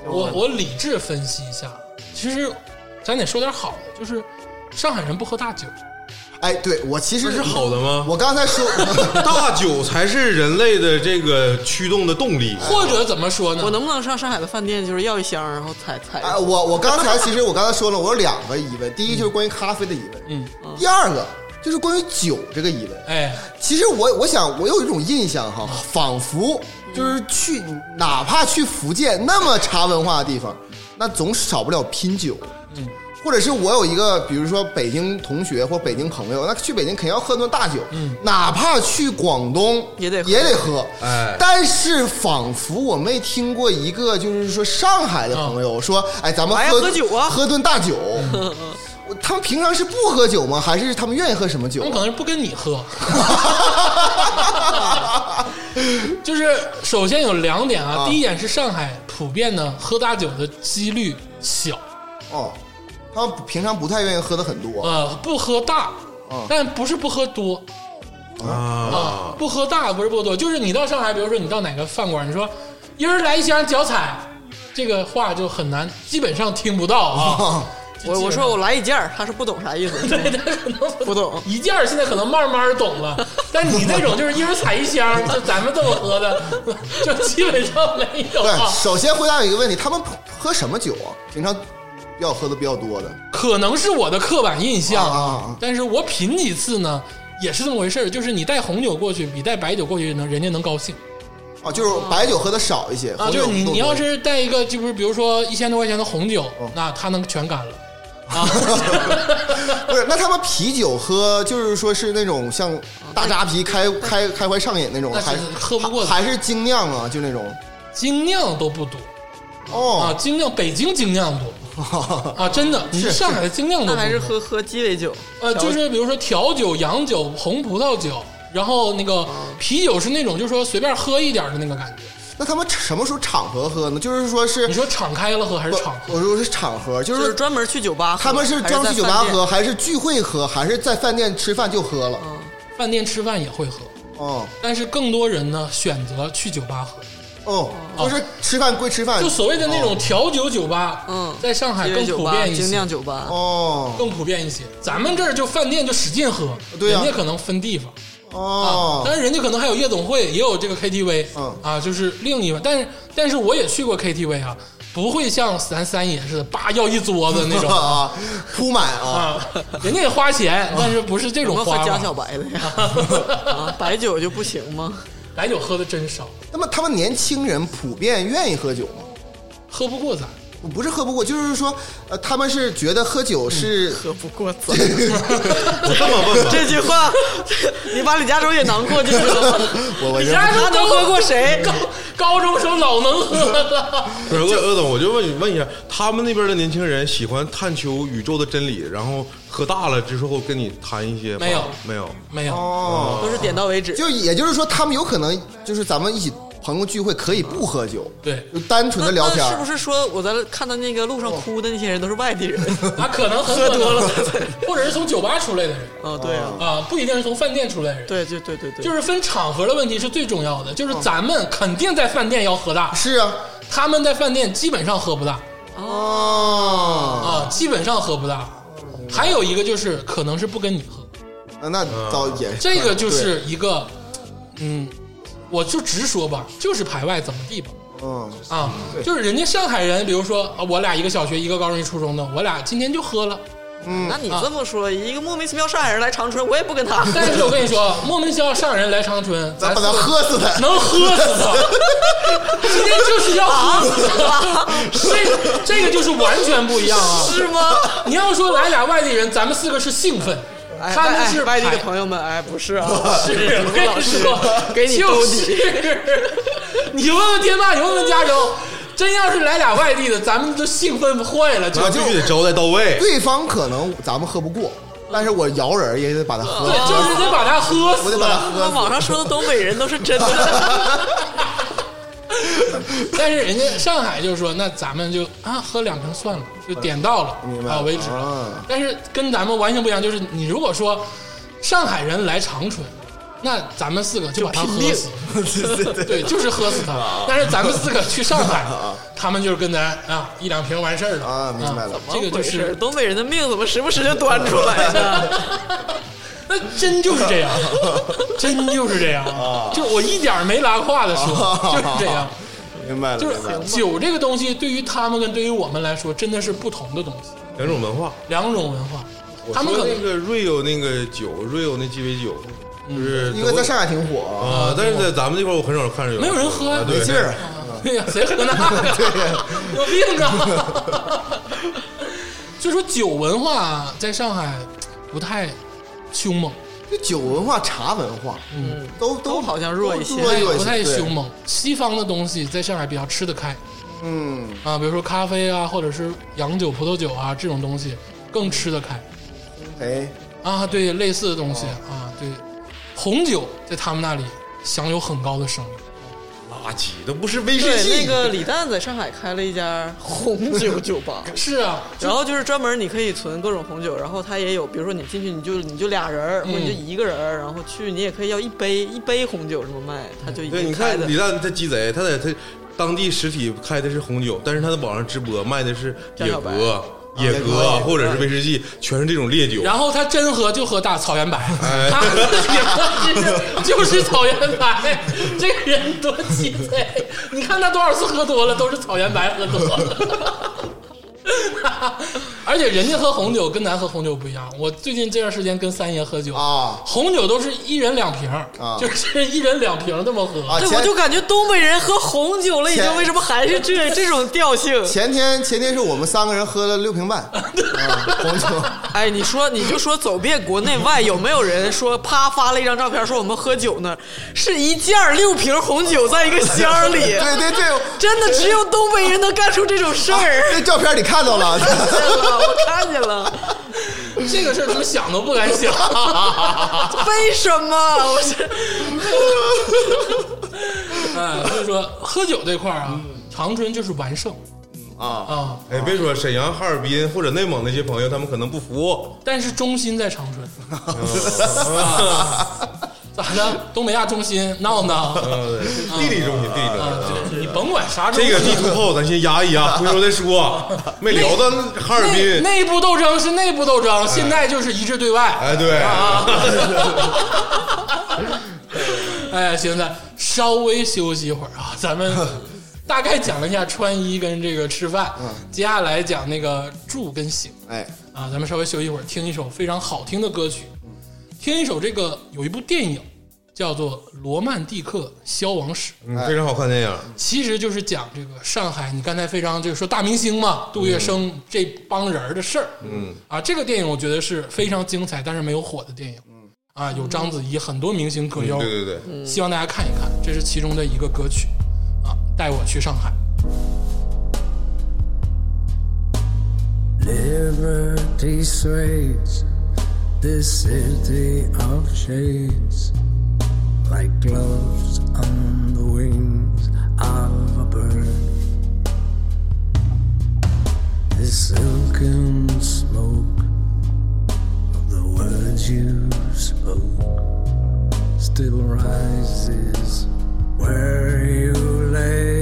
Speaker 3: 我我理智分析一下，其实咱得说点好的，就是上海人不喝大酒，
Speaker 6: 哎，对我其
Speaker 5: 这
Speaker 6: 实
Speaker 5: 是好的吗？
Speaker 6: 我刚才说， <laughs>
Speaker 5: 大酒才是人类的这个驱动的动力。
Speaker 3: 或者怎么说
Speaker 4: 我
Speaker 3: 呢？
Speaker 4: 能不能上上海的饭店，就是要一箱，然后踩踩？
Speaker 6: 哎，我我刚才其实我刚才说了，我有两个疑问，第一就是关于咖啡的疑问，
Speaker 3: 嗯，
Speaker 6: 第二个就是关于酒这个疑问。
Speaker 3: 哎，
Speaker 6: 其实我我想我有一种印象哈，仿佛就是去哪怕去福建那么茶文化的地方，那总少不了拼酒。或者是我有一个，比如说北京同学或北京朋友，那去北京肯定要喝顿大酒，哪怕去广东
Speaker 4: 嗯也得喝
Speaker 6: 也得喝。
Speaker 5: 哎
Speaker 6: 但是仿佛我没听过一个，就是说上海的朋友说，哎，咱们
Speaker 4: 哎呀
Speaker 6: 喝
Speaker 4: 喝酒啊
Speaker 6: 喝顿
Speaker 4: <laughs>
Speaker 6: 大酒。我他们平常是不喝酒吗？还是他们愿意喝什么酒
Speaker 3: 他们？可能是不跟你喝。就是首先有两点啊，
Speaker 6: 啊
Speaker 3: 第一点是上海普遍呢喝大酒的几率小，
Speaker 6: 哦，他们平常不太愿意喝的很多。
Speaker 3: 呃，不喝大
Speaker 6: 嗯，
Speaker 3: 但不是不喝多
Speaker 5: 啊，
Speaker 3: 啊，不喝大不是不喝多，就是你到上海，比如说你到哪个饭馆，你说一人来一箱脚踩，这个话就很难，基本上听不到啊。
Speaker 4: 我我说我来一件儿，他是不懂啥意思， <laughs> 不懂。
Speaker 3: 一件儿现在可能慢慢懂
Speaker 6: <laughs>
Speaker 3: 了，但你这种就是一人踩一箱，就咱们这么喝的， <laughs> 就基本上没有啊
Speaker 6: <laughs> 对，。首先回答有一个问题，他们喝什么酒啊？平常要喝的比较多的
Speaker 3: 可能是我的刻板印象
Speaker 6: 啊啊啊
Speaker 3: 但是我品几次呢，也是这么回事儿，就是你带红酒过去，比带白酒过去能人家能高兴
Speaker 6: 啊，就是白酒喝的少一些。
Speaker 3: 啊。
Speaker 6: 红
Speaker 3: 就
Speaker 6: 酒
Speaker 3: 是你
Speaker 6: 更多
Speaker 3: 你要是带一个，就是比如说一千多块钱的红酒，
Speaker 6: 哦
Speaker 3: 那他能全干
Speaker 6: <laughs>
Speaker 3: 了啊。
Speaker 6: 不是，那他们啤酒喝就是说是那种像大扎啤开开开怀上瘾那种，
Speaker 3: 那是
Speaker 6: 还是
Speaker 3: 喝不过的
Speaker 6: 还还是精酿啊，就那种
Speaker 3: 精酿都不多啊，
Speaker 6: 哦
Speaker 3: 精酿北京精酿多啊，真的，你
Speaker 6: 是
Speaker 3: 上海的精酿都
Speaker 4: 那
Speaker 3: 不多
Speaker 4: 还是喝喝鸡尾酒，
Speaker 3: 呃，
Speaker 4: 调
Speaker 3: 就是比如说调酒、洋酒、红葡萄酒，然后那个
Speaker 4: 嗯
Speaker 3: 啤酒是那种就是说随便喝一点的那个感觉。
Speaker 6: <laughs> 那他们什么时候场合喝呢？就是说是
Speaker 3: 你说敞开了喝还是
Speaker 6: 不
Speaker 3: 敞喝？
Speaker 6: 我说是场合，就
Speaker 4: 就是
Speaker 6: 是
Speaker 4: 专门去酒吧喝，
Speaker 6: 他们是专门去酒吧
Speaker 4: 还是在
Speaker 6: 喝，
Speaker 4: 饭
Speaker 6: 还是聚会喝，还是在饭店吃饭就喝了？
Speaker 3: 饭店吃饭也会喝，
Speaker 6: 哦
Speaker 3: 但是更多人呢选择去酒吧喝，
Speaker 6: 哦，就是吃饭归吃饭，
Speaker 3: 就所谓的那种调酒酒吧，
Speaker 4: 哎哦嗯
Speaker 3: 在上海
Speaker 4: 店
Speaker 3: 更
Speaker 4: 鸡尾
Speaker 3: 普
Speaker 4: 酒吧、
Speaker 3: 遍一
Speaker 4: 精
Speaker 3: 些
Speaker 4: 酿，酒吧，
Speaker 6: 哦
Speaker 3: 更普遍一些。咱们这儿就饭店就使劲
Speaker 4: 啊
Speaker 3: 喝，
Speaker 6: 对呀
Speaker 3: 人家可能分地方。啊，
Speaker 6: 哦
Speaker 3: 但是人家可能还有夜总会，也有这个 KTV，
Speaker 6: 嗯
Speaker 3: 啊，就是另一个，但是但是我也去过 KTV 啊，不会像咱三爷似的，叭要一桌子
Speaker 4: <laughs>
Speaker 3: 那种
Speaker 6: 啊，铺满啊，
Speaker 3: 啊， <laughs> 人家也花钱，
Speaker 6: 哦
Speaker 3: 但是不是这
Speaker 4: 怎
Speaker 3: 种
Speaker 4: 么喝
Speaker 3: 花
Speaker 4: 加
Speaker 3: 吧
Speaker 4: 小白的呀？啊，白酒就不行 <laughs> 吗？
Speaker 3: 白酒喝的真少，
Speaker 6: 那么他们年轻人普遍愿意喝酒吗？
Speaker 3: 喝不过咱。 <laughs>
Speaker 6: 不是喝不过，就是说，呃，他们是觉得喝酒是
Speaker 4: 嗯喝不过咱。
Speaker 5: 我 <laughs> 这么问吧，
Speaker 4: 这句话，你把李嘉洲也难过就知道了。
Speaker 6: <laughs> 我我
Speaker 4: 李
Speaker 6: 认
Speaker 4: 嘉洲能喝过谁？
Speaker 3: 高高中生老能喝了， <laughs>
Speaker 5: 不是鄂鄂总，我就问你问一下，他们那边的年轻人喜欢探求宇宙的真理，然后喝大了之后跟你谈一些
Speaker 3: 没有
Speaker 5: 没有
Speaker 3: 没有，
Speaker 6: 哦，
Speaker 4: 都是点到为止。
Speaker 6: 就也就是说，他们有可能就是咱们一起朋友聚会可以不喝酒，
Speaker 3: 对
Speaker 6: 就单纯
Speaker 4: 那
Speaker 6: 的聊天
Speaker 4: 那是
Speaker 6: 儿
Speaker 4: 不是说我在看到那个路上哭的那些人都是外地人？
Speaker 3: 啊，可能很可能， <laughs> 或者是从酒吧出来的人
Speaker 4: 哦，对啊，
Speaker 3: 啊，不一定是从饭店出来的人，
Speaker 4: 对对对对对，
Speaker 3: 就是分场合的问题是最重要的，就是咱们肯定在饭店要喝大，
Speaker 6: 哦是啊，
Speaker 3: 他们在饭店基本上喝不大
Speaker 6: 哦，
Speaker 3: 啊，基本上喝不大。还有一个就是可能是不跟你喝，
Speaker 6: 那倒也
Speaker 3: 这个就是一个，嗯，我就直说吧，就是排外怎么地吧。
Speaker 6: 对嗯，
Speaker 3: 啊，就是人家上海人，比如说啊，我俩一个小学，一个高中，一初中的，我俩今天就喝了。
Speaker 4: 那你这么说，一个莫名其妙上海人来长春，我也不跟他。
Speaker 3: 但是我跟你说，莫名其妙上海人来长春，
Speaker 6: 咱把他喝死他，
Speaker 3: 能喝死他，今天就是要喝死他，这这个就是完全不一样啊！
Speaker 4: <laughs> 是 <laughs> 吗？
Speaker 3: 你要说来俩外地人，咱们四个是兴奋，
Speaker 4: 哎
Speaker 3: 他们
Speaker 4: 哎
Speaker 3: 是
Speaker 4: 外地的
Speaker 3: 排
Speaker 4: 朋友们，哎，不是啊，
Speaker 3: 是，我跟
Speaker 4: 老
Speaker 3: 你
Speaker 4: 师
Speaker 3: 说，
Speaker 4: 给你兜
Speaker 3: 就
Speaker 4: 底啊
Speaker 3: 是，你问问天霸，你问问加州，真要是来俩外地的，咱们都兴奋坏了，就
Speaker 5: 那必须得招待到位。
Speaker 6: <laughs> 对方可能咱们喝不过，但是我摇人也得把他喝
Speaker 3: 对，
Speaker 6: 死，
Speaker 3: 就是得把他喝
Speaker 6: 我
Speaker 3: 死
Speaker 6: 得把他
Speaker 3: 了。
Speaker 6: 喝
Speaker 4: 那
Speaker 6: 死。 <laughs>
Speaker 4: 网上说的东北人都是真的。 <laughs>
Speaker 3: 但是人家上海就说，那咱们就啊喝两瓶算了，就点到了
Speaker 6: 明白
Speaker 3: 啊为止
Speaker 6: 啊
Speaker 3: 了。但是跟咱们完全不一样，就是你如果说上海人来长春，那咱们四个就把他喝死，对，就是喝死他。
Speaker 6: 啊
Speaker 3: 但是咱们四个去上
Speaker 6: <laughs>
Speaker 3: 海，他们就是跟咱啊一两瓶完事儿了
Speaker 6: 啊明白了
Speaker 3: 这个就
Speaker 4: 怎么回事
Speaker 3: 是
Speaker 4: 东北人的命怎么时不时就端出来呢？
Speaker 3: <laughs> 那真就是
Speaker 5: <laughs>
Speaker 3: 这样，真就是这样，
Speaker 5: 啊
Speaker 3: 就我一点儿没拉胯的说，就是这
Speaker 5: <laughs>
Speaker 3: 样。
Speaker 6: 明白了，
Speaker 3: 就是
Speaker 6: 明白了。
Speaker 3: 酒这个东西，对于他们跟对于我们来说，真的是不同的东西，
Speaker 5: 两种文化，
Speaker 3: 两种文化。
Speaker 5: 我
Speaker 3: 他们可
Speaker 5: 说那
Speaker 3: 能嗯
Speaker 5: 个瑞友那个酒，瑞友那鸡尾酒，就是
Speaker 6: 因为在上
Speaker 5: 海
Speaker 6: 海挺火，
Speaker 5: 啊，但是在咱们这块儿我很少看着有
Speaker 3: 没有人喝
Speaker 5: 啊
Speaker 3: 呀
Speaker 5: 对
Speaker 6: 没劲儿。
Speaker 3: 嗯
Speaker 5: <laughs>
Speaker 3: <laughs> 哎呀，谁喝那个？有病啊！所以说酒文化在上海不太凶猛，
Speaker 6: 这酒文化、茶文化，嗯，都
Speaker 4: 都好像弱一些
Speaker 6: 都弱一些
Speaker 3: 哎不太凶。
Speaker 6: 对
Speaker 3: 猛。西方的东西在上海比较吃得开
Speaker 6: 嗯，
Speaker 3: 啊，比如说咖啡啊，或者是洋酒、葡萄酒啊这种东西更吃得开
Speaker 6: 哎，
Speaker 3: 啊。对，类似的东西啊，对，红酒在他们那里享有很高的声誉。
Speaker 5: 垃圾都不
Speaker 4: <laughs>
Speaker 5: 是威士忌。
Speaker 4: 对，那个李诞在上海开了一家红酒酒 <laughs> 吧，
Speaker 3: 是啊，
Speaker 4: 然后就是专门你可以存各种红酒，然后它也有，比如说你进去你就你就俩人儿，或者你就一个人儿，然后去你也可以要一杯一杯红酒什么卖，他就已
Speaker 5: 对，
Speaker 4: 经
Speaker 5: 你
Speaker 4: 开
Speaker 5: 看
Speaker 4: 的
Speaker 5: 李诞他鸡贼，他在他当地实体开的是红酒，但是他在网上直播卖的是
Speaker 4: 江
Speaker 5: 野
Speaker 4: 小白啊
Speaker 5: 格、野格或
Speaker 4: 嗯
Speaker 5: 者是威士忌，全是这种烈酒。
Speaker 3: 然后他真喝就喝大草原白，
Speaker 5: 哎
Speaker 3: 他喝的也是 <laughs> 就是草原白，这个人多鸡贼！你看他多少次喝多了，都是草原白喝多了。 <laughs> 而且人家喝红酒跟咱喝红酒不一样。我最近这段时间跟三爷喝酒
Speaker 6: 啊
Speaker 3: 红酒都是一人两瓶，
Speaker 6: 啊
Speaker 3: 就是一人两瓶这么喝。
Speaker 6: 啊，
Speaker 4: 对，
Speaker 6: 前
Speaker 4: 我就感觉东北人喝红酒了，已经
Speaker 6: 前
Speaker 4: 为什么还是这这种调性？
Speaker 6: 前天前天是我们三个人喝了六瓶半，啊，红酒。
Speaker 4: 哎，你说你就说走遍国内外，有没有人说啪发了一张照片说我们喝酒呢？是一件儿六瓶红酒在一个箱儿里，
Speaker 6: 对对对，
Speaker 4: 真的只有东北人能干出这种事儿。
Speaker 6: 那照片你看到了，
Speaker 4: 看见了， <laughs> 我看见了，
Speaker 3: 这个事儿他们想都不敢
Speaker 6: <laughs>
Speaker 3: 想。
Speaker 4: 为什么？我是
Speaker 3: 哎，所以说喝酒这块儿啊，长春就是完胜
Speaker 6: 嗯
Speaker 3: 啊啊，
Speaker 5: 哎，别说沈阳、哈尔滨或者内蒙那些朋友，他们可能
Speaker 4: <laughs>
Speaker 5: 不服。啊
Speaker 3: 但是中心在长春，
Speaker 5: 哦
Speaker 3: <laughs> 啊咋的？东北亚中心闹闹，
Speaker 5: 呃，地理中心，地理
Speaker 4: 啊
Speaker 5: 中心。
Speaker 3: 你甭管啥中
Speaker 5: 这
Speaker 3: 心，
Speaker 5: 个地图炮咱先压一压，回头
Speaker 4: <laughs>
Speaker 5: 再说。没聊到哈尔
Speaker 3: 内
Speaker 5: 滨，
Speaker 3: 内部斗争是内部斗争，现在就是一致对外。
Speaker 5: 哎，
Speaker 4: 啊
Speaker 5: 对，
Speaker 3: 哎，现在稍微休息一会儿啊，咱们
Speaker 5: <laughs>
Speaker 3: 大概讲了一下穿衣跟这个吃饭，
Speaker 5: 嗯
Speaker 3: 接下来讲那个住跟行
Speaker 6: 哎，
Speaker 3: 啊，咱们稍微休息一会儿，听一首非常好听的歌曲，
Speaker 5: 嗯
Speaker 3: 听一首这个有一部电影叫做《罗曼蒂克消亡史》。
Speaker 5: 嗯非常好看电影。
Speaker 3: 其实就是讲这个上海，你刚才非常就是说大明星嘛，杜月笙
Speaker 5: 嗯
Speaker 3: 这帮人儿的事儿，嗯啊，这个电影我觉得是非常精彩，但是没有火的电影，嗯啊，有章子怡，很多明星歌
Speaker 5: 嗯对
Speaker 3: 邀，
Speaker 5: 对对，
Speaker 3: 希望大家看一看，这是其中的一个歌曲，啊，带我去上海，
Speaker 7: Liberty sways this city of shades, like gloves on the wings of a bird. The silken smoke of the words you spoke still rises where you lay.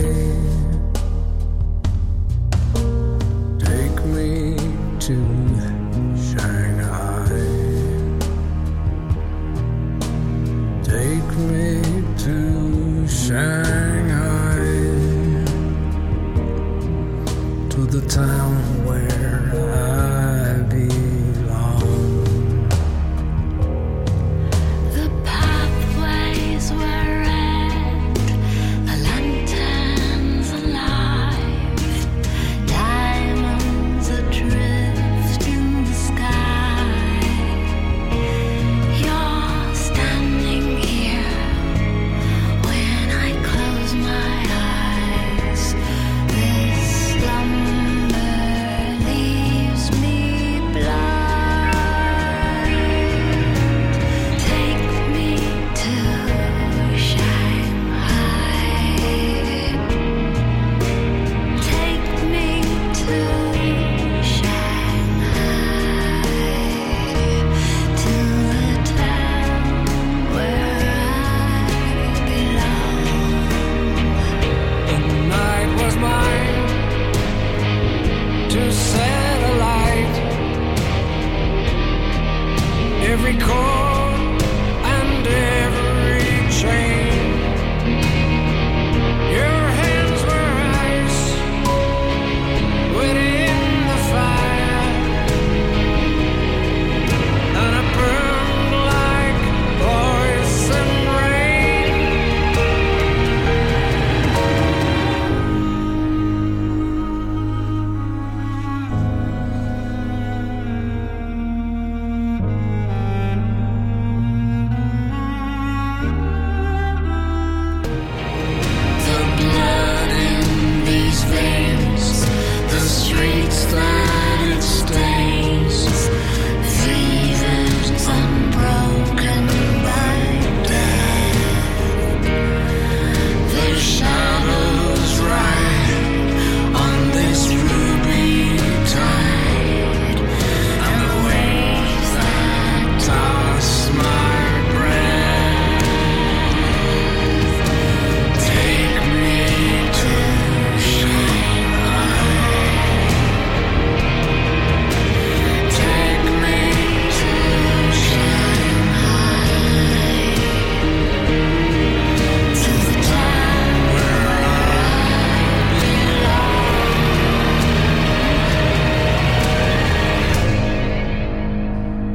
Speaker 7: Take me to Shanghai. Take me to Shanghai. To the town where I belong.
Speaker 8: The pathways were red, the lanterns alive, diamonds adrift in the sky. You're standing here when I close my eyes. This slumber leaves me blind. Take me to Shanghai. Take me to Shanghai, to the town where I belong.
Speaker 7: The night was mine to set a light. Every chord and every chain. Your hands were ice within the fire. And it burned like poison rain.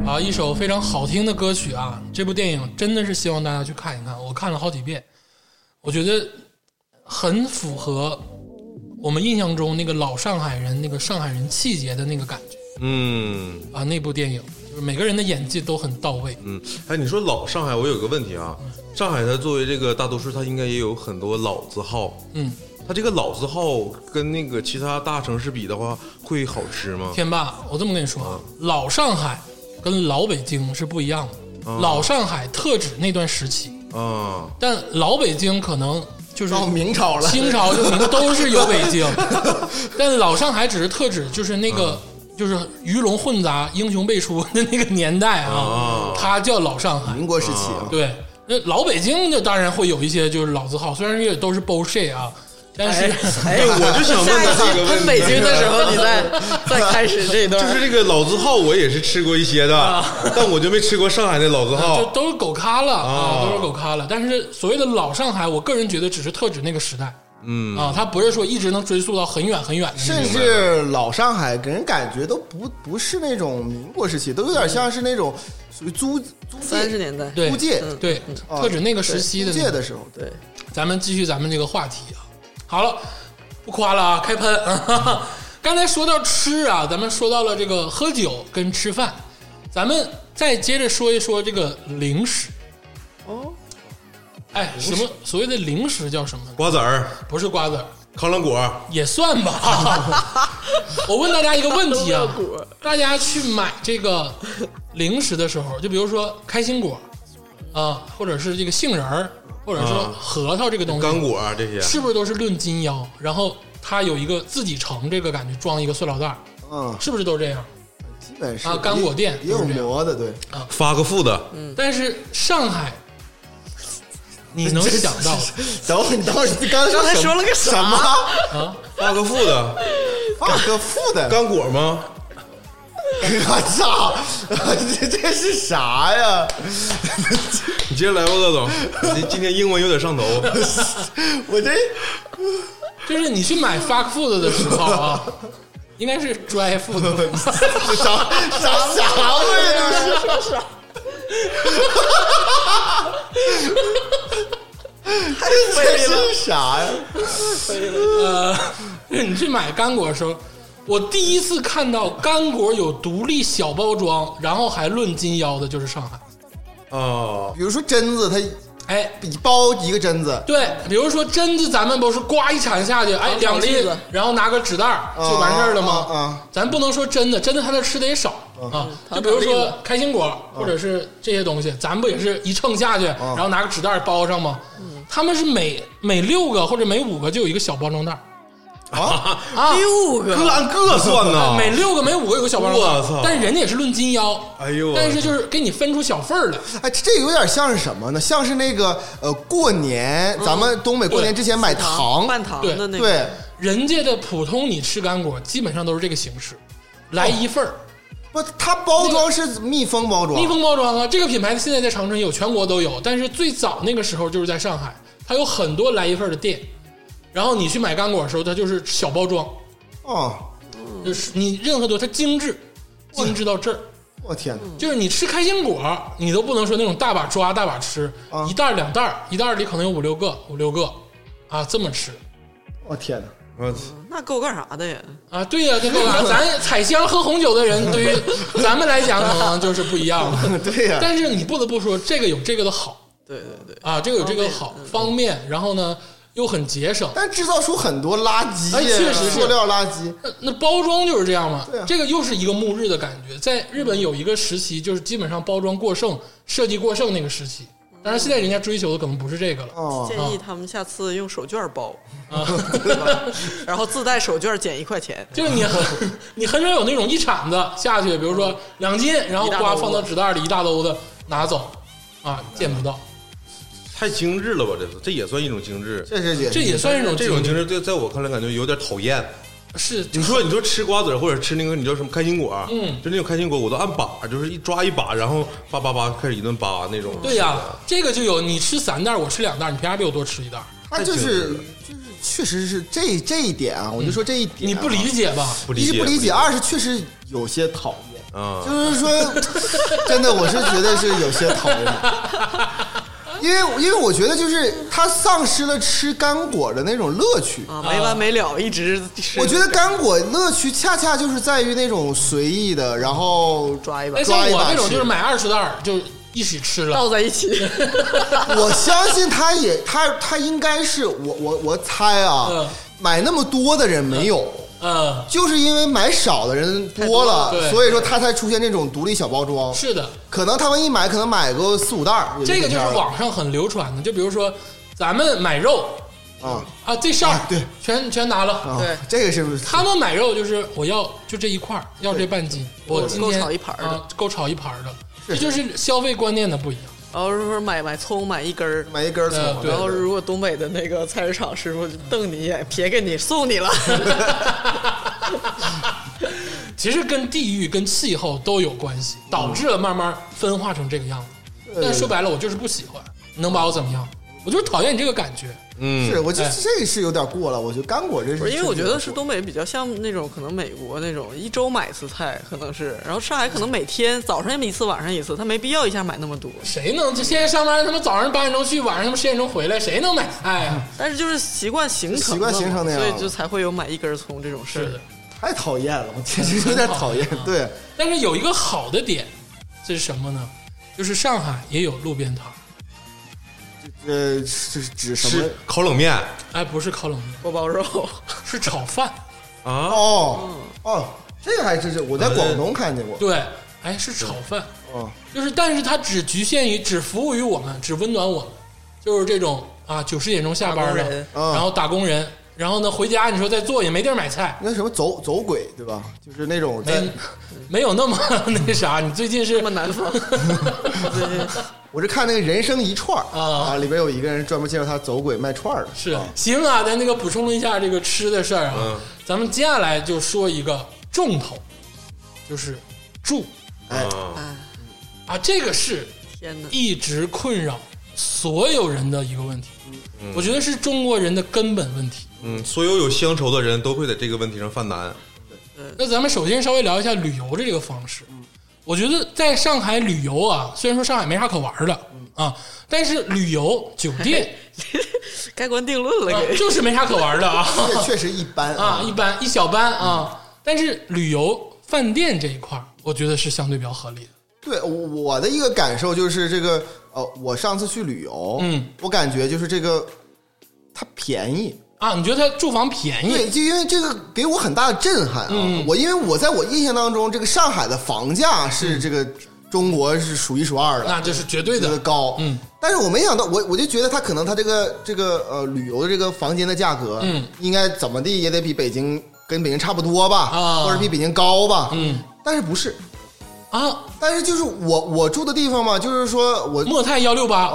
Speaker 3: 啊，一首非常好听的歌曲啊！这部电影真的是希望大家去看一看，我看了好几遍，我觉得很符合我们印象中那个老上海人那个上海人气节的那个感觉
Speaker 5: 嗯
Speaker 3: 啊！那部电影就是每个人的演技都很到位，
Speaker 5: 嗯，哎，你说老上海，我有个问题啊，上海它作为这个大都市，它应该也有很多老字号，
Speaker 3: 嗯，
Speaker 5: 它这个老字号跟那个其他大城市比的话，会好吃吗？
Speaker 3: 天霸，我这么跟你说啊，老上海跟老北京是不一样的。老上海特指那段时期，
Speaker 5: 啊，
Speaker 3: 但老北京可能就是
Speaker 6: 到哦明朝了，
Speaker 3: 清朝就可能都是有北京，
Speaker 6: <laughs>
Speaker 3: 但老上海只是特指就是那个、就是鱼龙混杂、英雄辈出的那个年代啊，它叫老上海。
Speaker 6: 民国时期啊，
Speaker 3: 对，那老北京就当然会有一些就是老字号，虽然也都是 bullshit 啊，但是、
Speaker 5: 哎，我就想问
Speaker 4: 下一
Speaker 5: 他这
Speaker 4: 期
Speaker 5: 个问
Speaker 4: 喷
Speaker 5: 题，
Speaker 4: 北京的时候，你再再开始这段
Speaker 5: 就。是这个老字号，我也是吃过一些
Speaker 3: 啊
Speaker 5: 的，但我就没吃过上海的老字
Speaker 3: 就
Speaker 5: 号。
Speaker 3: 都是狗咖了啊，
Speaker 5: 哦
Speaker 3: 都是狗咖了。但是所谓的老上海，我个人觉得只是特指那个时代，嗯啊，它不是说一直能追溯到很远很远的那
Speaker 6: 甚
Speaker 3: 种。
Speaker 6: 至老上海给人感觉都不不是那种民国时期，都有点像是那种属于租租
Speaker 4: 三十
Speaker 6: 界
Speaker 4: 年代，嗯
Speaker 3: 对
Speaker 6: 租界
Speaker 3: 对，
Speaker 6: 啊
Speaker 3: 特指那个时期的
Speaker 6: 租
Speaker 3: 那
Speaker 6: 界
Speaker 3: 种
Speaker 6: 的时候，对
Speaker 4: 对，
Speaker 3: 咱们继续咱们这个话题啊。好了，不夸了啊，开喷。 <laughs> 刚才说到吃啊，咱们说到了这个喝酒跟吃饭，咱们再接着说一说这个零食。哦，哎，什么所谓的零食叫什么？
Speaker 5: 瓜子儿、
Speaker 3: 不是瓜子儿，
Speaker 5: 康乐果，
Speaker 3: 也算吧。我问大家一个问题啊
Speaker 4: 康乐果，
Speaker 3: 大家去买这个零食的时候，就比如说开心果啊，或者是这个杏仁儿，或者说
Speaker 5: 啊
Speaker 3: 核桃这个东西，
Speaker 5: 干果这些，
Speaker 3: 是不是都是论斤腰？然后他有一个自己盛这个感觉，装一个塑料袋儿，
Speaker 5: 啊
Speaker 6: 嗯，
Speaker 3: 是不是都这样？
Speaker 6: 基本是
Speaker 3: 啊干果店
Speaker 6: 也有
Speaker 3: 就是这样
Speaker 6: 馍的，对，
Speaker 5: 发个富的，
Speaker 3: 但是上海，你能想
Speaker 5: <laughs>
Speaker 3: 到
Speaker 6: <laughs> 等会儿你当时刚才
Speaker 4: 刚才
Speaker 6: 什
Speaker 4: 说了个啥
Speaker 6: 什么？
Speaker 5: 发个富的
Speaker 6: 发个富的，
Speaker 3: <laughs>
Speaker 5: 干果吗？
Speaker 6: 我操，这这是
Speaker 3: <laughs>
Speaker 6: 啥呀？
Speaker 5: 你接着来吧，鄂总，你今天英文有点上头。
Speaker 6: 我这
Speaker 3: 就是你去买 fuck food 的时候啊，应该是 dry food，
Speaker 6: 这啥啥啥味儿啊？这是啥呀？
Speaker 3: 哎你去买干果的时候。我第一次看到干果有独立小包装，然后还论斤腰的，就是上海。
Speaker 5: 啊，
Speaker 6: 比如说榛子，它
Speaker 3: 哎，
Speaker 6: 一包一个榛子，
Speaker 3: 对，比如说榛子，咱们不是呱一铲下去，哎，
Speaker 4: 糖
Speaker 3: 两
Speaker 4: 炒栗
Speaker 3: 斤
Speaker 4: 子，
Speaker 3: 然后拿个纸袋儿就完事儿了吗？
Speaker 6: 啊啊啊
Speaker 3: 咱不能说真的，真的他那吃的也少啊。就比如
Speaker 4: 糖炒栗
Speaker 3: 说
Speaker 4: 子
Speaker 3: 开心果或者是这些东西，咱不也是一称下去，然后拿个纸袋儿包上吗？
Speaker 4: 嗯
Speaker 3: 他们是每每六个或者每五个就有一个小包装袋
Speaker 4: 嗯
Speaker 3: 儿，
Speaker 4: 六
Speaker 5: 各
Speaker 4: 个
Speaker 5: 按各算呐。
Speaker 3: <laughs> 每六个每五个有个小包装袋
Speaker 5: 我操
Speaker 3: 儿，但人家也是论斤腰，
Speaker 5: 哎呦我
Speaker 3: 但是就是给你分出小份儿来，
Speaker 6: 哎，这这有点像是什么呢？像是那个呃，过年咱们东北过年之前买糖，
Speaker 4: 半糖的那个，
Speaker 6: 对，
Speaker 3: 人家的普通你吃干果基本上都是这个形式，
Speaker 5: 哦
Speaker 3: 来一份儿。
Speaker 6: 不，它包装是密封包装，
Speaker 3: 密封包装啊，这个品牌现在在长春有，全国都有，但是最早那个时候就是在上海，它有很多来一份的店，然后你去买干果的时候，它就是小包装，
Speaker 6: 哦，
Speaker 5: 嗯
Speaker 3: 就是你任何多它精致，精致到这儿，
Speaker 6: 我天哪！
Speaker 3: 就是你吃开心果，你都不能说那种大把抓大把吃，
Speaker 6: 啊
Speaker 3: 一袋儿两袋儿，一袋儿里可能有五六个，五六个啊，这么吃。
Speaker 6: 我天哪！
Speaker 5: 我
Speaker 4: 那够干啥的呀？
Speaker 3: 啊，对呀、这个
Speaker 6: <laughs>
Speaker 3: 啊咱采香喝红酒的人，对于咱们来讲可能就是不一样了。
Speaker 6: <laughs> 对啊呀、
Speaker 3: 但是你不得不说，这个有这个的好，
Speaker 4: 对对对，
Speaker 3: 啊，这个有这个好方
Speaker 6: 嗯
Speaker 3: 便，然后呢又很节省。
Speaker 6: 但制造出很多垃圾，
Speaker 3: 哎确实是
Speaker 6: 塑料垃圾。
Speaker 3: 那那包装就是这样嘛
Speaker 6: 对啊，
Speaker 3: 这个又是一个暮日的感觉。在日本有一个时期，就是基本上包装过剩、设计过剩那个时期。但是现在人家追求的可能不是这个了，
Speaker 6: 哦，
Speaker 4: 建议他们下次用手绢包，
Speaker 3: 啊
Speaker 6: <laughs>
Speaker 4: 然后自带手绢减一块钱。
Speaker 3: 就是你
Speaker 4: <laughs>
Speaker 3: 很你很少有那种一铲子下去，比如说两斤，然后
Speaker 4: 嗯一大
Speaker 3: 瓜
Speaker 4: 兜
Speaker 3: 放到
Speaker 4: 子
Speaker 3: 纸袋里一大兜子拿走，啊，见不到，
Speaker 5: 太精致了吧？这是，这也算一种精致。
Speaker 6: 这是也
Speaker 3: 这也算是一种
Speaker 5: 这种
Speaker 3: 经
Speaker 5: 精致，在在我看来感觉有点讨厌。
Speaker 3: 是
Speaker 5: 你说你说吃瓜子儿或者吃那个你叫什么开心果，啊
Speaker 3: 嗯
Speaker 5: 就那种开心果，我都按把，就是一抓一把，然后叭叭叭开始一顿扒那种。
Speaker 3: 对呀、这个就有你吃三袋，我吃两袋，你凭啥比我多吃一袋？
Speaker 6: 那就是就是确实是这这一点啊，我就说这一点啊、
Speaker 3: 你不理解吧？
Speaker 5: 不理
Speaker 6: 一
Speaker 5: 解，
Speaker 6: 是不理
Speaker 5: 解
Speaker 6: 解，二是确实有些讨厌。
Speaker 5: 啊
Speaker 6: 就是说，真的，我是觉得是有些讨厌，因为因为我觉得就是他丧失了吃干果的那种乐趣。
Speaker 4: 啊，没完没了，一直吃
Speaker 6: 我觉得干果乐趣恰恰就是在于那种随意的，然后
Speaker 4: 抓一把
Speaker 3: 那哎像
Speaker 6: 抓一
Speaker 3: 我
Speaker 6: 把
Speaker 3: 这种
Speaker 6: 吃
Speaker 3: 就是买二十袋儿就一起吃了，
Speaker 4: 倒在一起，
Speaker 6: 我相信他也他他应该是我我我猜啊，
Speaker 3: 嗯
Speaker 6: 买那么多的人没有。
Speaker 3: 嗯，
Speaker 6: 就是因为买少的人多
Speaker 3: 太多了
Speaker 6: 了，
Speaker 3: 对
Speaker 6: 所以说他才出现这种独立小包装。
Speaker 3: 是的，
Speaker 6: 可能他们一买，可能买个四五袋儿。
Speaker 3: 这个就是
Speaker 6: 有一
Speaker 3: 网上很流传的，就比如说咱们买肉
Speaker 6: 边儿啊，
Speaker 3: 啊，这事儿
Speaker 6: 啊对
Speaker 3: 全全拿了。
Speaker 6: 啊
Speaker 4: 对
Speaker 6: 这个是不是
Speaker 3: 他们买肉就是我要就这一块儿，要这半斤，我今天
Speaker 4: 够炒一盘儿的
Speaker 3: 啊，够炒一盘儿的，这就是消费观念的不一样。
Speaker 4: 然后说买买葱买一根儿。
Speaker 6: 买一根儿葱
Speaker 3: 呃？对
Speaker 4: 然后，如果东北的那个菜市场师傅就瞪你一眼，撇给你，送你了。
Speaker 3: 其实跟地域、跟气候都有关系，导致了慢慢分化成这个样子。但说白了，我就是不喜欢，能把我怎么样？我就是讨厌你这个感觉。
Speaker 5: 嗯，
Speaker 6: 是我觉得
Speaker 3: 哎
Speaker 6: 这是有点过了。我觉得干果这
Speaker 4: 不
Speaker 6: 是
Speaker 4: 是，因为我觉得是
Speaker 6: 都
Speaker 4: 东北比较像那种可能美国那种一周买一次菜，可能是。然后上海可能每天早上一次，晚上一次，他没必要一下买那么多。
Speaker 3: 谁能？这现在上班，他妈早上八点钟去，晚上他妈十点钟回来，谁能买菜呀？
Speaker 4: 但是就是习惯形成了嘛，
Speaker 6: 习惯形成那样
Speaker 4: 所以就才会有买一根葱这种事
Speaker 3: 是
Speaker 4: 儿
Speaker 3: 的。。
Speaker 6: 太讨
Speaker 4: <laughs>
Speaker 6: 厌了，我简直有点讨厌
Speaker 4: 嗯
Speaker 3: 很讨厌啊。
Speaker 6: 对，
Speaker 3: 但是有一个好的点，这是什么呢？就是上海也有路边摊儿，
Speaker 6: 呃，是是指什么
Speaker 5: 是？烤冷面
Speaker 3: 哎，不是烤冷
Speaker 4: <laughs>
Speaker 3: 面，
Speaker 4: 锅包肉，
Speaker 3: 是炒饭。
Speaker 5: 啊，
Speaker 6: 哦哦，这个还真是我在广东看见过。
Speaker 3: 对，哎，是炒饭，
Speaker 6: 嗯，
Speaker 3: 就是但是它只局限于只服务于我们，只温暖我们，就是这种啊，九十点钟下班
Speaker 4: 打工
Speaker 3: 的
Speaker 4: 人，
Speaker 6: 嗯
Speaker 3: 然后打工人，然后呢回家你说再做也没地儿买菜，
Speaker 6: 那什么走走鬼对吧？就是那种在
Speaker 3: 没没有那么那
Speaker 6: <laughs>
Speaker 3: 啥。你最近是
Speaker 4: 这么南方，
Speaker 6: 我是看那个人生一串儿
Speaker 3: 啊
Speaker 6: 啊，里边有一个人专门介绍他走鬼卖串儿的，
Speaker 3: 是行啊，咱那个补充了一下这个吃的事儿啊，
Speaker 5: 嗯
Speaker 3: 咱们接下来就说一个重头，就是住
Speaker 5: 啊
Speaker 3: 啊，这个是
Speaker 4: <laughs> 天哪！ <laughs>
Speaker 3: 一直困扰所有人的一个问题，我觉得是中国人的根本问题。
Speaker 5: 嗯，所有有乡愁的人都会在这个问题上犯难。
Speaker 3: 那咱们首先稍微聊一下旅游的这个方式。我觉得在上海旅游啊，虽然说上海没啥可玩的啊，但是旅游酒店
Speaker 4: 盖棺定论
Speaker 3: 啊
Speaker 4: 了，给。
Speaker 3: 就是没啥可玩的啊
Speaker 6: 这确实一般
Speaker 3: 啊，一般一小班啊。但是旅游饭店这一块儿，我觉得是相对比较合理的。
Speaker 6: 对，我我的一个感受就是这个，呃，我上次去旅游，
Speaker 3: 嗯，
Speaker 6: 我感觉就是这个它便宜，
Speaker 3: 啊，你觉得它住房便宜？嗯
Speaker 6: 对，就因为这个给我很大的震撼啊！我因为我在我印象当中，这个上海的房价是这个中国是数一数二的，
Speaker 3: 嗯那这是绝对
Speaker 6: 这个
Speaker 3: 的。
Speaker 6: 高，
Speaker 3: 嗯。
Speaker 6: 但是我没想到，我我就觉得它可能它这个这个呃旅游的这个房间的价格，
Speaker 3: 嗯，
Speaker 6: 应该怎么地也得比北京跟北京差不多吧，
Speaker 3: 啊
Speaker 6: 或者比北京高吧，
Speaker 3: 嗯。
Speaker 6: 但是不是？
Speaker 3: 啊，
Speaker 6: 但是就是我我住的地方嘛，就是说我 <laughs>
Speaker 3: 莫泰幺六八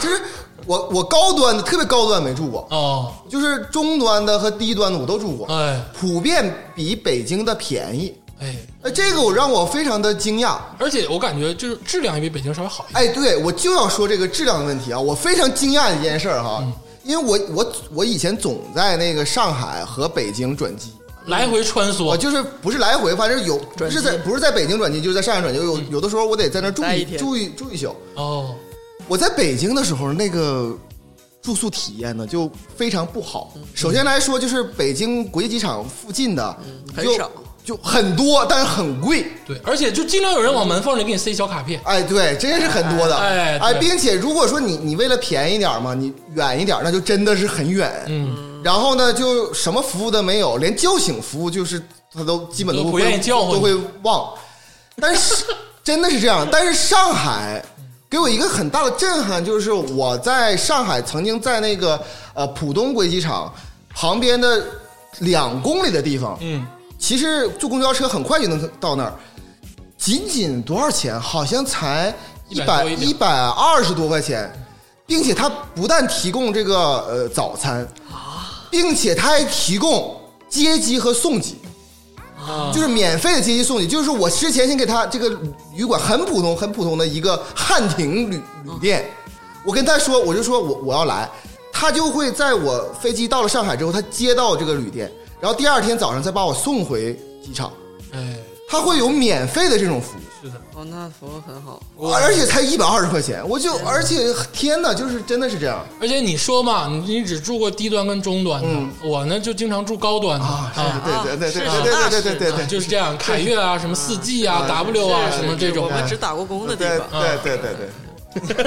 Speaker 6: 就是我我高端的特别高端没住过，
Speaker 3: 哦，
Speaker 6: 就是中端的和低端的我都住过，
Speaker 3: 哎
Speaker 6: 普遍比北京的便宜。
Speaker 3: 哎，
Speaker 6: 哎，这个我让我非常的惊讶。
Speaker 3: 而且我感觉就是质量也比北京稍微好一点。
Speaker 6: 哎，对，我就要说这个质量的问题啊，我非常惊讶的一件事儿哈，
Speaker 4: 嗯
Speaker 6: 因为我我我以前总在那个上海和北京转机。
Speaker 3: 来回穿
Speaker 6: 我
Speaker 3: 梭，
Speaker 6: 就是不是来回，反正有不
Speaker 4: 转机嗯
Speaker 6: 是在不是在北京转机，就是在上海转机。有有的时候我得在那儿住
Speaker 4: 待
Speaker 6: 一
Speaker 4: 一天
Speaker 6: 住一住一宿。
Speaker 3: 哦，
Speaker 6: 我在北京的时候，那个住宿体验呢就非常不好。
Speaker 4: 嗯
Speaker 6: 首先来说，就是北京国际机场附近的
Speaker 4: 嗯很
Speaker 6: 就
Speaker 4: 少
Speaker 6: 就很多，但是很贵。
Speaker 3: 对，而且就经常有人往门缝里给你塞小卡片，
Speaker 6: 哎，对，真是很多的。
Speaker 3: 哎对
Speaker 6: 并且如果说你你为了便宜点儿嘛，你远一点儿，那就真的是很远。嗯，然后呢，就什么服务都没有，连叫醒服务就是他都基本都
Speaker 3: 都
Speaker 6: 会
Speaker 3: 不愿意叫唤
Speaker 6: 都会忘。但是真的是这样，但是上海给我一个很大的震撼，就是我在上海曾经在那个呃浦东国际机场旁边的两公里的地方，
Speaker 3: 嗯，
Speaker 6: 其实坐公交车很快就能到那儿，仅仅多少钱？好像才一
Speaker 3: 100
Speaker 6: 百
Speaker 3: 多一
Speaker 6: 一
Speaker 3: 点
Speaker 6: 百二十多块钱，并且它不但提供这个呃早餐，并且它还提供接机和送机。
Speaker 3: 啊
Speaker 6: 就是免费的接机送你，就是我之前先给他这个旅馆很普通很普通的一个汉庭旅旅店，我跟他说，我就说我我要来，他就会在我飞机到了上海之后，他接到这个旅店，然后第二天早上再把我送回机场。
Speaker 3: 哎，
Speaker 6: 它会有免费的这种服务。
Speaker 4: 哦，那服务很好，
Speaker 6: 而且才一百二十块钱，我就而且天哪，就是真的是这样
Speaker 3: 而且你说嘛，你你只住过低端跟中端的，我呢就经常住高端的
Speaker 6: 嗯啊！是，对对对
Speaker 4: 是
Speaker 6: 对对对对对
Speaker 3: 啊
Speaker 6: 对
Speaker 3: 就是这样，凯越啊，什么四 G 啊，W 啊，
Speaker 4: 是
Speaker 3: 什么
Speaker 4: 是
Speaker 3: 这
Speaker 4: 我
Speaker 3: 种，
Speaker 4: 们只打过工的
Speaker 6: 对
Speaker 4: 地
Speaker 6: 对
Speaker 4: 方。
Speaker 6: 对对对对，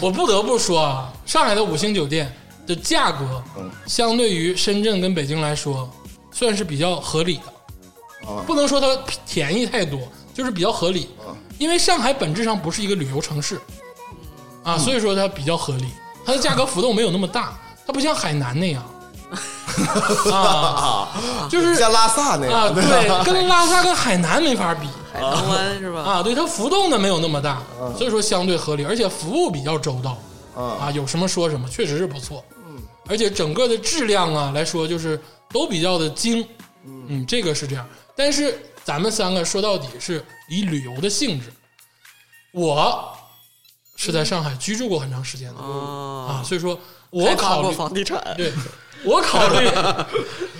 Speaker 3: 我不得不说啊，上海的五星酒店的价格，
Speaker 6: 嗯
Speaker 3: 相对于深圳跟北京来说，算是比较合理的，
Speaker 6: 啊
Speaker 3: 不能说它便宜太多，就是比较合理。因为上海本质上不是一个旅游城市，
Speaker 6: 嗯
Speaker 3: 啊，所以说它比较合理，它的价格浮动没有那么大，它不像海南那样，啊，就是
Speaker 6: 像拉萨那
Speaker 3: 啊，
Speaker 6: 样，
Speaker 3: 对，
Speaker 6: <laughs>
Speaker 3: 跟拉萨跟海南没法比
Speaker 4: 海棠哎湾是吧？
Speaker 3: 啊，对，它浮动的没有那么大，所以说相对合理，而且服务比较周到。
Speaker 6: 啊
Speaker 3: 啊，有什么说什么，确实是不错。嗯，而且整个的质量啊来说，就是都比较的精。嗯，这个是这样。但是咱们三个说到底是以旅游的性质，我是在上海居住过很长时间的、
Speaker 4: 啊，
Speaker 3: 啊，所以说我
Speaker 4: 还发
Speaker 3: 考
Speaker 4: 过
Speaker 3: 虑
Speaker 4: 房地产，
Speaker 3: 对， <laughs> 我考虑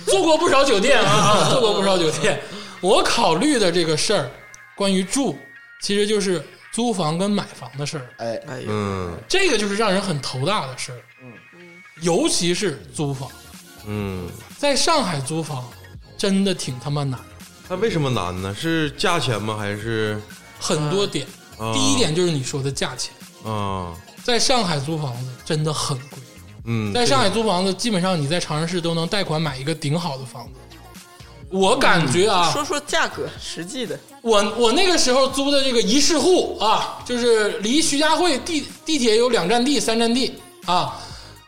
Speaker 3: 做过不少酒店啊啊，做过不少酒店。我考虑的这个事儿，关于住，其实就是租房跟买房的事儿。
Speaker 6: 哎，
Speaker 4: 哎呦，
Speaker 5: 嗯
Speaker 3: 这个就是让人很头大的事儿。嗯，尤其是租房，
Speaker 5: 嗯，
Speaker 3: 在上海租房真的挺他妈难，
Speaker 5: 那为什么难呢？是价钱吗？还是
Speaker 3: 很多点。
Speaker 5: 啊
Speaker 3: 第一点就是你说的价钱，
Speaker 5: 啊？
Speaker 3: 在上海租房子真的很贵，
Speaker 5: 嗯，
Speaker 3: 在上海租房子基本上你在长春市都能贷款买一个顶好的房子。我感觉啊，
Speaker 4: 说说价格，实际的
Speaker 3: 我我那个时候租的这个一室户啊，就是离徐家汇地地铁有两站地、三站地啊，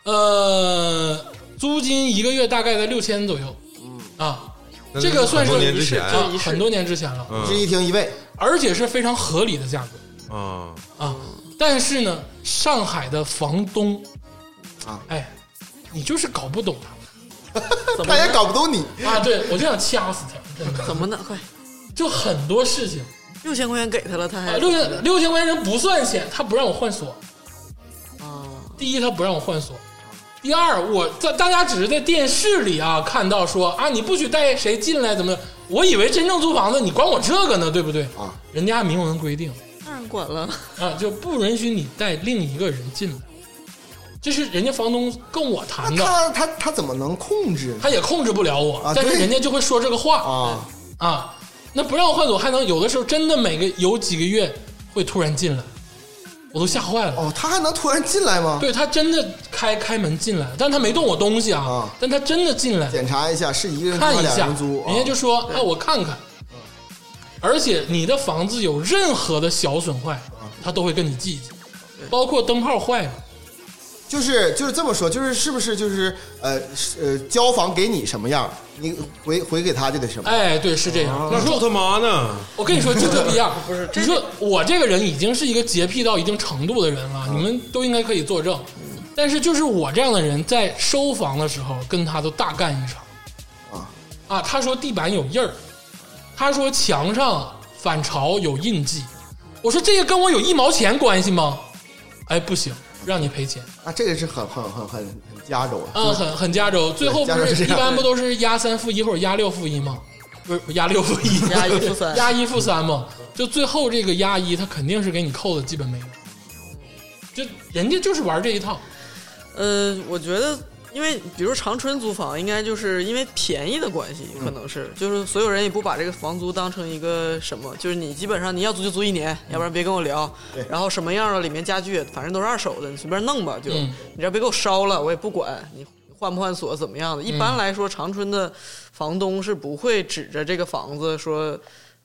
Speaker 3: 呃，租金一个月大概在六千左右，啊，
Speaker 5: 嗯那
Speaker 3: 这个算是
Speaker 5: 很多年之前
Speaker 3: 啊，很多年之前了，
Speaker 5: 嗯
Speaker 6: 是一厅一 <laughs> 卫，
Speaker 3: 而且是非常合理的价格
Speaker 5: 啊，
Speaker 3: 啊。但是呢，上海的房东
Speaker 6: 啊，
Speaker 3: 哎，你就是搞不懂
Speaker 6: 大家搞不懂你，
Speaker 3: 他啊！对我就想掐死他，真的，
Speaker 4: 怎么呢？快，
Speaker 3: 就很多事情
Speaker 4: 六千块钱给他了，他
Speaker 3: 啊，
Speaker 4: 还
Speaker 3: 六千六千块钱不算钱，他不让我换锁。
Speaker 4: 啊，
Speaker 3: 第一，他不让我换锁；第二，我在大家只是在电视里啊看到说啊，你不许带谁进来，怎么的？我以为真正租房子你管我这个呢，对不对？
Speaker 6: 啊，
Speaker 3: 人家明文规定
Speaker 4: 当然管了，
Speaker 3: 啊，就不允许你带另一个人进来，这是人家房东跟我谈的，
Speaker 6: 那他他他怎么能控制呢
Speaker 3: 他也控制不了我，
Speaker 6: 啊
Speaker 3: 但是
Speaker 6: 对
Speaker 3: 人家就会说这个话
Speaker 6: 啊？
Speaker 3: 啊。那不让我换锁，还能有的时候真的每个有几个月会突然进来，我都吓坏了。
Speaker 6: 哦，他还能突然进来吗？
Speaker 3: 对他真的开开门进来，但他没动我东西啊，
Speaker 6: 啊
Speaker 3: 但他真的进来
Speaker 6: 检查一下是一个人租
Speaker 3: 看
Speaker 6: 还
Speaker 3: 一
Speaker 6: 是
Speaker 3: 下，
Speaker 6: 俩人租，啊
Speaker 3: 人家就说：“哎，我看看。”
Speaker 6: 嗯
Speaker 3: 而且你的房子有任何的小损坏，
Speaker 6: 啊
Speaker 3: 他都会跟你记一记，包括灯泡坏了。
Speaker 6: 就是就是这么说，就是是不是就是呃是呃交房给你什么样，你回回给他就得什么。
Speaker 3: 哎，对，是这
Speaker 6: 啊
Speaker 3: 样。
Speaker 5: 啊那
Speaker 3: 你
Speaker 5: 住
Speaker 3: 说，
Speaker 5: 他妈呢？
Speaker 3: 我跟你说，就这不一样。不
Speaker 4: 是
Speaker 3: 你说我这个人已经是一个洁癖到一定程度的人了，你们都应该可以作证。但是就是我这样的人，在收房的时候跟他都大干一场。
Speaker 6: 啊
Speaker 3: 啊，他说地板有印儿，他说墙上反潮有印记，我说这个跟我有一毛钱关系吗？哎，不行，让你赔钱。
Speaker 6: 啊，这个是很很很很很加州啊，
Speaker 3: 嗯，很很加州，最后不
Speaker 6: 加州
Speaker 3: 是
Speaker 6: 是
Speaker 3: 一
Speaker 6: 这样
Speaker 3: 般不都是压三付一或者压六付一吗？不是压六付一，
Speaker 4: 压一付
Speaker 3: <laughs>
Speaker 4: 三
Speaker 3: 压一付三嘛。就最后这个压一，他肯定是给你扣的基本没有。就人家就是玩这一套，
Speaker 4: 呃，我觉得，因为比如长春租房，应该就是因为便宜的关系，
Speaker 3: 嗯
Speaker 4: 可能是、就是所有人也不把这个房租当成一个什么，就是你基本上你要租就租一年，
Speaker 3: 嗯
Speaker 4: 要不然别跟我聊。然后什么样的里面家具，反正都是二手的，你随便弄吧，就、
Speaker 3: 嗯
Speaker 4: 你只要别给我烧了，我也不管你。换不换锁怎么样
Speaker 3: 嗯
Speaker 4: 的？一般来说，长春的房东是不会指着这个房子说，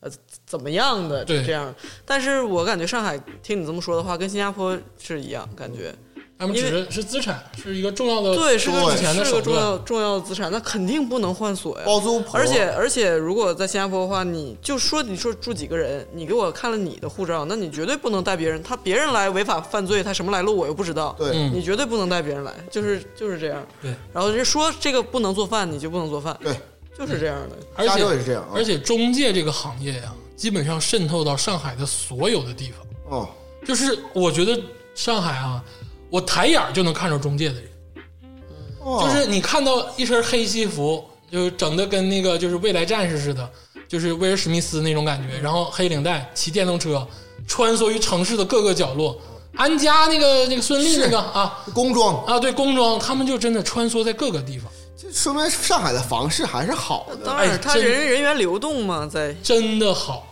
Speaker 4: 呃，怎么样的
Speaker 3: 对
Speaker 4: 这样。但是我感觉上海听你这么说的话，跟新加坡是一样感觉。
Speaker 3: 他们
Speaker 4: 因
Speaker 3: 只
Speaker 4: 为
Speaker 3: 是是资产，是一个重要的
Speaker 4: 呃对，是个
Speaker 3: 之前的
Speaker 4: 是
Speaker 3: 手
Speaker 4: 个重
Speaker 3: 段。哦
Speaker 4: 要重要的资产，那肯定不能换锁呀。
Speaker 6: 包租婆，
Speaker 4: 而且而且，如果在新加坡的话，你就说你说住几个人，你给我看了你的护照，那你绝对不能带别人，他别人来违法犯罪，他什么来路我又不知道，
Speaker 6: 对
Speaker 3: 嗯
Speaker 4: 你绝对不能带别人来，就是就是这样。
Speaker 3: 对，
Speaker 4: 然后人说这个不能做饭，你就不能做饭，
Speaker 6: 对，
Speaker 4: 就是这样的。
Speaker 3: 而
Speaker 6: 加
Speaker 3: 且
Speaker 6: 州也是这样啊
Speaker 3: 而且中介这个行业呀、基本上渗透到上海的所有的地方。
Speaker 6: 哦，
Speaker 3: 就是我觉得上海啊，我抬眼儿就能看着中介的人，
Speaker 6: 哦
Speaker 3: 就是你看到一身黑西服，就是整的跟那个就是未来战士似的，就是威尔史密斯那种感觉，然后黑领带，骑电动车，穿梭于城市的各个角落。安家那个那个孙俪那个啊
Speaker 6: 工装，
Speaker 3: 啊，对工装，他们就真的穿梭在各个地方，
Speaker 6: 这说明上海的房市还是好的。
Speaker 4: 当
Speaker 3: 哎
Speaker 4: 然，他
Speaker 3: 真
Speaker 4: 人人员流动嘛，在
Speaker 3: 真的好。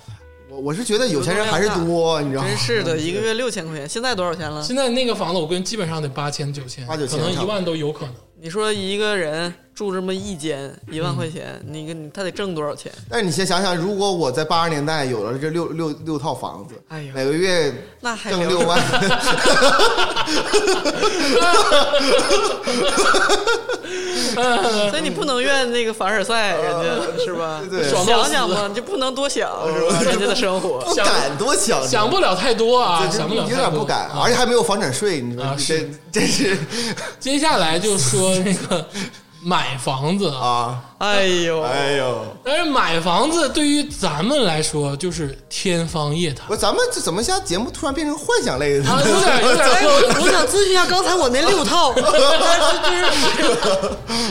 Speaker 6: 我我是觉得有钱人还是多，你知道吗？
Speaker 4: 真是
Speaker 3: 嗯
Speaker 4: 的，一个月六千块钱，现在多少钱了？
Speaker 3: 啊现在那个房子我跟基本上得八千九千，
Speaker 6: 八九
Speaker 3: 可
Speaker 6: 千
Speaker 3: 能
Speaker 6: 差
Speaker 3: 一
Speaker 6: 不多
Speaker 3: 万都有可能。
Speaker 4: 你说一个人住这么一间，一万块钱，你跟你他得挣多少钱？
Speaker 6: 但是你先想想，如果我在八十年代有了这六六六套房子，
Speaker 4: 哎呦
Speaker 6: 每个月
Speaker 4: 那还
Speaker 6: 挣
Speaker 4: 聊
Speaker 6: 六万，
Speaker 3: <laughs>
Speaker 4: 所以你不能怨那个凡尔赛人家是吧？
Speaker 6: 对
Speaker 3: 爽到
Speaker 4: 想
Speaker 3: 死
Speaker 4: 想吧，你就不能多想是吧？人家的生活，
Speaker 6: 不敢多想，
Speaker 3: 想不了太多啊，
Speaker 6: 这
Speaker 3: 想不了
Speaker 6: 有
Speaker 3: 太
Speaker 6: 点
Speaker 3: 多，
Speaker 6: 不敢，啊而且还没有房产税，你
Speaker 3: 啊
Speaker 6: 说这
Speaker 3: 是
Speaker 6: 这是
Speaker 3: 接下来就说那个买房子啊，
Speaker 6: 啊，
Speaker 4: 哎呦，
Speaker 6: 哎呦，
Speaker 3: 但是买房子对于咱们来说就是天方夜谭
Speaker 6: 我咱们这怎么下节目突然变成幻想类的？
Speaker 3: 啊，有点有
Speaker 4: 哎，
Speaker 3: 点。
Speaker 4: 我我想咨询一下刚才我那六套，就是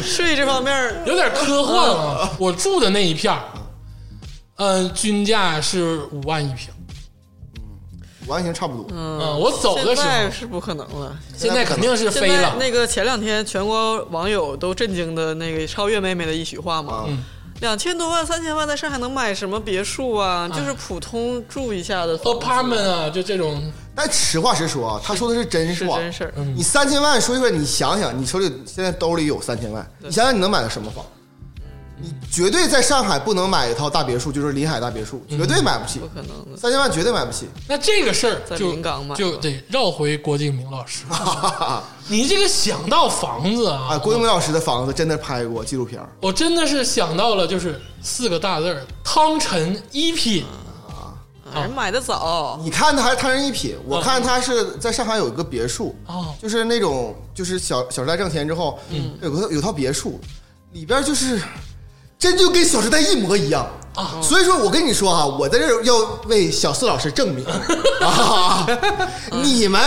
Speaker 4: 税这方面儿，
Speaker 3: 有点科幻
Speaker 6: 嗯
Speaker 3: 啊！ <laughs> 我住的那一片儿，嗯、均价是五万一平。
Speaker 6: <laughs> 完全差不多，
Speaker 3: 嗯、我走的
Speaker 4: 现
Speaker 3: 时候，
Speaker 4: 在是不可能了。
Speaker 3: 现在肯定是
Speaker 4: 现
Speaker 3: 飞
Speaker 4: 在
Speaker 3: 了。
Speaker 4: 那个前两天全国网友都震惊的那个超越妹妹的一席话嘛，
Speaker 6: 嗯
Speaker 4: 两千多万、三千万在上海能买什么别墅啊？就是普通住一下的
Speaker 6: 哦
Speaker 4: 房子
Speaker 3: apartment 啊，就这种，
Speaker 6: 但实话实说啊，他说的是真
Speaker 4: 是
Speaker 6: 话，
Speaker 4: 真事儿。
Speaker 3: 嗯
Speaker 6: 你三千万，说句实话，你想想，你手里现在兜里有三千万，你想想你能买个什么房？
Speaker 3: 嗯
Speaker 6: 你绝对在上海不能买一套大别墅，就是临海大别墅，绝
Speaker 3: 嗯
Speaker 6: 对买不起
Speaker 4: 不，可能的，
Speaker 6: 三千万绝对买不起。 <laughs>
Speaker 3: 那这个事儿
Speaker 4: 在
Speaker 3: 就
Speaker 4: 临港买嗯
Speaker 3: 就得绕回郭敬明老师。 <laughs> 你这个想到房子啊，
Speaker 6: 啊，郭敬明老师的房子真的拍过纪录片儿，
Speaker 3: 我真的是想到了，就是四个大字儿：汤臣一品。
Speaker 6: 嗯
Speaker 4: 人哎买的早，
Speaker 6: 你看他还是贪人一品，我看他是在上海有一个别墅
Speaker 3: 哦，嗯
Speaker 6: 就是那种就是小小时代挣钱之后，有个有套别墅，里边就是真就跟小时代一模一样。
Speaker 3: 哦
Speaker 6: 啊，所以说我跟你说哈、我在这儿要为小四老师
Speaker 3: <laughs>
Speaker 6: 证明啊，你们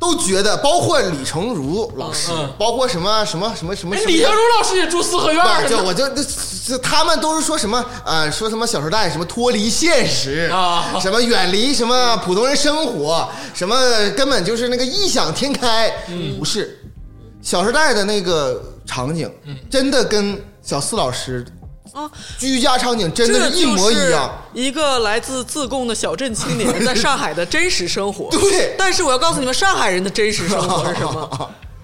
Speaker 6: 都觉得，包括李成儒老师
Speaker 3: 嗯嗯，
Speaker 6: 包括什么什么什么什么
Speaker 3: 哎
Speaker 6: 什，么
Speaker 3: 李成儒老师也住四合院
Speaker 6: 不是，就
Speaker 3: 儿
Speaker 6: 我就这这他们都是说什么啊、呃说什么《小时代》什么脱离现实
Speaker 3: 啊
Speaker 6: 什么远离什么普通人生活，什么根本就是那个异想天开。不是，《小时代》的那个场景，真的跟小四老师
Speaker 4: 啊
Speaker 6: 居家场景真的
Speaker 4: 这
Speaker 6: 是一模一样。。
Speaker 4: 一个来自自贡的小镇青年在上海的真实生活。
Speaker 6: 对
Speaker 4: 但是我要告诉你们，上海人的真实生活
Speaker 6: <laughs>
Speaker 4: 是什么？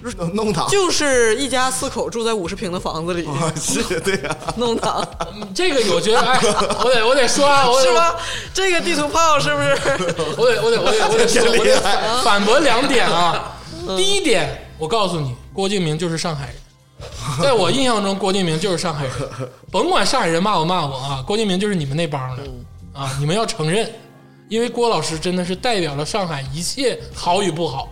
Speaker 6: 弄弄堂
Speaker 4: 就是一家四口住在五十平的房子里，
Speaker 6: <laughs> 啊是对呀、
Speaker 4: <laughs> 弄堂
Speaker 3: 嗯这个我觉得，哎，我得我得说啊，我得
Speaker 4: 是吧？这个地图炮是不是？
Speaker 3: 我得我得我得我得说，我得反反驳两点啊。第一点，我告诉你，郭敬明就是上海人。在我印象中，郭敬明就是上海人，甭管上海人骂我骂我啊，郭敬明就是你们那帮的啊，你们要承认，因为郭老师真的是代表了上海一切好与不好，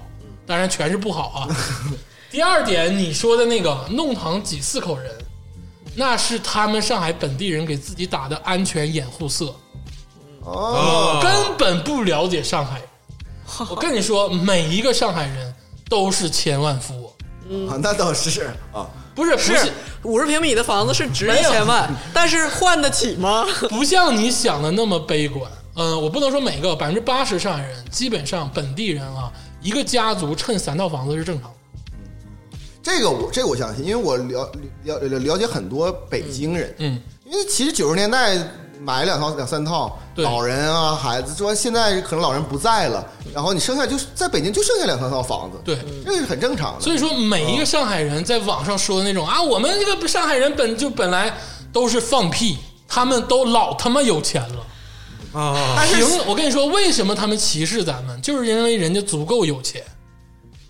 Speaker 3: 当然全是不好啊。 <laughs> 第二点，你说的那个弄堂几四口人，那是他们上海本地人给自己打的安全掩护色，
Speaker 6: 哦，
Speaker 5: 啊，
Speaker 3: 根本不了解上海。我跟你说，每一个上海人都是千万富翁，
Speaker 6: 啊那倒是啊，
Speaker 3: 不是不
Speaker 4: 是
Speaker 3: 是
Speaker 4: 五十平米的房子是值
Speaker 3: 没
Speaker 4: 一
Speaker 3: 有
Speaker 4: 千万，但是换得起吗？
Speaker 3: 不像你想的那么悲观。嗯、我不能说每个百分之八十上海人，基本上本地人啊，一个家族趁三套房子是正常的。
Speaker 6: 这个我这个我相信，因为我了了了了解很多北京人，
Speaker 3: 嗯，
Speaker 6: 因为其实九十年代买两套两三套，
Speaker 3: 对
Speaker 6: 老人啊孩子，说现在可能老人不在了，然后你剩下就是在北京就剩下两三套房子，
Speaker 3: 对，
Speaker 6: 这个是很正常的。
Speaker 3: 所以说每一个上海人在网上说的那种啊，我们这个上海人本就本来都是放屁，他们都老他妈有钱了。
Speaker 5: 啊
Speaker 6: 但
Speaker 3: 凭
Speaker 6: 是
Speaker 3: 我跟你说，为什么他们歧视咱们，就是因为人家足够有钱。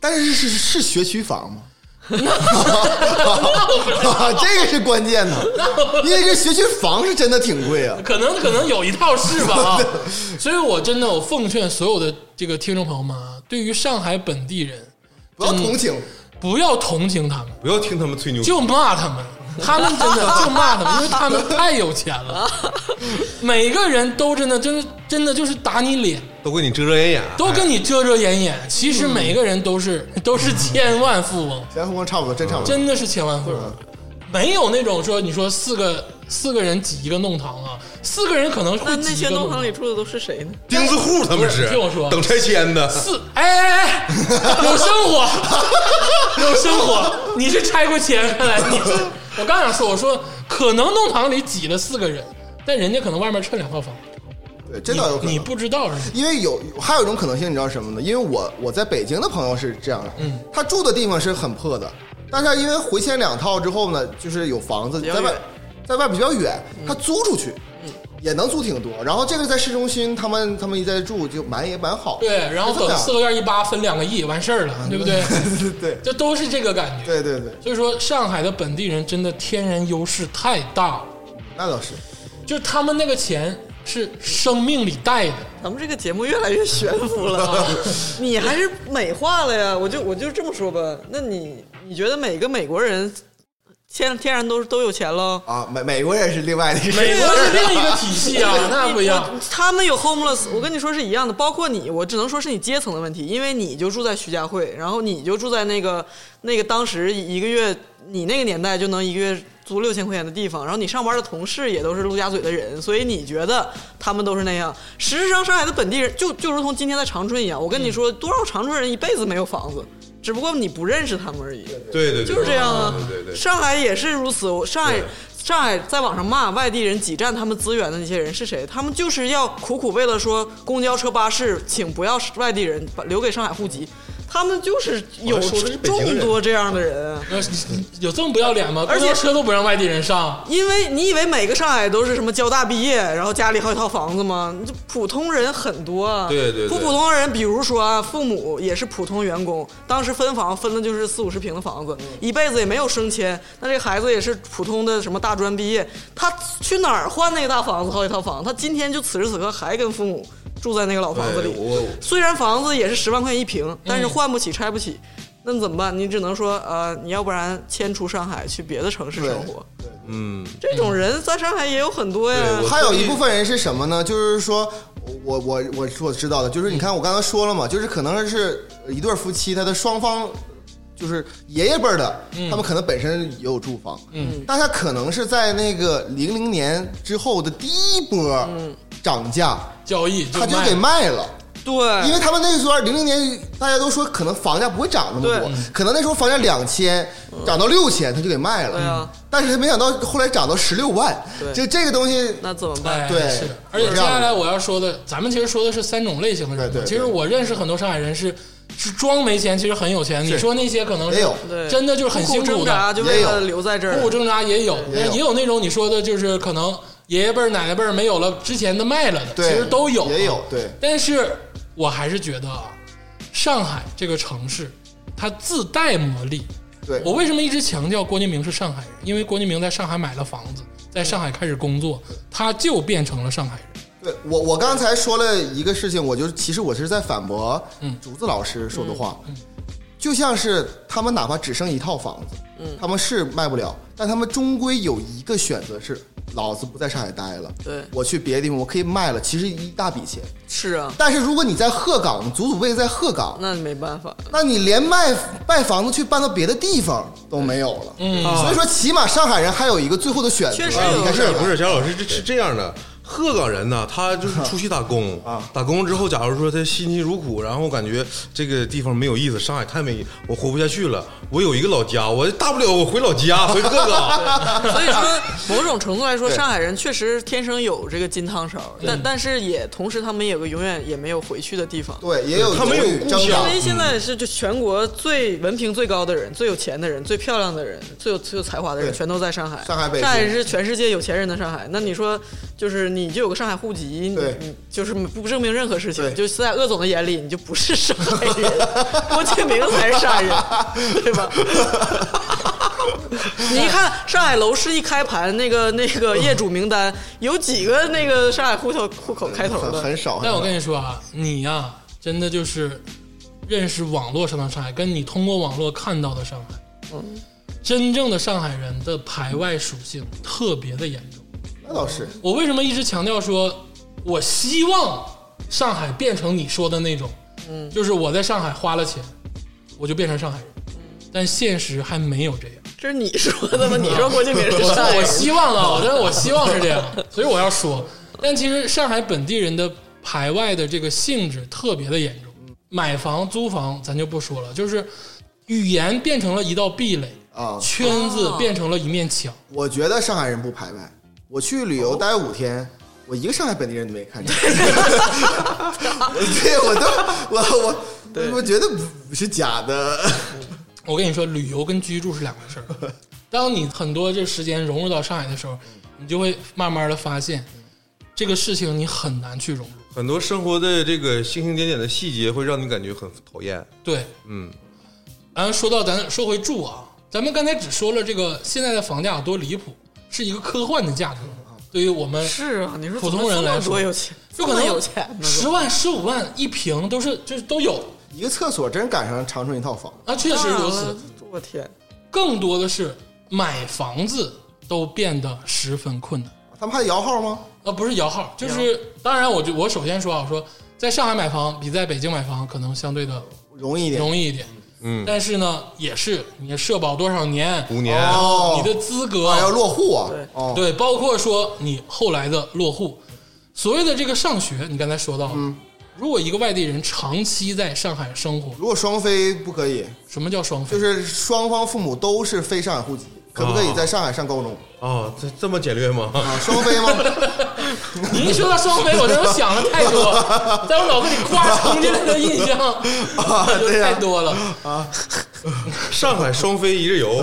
Speaker 6: 但是是是学区房吗？ <laughs> 这个是关键的，因为这学区房是真的挺贵啊。
Speaker 3: 可能可能有一套是吧？啊，所以我真的我奉劝所有的这个听众朋友们啊，对于上海本地人，
Speaker 6: 不要同情，
Speaker 3: 嗯不要同情他们，
Speaker 5: 不要听他们吹牛，
Speaker 3: 就骂他们，他们真的就骂他们，因为他们太有钱了，每个人都真的真的真的就是打你脸，
Speaker 5: 都给你遮遮掩啊掩，
Speaker 3: 都跟你遮遮掩掩。其实每个人都是都是千万富翁，
Speaker 6: 咱跟我差不多，真差不多。
Speaker 3: 真的是千万富翁。没有那种说你说四个四个人挤一个弄堂啊，四个人可能
Speaker 4: 那
Speaker 3: 会
Speaker 4: 那
Speaker 3: 挤一
Speaker 4: 些
Speaker 3: 个
Speaker 4: 弄堂
Speaker 3: 堂
Speaker 4: 里住的都是谁呢？
Speaker 5: 钉子户他们
Speaker 3: 不
Speaker 5: 是，
Speaker 3: 是听我说
Speaker 5: 等拆迁的，
Speaker 3: 四哎哎哎，有生
Speaker 6: <laughs>
Speaker 3: 活，有生活，你是拆过迁看来你是。我刚想说，我说可能弄堂里挤了四个人，但人家可能外面趁两套房，
Speaker 6: 对，这倒有可能。
Speaker 3: 你不知道是吗？
Speaker 6: 因为有还有一种可能性，你知道什么呢？因为我我在北京的朋友是这样的，
Speaker 3: 嗯，
Speaker 6: 他住的地方是很破的，但是他因为回迁两套之后呢，就是有房子
Speaker 4: 比较
Speaker 6: 在外
Speaker 4: 远
Speaker 6: 在外比较远，他租出去，也能租挺多。然后这个在市中心，他们他们一在住就蛮也蛮好，
Speaker 3: 对，然后
Speaker 6: 是这
Speaker 3: 等
Speaker 6: 样
Speaker 3: 四合院一扒分两个亿，完事儿了，对不
Speaker 6: <laughs>
Speaker 3: 对？
Speaker 6: 对对
Speaker 3: 这都是这个感觉。
Speaker 6: 对对对，
Speaker 3: 所以说，上海的本地人真的天然优势太大了，
Speaker 6: 那倒是。
Speaker 3: 就是他们那个钱是生命里带的。
Speaker 4: 咱们这个节目越来越悬浮了啊，你还是美化了呀？我就我就这么说吧，那你你觉得每个美国人天天然都是都有钱喽？
Speaker 6: 啊，美美国也是另外的一个
Speaker 3: 美国是另一个体系
Speaker 6: <laughs>
Speaker 3: 啊，那不一样。
Speaker 4: 他们有 homeless，我跟你说是一样的，包括你，我只能说是你阶层的问题，因为你就住在徐家汇，然后你就住在那个那个当时一个月，你那个年代就能一个月租六千块钱的地方，然后你上班的同事也都是陆家嘴的人，所以你觉得他们都是那样。实质上，上海的本地人就就如同今天的长春一样，我跟你说，多少长春人一辈子没有房子，只不过你不认识他们而已。
Speaker 5: 对对对，
Speaker 4: 就是这样啊
Speaker 5: 对对。对
Speaker 4: 上海也是如此，我上海
Speaker 5: 对。
Speaker 4: 上海在网上骂外地人挤占他们资源的那些人是谁？他们就是要苦苦为了说公交车、巴士，请不要外地人，把留给上海户籍。他们就是有
Speaker 5: 好像说的是北京人
Speaker 4: 众多这样的人，
Speaker 3: 有有这么不要脸吗？
Speaker 4: 而
Speaker 3: 公
Speaker 4: 且
Speaker 3: 交车都不让外地人上，
Speaker 4: 因为你以为每个上海都是什么交大毕业，然后家里好几套房子吗？这普通人很多啊。
Speaker 5: 对对对
Speaker 4: 不普通人，比如说啊，父母也是普通员工，当时分房分的就是四五十平的房
Speaker 5: 嗯
Speaker 4: 子，一辈子也没有升迁。那这个孩子也是普通的什么大专毕业，他去哪儿换那个大房子好几套房？他今天就此时此刻还跟父母住在那个老房子里
Speaker 5: 对。哎我
Speaker 4: 虽然房子也是十万块钱一平，但是换不起，拆不起。那你怎么办？你只能说，呃，你要不然迁出上海，去别的城市生活。
Speaker 5: 嗯，
Speaker 4: 这种人在上海也有很多呀。
Speaker 5: 对我
Speaker 6: 还有一部分人是什么呢？就是说我我我我知道的，就是你看我刚才说了
Speaker 4: 嗯
Speaker 6: 嘛，就是可能是一对夫妻，他的双方就是爷爷辈儿的，
Speaker 4: 嗯
Speaker 6: 他们可能本身也有住房，嗯，但他可能是在那个零零年之后的第一波
Speaker 4: 嗯
Speaker 6: 涨价，
Speaker 3: 交易就
Speaker 6: 他就
Speaker 3: 卖
Speaker 6: 给卖了。因
Speaker 4: 对
Speaker 6: 为他们那时候零零年，大家都说可能房价不会涨那么多
Speaker 4: 对，嗯
Speaker 6: 可能那时候房价两千涨到六千，他就给卖了。
Speaker 4: 对啊
Speaker 6: 但是他没想到后来涨到十六万，
Speaker 4: 对
Speaker 6: 就这个东西，
Speaker 4: 那怎么办？
Speaker 3: 哎，
Speaker 6: 对
Speaker 3: 是的。而且接下来我要说的，咱们其实说的是三种类型的人嘛。
Speaker 6: 对对对
Speaker 3: 其实我认识很多上海人是是装没钱，其实很有钱。你说那些可能
Speaker 6: 也
Speaker 3: 是
Speaker 6: 有
Speaker 4: 对，
Speaker 3: 真的就是很辛
Speaker 4: 苦
Speaker 3: 苦
Speaker 4: 挣扎，啊
Speaker 3: 的，
Speaker 4: 就为了留在这
Speaker 3: 苦苦
Speaker 4: 儿。
Speaker 3: 挣扎也有，
Speaker 6: 也有
Speaker 3: 也有那种你说的就是可能爷爷辈儿、奶奶辈儿没有了，之前的卖了的，
Speaker 6: 对
Speaker 3: 其实都有，
Speaker 6: 也有对。
Speaker 3: 但是我还是觉得啊，上海这个城市它自带魔力。
Speaker 6: 对
Speaker 3: 我为什么一直强调郭敬明是上海人？因为郭敬明在上海买了房子，在上海开始工作，他就变成了上海人。
Speaker 6: 对我，我刚才说了一个事情，我就是其实我是在反驳
Speaker 3: 嗯
Speaker 6: 竹子老师说的话，
Speaker 4: 嗯
Speaker 6: 就像是他们哪怕只剩一套房子，
Speaker 4: 嗯
Speaker 6: 他们是卖不了，但他们终归有一个选择是，老子不在上海待了，
Speaker 4: 对
Speaker 6: 我去别的地方，我可以卖了，其实一大笔钱。
Speaker 4: 是啊，
Speaker 6: 但是如果你在鹤岗，祖祖辈辈在鹤岗，
Speaker 4: 那没办法。
Speaker 6: 那你连卖卖房子去搬到别的地方都没有了，
Speaker 5: 嗯
Speaker 6: 所以说起码上海人还有一个最后的选择，
Speaker 4: 嗯确实有
Speaker 6: 你
Speaker 5: 不
Speaker 6: 看
Speaker 5: 哎是
Speaker 6: 这
Speaker 5: 不是，贾老师这是这样的，鹤岗人呢，他就是出去打工
Speaker 6: 啊
Speaker 5: 打工之后，假如说他辛勤如苦，然后感觉这个地方没有意思，上海太没，我活不下去了，我有一个老家，我大不了我回老家，回鹤岗。
Speaker 4: 所以说，某种程度来说，
Speaker 6: 对
Speaker 4: 上海人确实天生有这个金汤勺，但但是也同时他们也有个永远也没有回去的地方。
Speaker 6: 对，也有
Speaker 5: 他们有
Speaker 6: 犹豫
Speaker 5: 故
Speaker 6: 挣扎
Speaker 5: 乡
Speaker 4: 因为现在是就全国最文凭最高的人、最有钱的人、最漂亮的人、最有最有才华的人，
Speaker 6: 对
Speaker 4: 全都在上海。
Speaker 6: 上海北京
Speaker 4: 是全世界有钱人的上海。那你说，就是你就有个上海户籍，你
Speaker 6: 对
Speaker 4: 你就是不证明任何事情，
Speaker 6: 对
Speaker 4: 就是在鄂总的眼里，你就不是上海人，郭敬明才是上海人，
Speaker 6: <laughs>
Speaker 4: 对吧？你一看上海楼市一开盘，那个那
Speaker 6: <laughs>
Speaker 4: 个业主名单有几个那个上海户口户口开头
Speaker 6: 很
Speaker 4: 的？
Speaker 6: 很少。
Speaker 3: 但我跟你说啊，你呀、真的就是认识网络上的上海，跟你通过网络看到的上海，真正的上海人的排外属性特别的严重。
Speaker 6: 那倒是，
Speaker 3: 我为什么一直强调说，我希望上海变成你说的那种，嗯，就是我在上海花了钱，我就变成上海人，但现实还没有这样。
Speaker 4: 这是你说的吗？你说郭敬明是上海
Speaker 3: 我
Speaker 4: 人
Speaker 3: 希望啊，我但是我希望是这样，所以我要说，但其实上海本地人的排外的这个性质特别的严重。买房、租房咱就不说了，就是语言变成了一道壁垒，
Speaker 6: 啊。
Speaker 3: 圈子
Speaker 4: 哦
Speaker 3: 变成了一面墙。
Speaker 6: 我觉得上海人不排外。我去旅
Speaker 4: 哦
Speaker 6: 游待五天，我一个上海本地人都没看见。 <laughs> 我对我都我我我觉得不是假的。 <laughs>
Speaker 3: 我跟你说，旅游跟居住是两回事儿。当你很多这时间融入到上海的时候，你就会慢慢的发现，这个事情你很难去融入。
Speaker 5: <laughs> 很多生活的这个星星点点的细节会让你感觉很讨厌。
Speaker 3: 对，
Speaker 5: 嗯，
Speaker 3: 然后说到咱说回住啊，咱们刚才只说了这个现在的房价有多离谱，是一个科幻的价格。啊
Speaker 5: 嗯
Speaker 3: 对于我们
Speaker 4: 是啊，你说
Speaker 3: 普通人来说
Speaker 4: 多有钱，
Speaker 3: 就可
Speaker 4: 这
Speaker 3: 能
Speaker 4: 么有钱呢，
Speaker 3: 十万、十五万一平都是就是都有
Speaker 6: 一个厕所真赶上长春一套房，
Speaker 3: 啊，确实如
Speaker 4: 当然
Speaker 3: 此
Speaker 4: 了。。我天，
Speaker 3: 更多的是买房子都变得十分困难。
Speaker 6: 他们还摇号吗？
Speaker 3: 呃，不是摇号，就是当然我，就我首先说啊，我说在上海买房比在北京买房可能相对的
Speaker 6: 容易一点。
Speaker 3: 容易一点，
Speaker 5: 嗯
Speaker 3: 但是呢，也是你社保多少年，
Speaker 5: 五年，
Speaker 6: 哦，
Speaker 3: 你的资格、
Speaker 5: 哎
Speaker 6: 啊要落户啊
Speaker 4: 对？
Speaker 6: 哦，
Speaker 3: 对，包括说你后来的落户，所谓的这个上学，你刚才说到，嗯，如果一个外地人长期在上海生活，
Speaker 6: 如果双非不可以，
Speaker 3: 什么叫双 <laughs> 非？
Speaker 6: 就是双方父母都是非上海户籍，可不可以在上海上高中？
Speaker 5: 哦，这这么简略吗？
Speaker 6: 啊，双非吗？ <laughs>
Speaker 3: 你一说到双非，我这都想了太多，在我脑子里夸冲进来的印
Speaker 6: <laughs>
Speaker 3: 象就
Speaker 6: 啊对呀
Speaker 3: 太多了。
Speaker 5: 上海双飞一日游，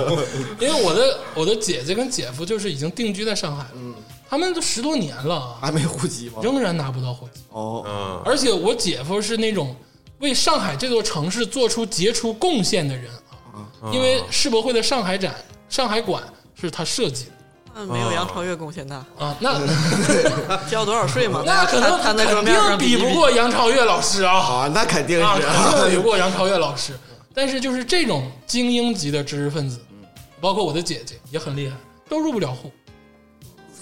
Speaker 3: 因为我的我的姐姐跟姐夫就是已经定居在上海了，
Speaker 6: 嗯
Speaker 3: 他们都十多年了啊，
Speaker 6: 还没户籍吗？
Speaker 3: 仍然拿不到户籍。
Speaker 6: 哦，
Speaker 5: 嗯，
Speaker 3: 而且我姐夫是那种为上海这座城市做出杰出贡献的人啊，因为世博会的上海展、上海馆是他设计的
Speaker 4: 那没有杨超越贡献大，
Speaker 3: 啊，那
Speaker 4: 嗯交多少税
Speaker 3: <laughs>
Speaker 4: 嘛？
Speaker 3: 那可能
Speaker 4: 摊在桌
Speaker 3: 肯
Speaker 4: 面
Speaker 3: 定
Speaker 4: 上
Speaker 3: 比
Speaker 4: 比
Speaker 3: 不过杨超越老师
Speaker 4: <laughs>
Speaker 3: 啊，
Speaker 6: 啊，那肯定
Speaker 3: 啊，
Speaker 6: 是。
Speaker 3: 肯定比不过杨超越老师。但是就是这种精英级的知识分子，
Speaker 4: 嗯
Speaker 3: 包括我的姐姐也很厉害，都入不了户。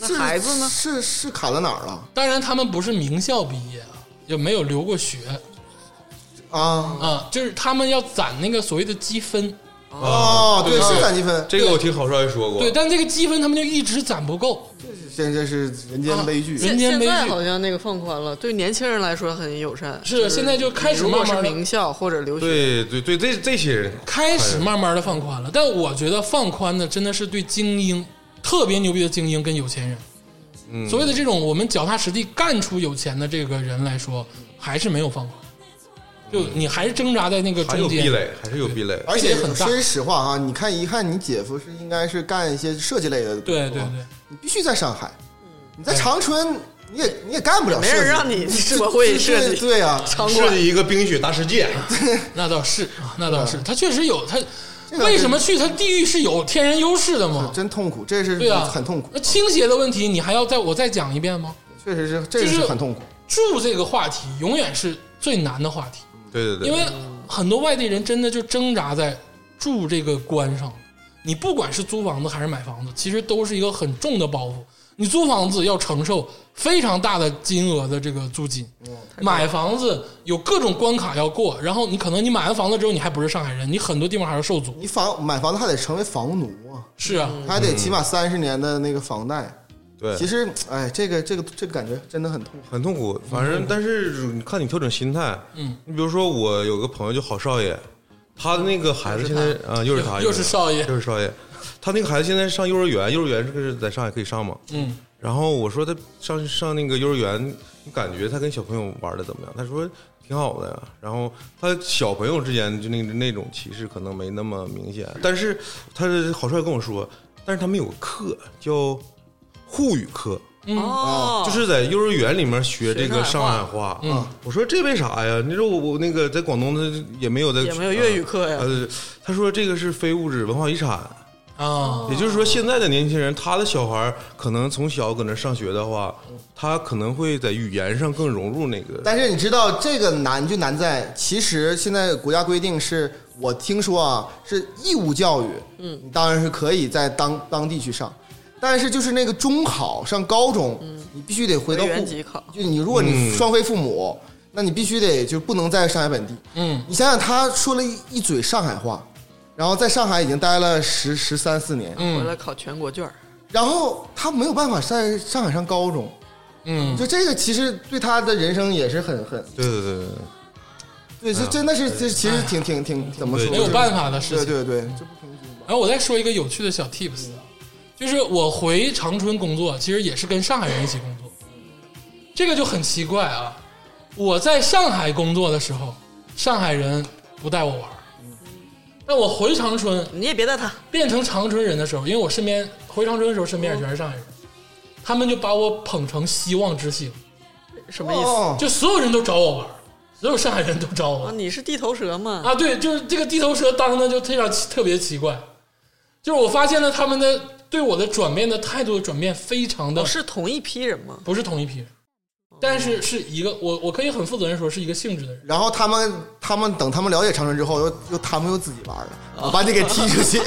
Speaker 4: 那孩子呢？
Speaker 6: 是是卡在哪儿了
Speaker 3: 当然，他们不是名校毕业啊，也没有留过学
Speaker 6: 啊？
Speaker 3: 啊，就是他们要攒那个所谓的积分。
Speaker 6: 哦，对，
Speaker 5: 对
Speaker 6: 是攒积分，
Speaker 5: 这个我听郝少爷说过
Speaker 3: 对，，但这个积分他们就一直攒不够。
Speaker 6: 这这是人间悲剧。
Speaker 3: 啊人间
Speaker 4: 现
Speaker 3: 悲
Speaker 4: 在
Speaker 3: 剧
Speaker 4: 好像那个放宽了，对年轻人来说很友善。
Speaker 3: 是
Speaker 4: 就
Speaker 3: 现在就开始
Speaker 4: 如果
Speaker 3: 慢慢
Speaker 4: 是
Speaker 3: 地
Speaker 4: 名校或者留学，
Speaker 5: 对对对，这这些人
Speaker 3: 开始慢慢的放宽了，但我觉得放宽的真的是对精英特别牛逼的精英跟有钱人，所谓的这种我们脚踏实地干出有钱的这个人来说，还是没有放宽，就你还是挣扎在那个
Speaker 5: 还有
Speaker 3: 中
Speaker 5: 壁
Speaker 3: 间。
Speaker 5: 垒，还是有壁垒。
Speaker 6: 而且
Speaker 3: 很大
Speaker 6: 说句实话哈，你看一看你姐夫是应该是干一些设计类的，啊
Speaker 3: 对对，对，
Speaker 6: 你必须在上海，你在长春你也你也干不了
Speaker 4: 嗯没
Speaker 6: 设计，
Speaker 4: 人让你世博会设
Speaker 6: 对
Speaker 4: 计
Speaker 6: 对啊呀，
Speaker 4: 场
Speaker 5: 设
Speaker 4: 馆。
Speaker 5: 计一个冰雪大世界，
Speaker 3: 那倒是，啊那倒是，他确实有他
Speaker 6: 个
Speaker 3: 为什么去他地域是有天然优势的嘛？
Speaker 6: 真痛苦，这是
Speaker 3: 对啊，
Speaker 6: 很痛苦
Speaker 3: 那，倾斜的问题，你还要再我再讲一遍吗？
Speaker 6: 确实是这
Speaker 3: 就是
Speaker 6: 是很痛苦。
Speaker 3: 住这个话题永远是最难的话题，
Speaker 5: 对对对，
Speaker 3: 因为很多外地人真的就挣扎在住这个关上。你不管是租房子还是买房子，其实都是一个很重的包袱。你租房子要承受非常大的金额的这个租金，
Speaker 6: 嗯
Speaker 3: 买房子有各种关卡要过，然后你可能你买完房子之后你还不是上海人，你很多地方还要受阻。
Speaker 6: 你房买房子还得成为房奴啊，
Speaker 3: 是啊，
Speaker 6: 还得起码三十年的那个房贷。
Speaker 5: 对
Speaker 6: 其实，哎，这个这个这个感觉真的很痛苦。
Speaker 5: 很痛苦。反正，但是你看你调整心态，
Speaker 3: 嗯，
Speaker 5: 你比如说我有个朋友叫郝少爷，他的那个孩子现在啊，又是他，
Speaker 3: 又又是少爷
Speaker 5: 又是少爷，他那个孩子现在上幼儿园，幼儿园这个是在上海可以上吗？
Speaker 3: 嗯，
Speaker 5: 然后我说他上上那个幼儿园，你感觉他跟小朋友玩的怎么样？他说挺好的呀。然后他小朋友之间就那那种歧视可能没那么明显，但是他是郝帅跟我说，但是他们有个课叫沪语课，
Speaker 3: 嗯啊
Speaker 4: 哦，
Speaker 5: 就是在幼儿园里面学这个
Speaker 4: 学
Speaker 5: 上
Speaker 4: 上
Speaker 5: 海
Speaker 4: 海
Speaker 5: 话。
Speaker 3: 嗯，
Speaker 5: 我说这为啥呀？你说我我那个在广东他也没有在
Speaker 4: 也没有粤语课呀
Speaker 5: 呃，他说这个是非物质文化遗产。
Speaker 6: 嗯
Speaker 3: 啊，
Speaker 5: 也就是说，现在的年轻人，他的小孩儿可能从小搁那上学的话，他可能会在语言上更融入那个。
Speaker 6: 但是你知道这个难就难在，其实现在国家规定是，我听说啊是义务教育，嗯，你当然是可以在当当地去上，但是就是那个中考上高中，你必须得回到
Speaker 4: 回原
Speaker 6: 户
Speaker 4: 籍考
Speaker 6: 就你如果你双非父母，那你必须得就不能在上海本地，
Speaker 3: 嗯，
Speaker 6: 你想想他说了一一嘴上海话，然后在上海已经待了十十三四年，
Speaker 3: 嗯
Speaker 4: 回来考全国卷儿，
Speaker 6: 然后他没有办法在上海上高中，
Speaker 3: 嗯，
Speaker 6: 就这个其实对他的人生也是很很
Speaker 5: 对对对对对，
Speaker 6: 对，这真的是这其实挺挺挺怎么说，
Speaker 5: 对
Speaker 3: 没有办法的事
Speaker 6: 对
Speaker 3: 情。
Speaker 6: 对对，就
Speaker 3: 然后我再说一个有趣的小 tips，啊就是我回长春工作，其实也是跟上海人一起工作，这个就很奇怪啊。我在上海工作的时候，上海人不带我玩儿，但我回长春
Speaker 4: 你也别带他，
Speaker 3: 变成长春人的时候，因为我身边回长春的时候，身边也全是上海人，他们就把我捧成希望之星，
Speaker 4: 什么意思？
Speaker 6: 哦，
Speaker 3: 就所有人都找我玩儿，所有上海人都找我玩
Speaker 4: 啊，
Speaker 3: 儿
Speaker 4: 你是地头蛇嘛？
Speaker 3: 啊。对，就是这个地头蛇当的就非常特别奇怪，就是我发现了他们的对我的转变的态度的转变非常的
Speaker 4: 哦是哦同一批人吗？
Speaker 3: 不是同一批人，但是是一个我我可以很负责任说是一个性质的人。
Speaker 6: 然后他们他们等他们了解长春之后，又又他们又自己玩了，我把你给踢出去，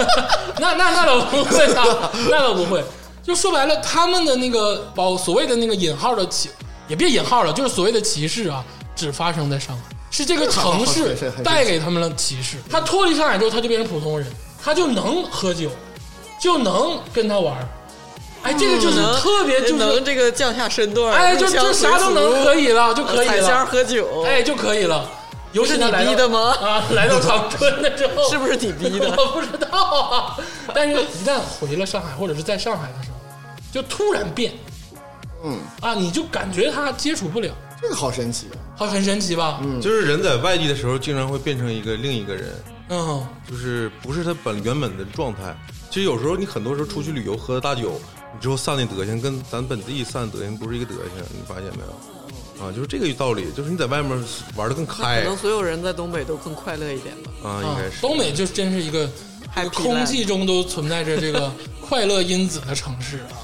Speaker 3: <laughs> 那那那倒不会啊，那倒不会。就说白了，他们的那个保所谓的那个引号的歧，也别引号了，就是所谓的歧视啊，只发生在上海，是这个城市
Speaker 6: 是是是
Speaker 3: 带给他们了歧视。他脱离上海之后，他就变成普通人，他就能喝酒，就能跟他玩儿。哎，这个就是
Speaker 4: 能
Speaker 3: 特别就
Speaker 4: 嗯能
Speaker 3: 是，
Speaker 4: 这个降下身段儿，
Speaker 3: 哎，就
Speaker 4: 入乡
Speaker 3: 就啥都
Speaker 4: 随
Speaker 3: 能
Speaker 4: 俗
Speaker 3: 可以了，就可以
Speaker 4: 采香
Speaker 3: 了，
Speaker 4: 喝酒，
Speaker 3: 哎，就可以了。尤其
Speaker 4: 哦是
Speaker 3: 他
Speaker 4: 你
Speaker 3: 来到
Speaker 4: 逼的吗？
Speaker 3: 啊，来到长春了之后，
Speaker 4: <laughs> 是不是你逼的？
Speaker 3: <laughs> 我不知道啊。但是，一旦回了上海，或者是在上海的时候，就突然变
Speaker 6: 嗯，
Speaker 3: 啊，你就感觉他接触不了，
Speaker 6: <laughs> 这个好神奇啊，
Speaker 3: 好，很神奇吧？嗯
Speaker 5: 就是人在外地的时候，经常会变成一个另一个人，
Speaker 3: 嗯
Speaker 5: 就是不是他本原本的状态。其实有时候你很多时候出去旅游喝大酒，你之后散的德行跟咱本地散的德行不是一个德行，你发现没有？啊，就是这个道理，就是你在外面玩的更
Speaker 4: 可
Speaker 5: 开
Speaker 4: 能所有人在东北都更快乐一点吧。
Speaker 5: 啊，应
Speaker 3: 啊
Speaker 5: 该是。
Speaker 3: 东北就真是一个
Speaker 4: Happy
Speaker 3: 空气中都存在着这
Speaker 4: <laughs>
Speaker 3: 个快乐因子的城市啊。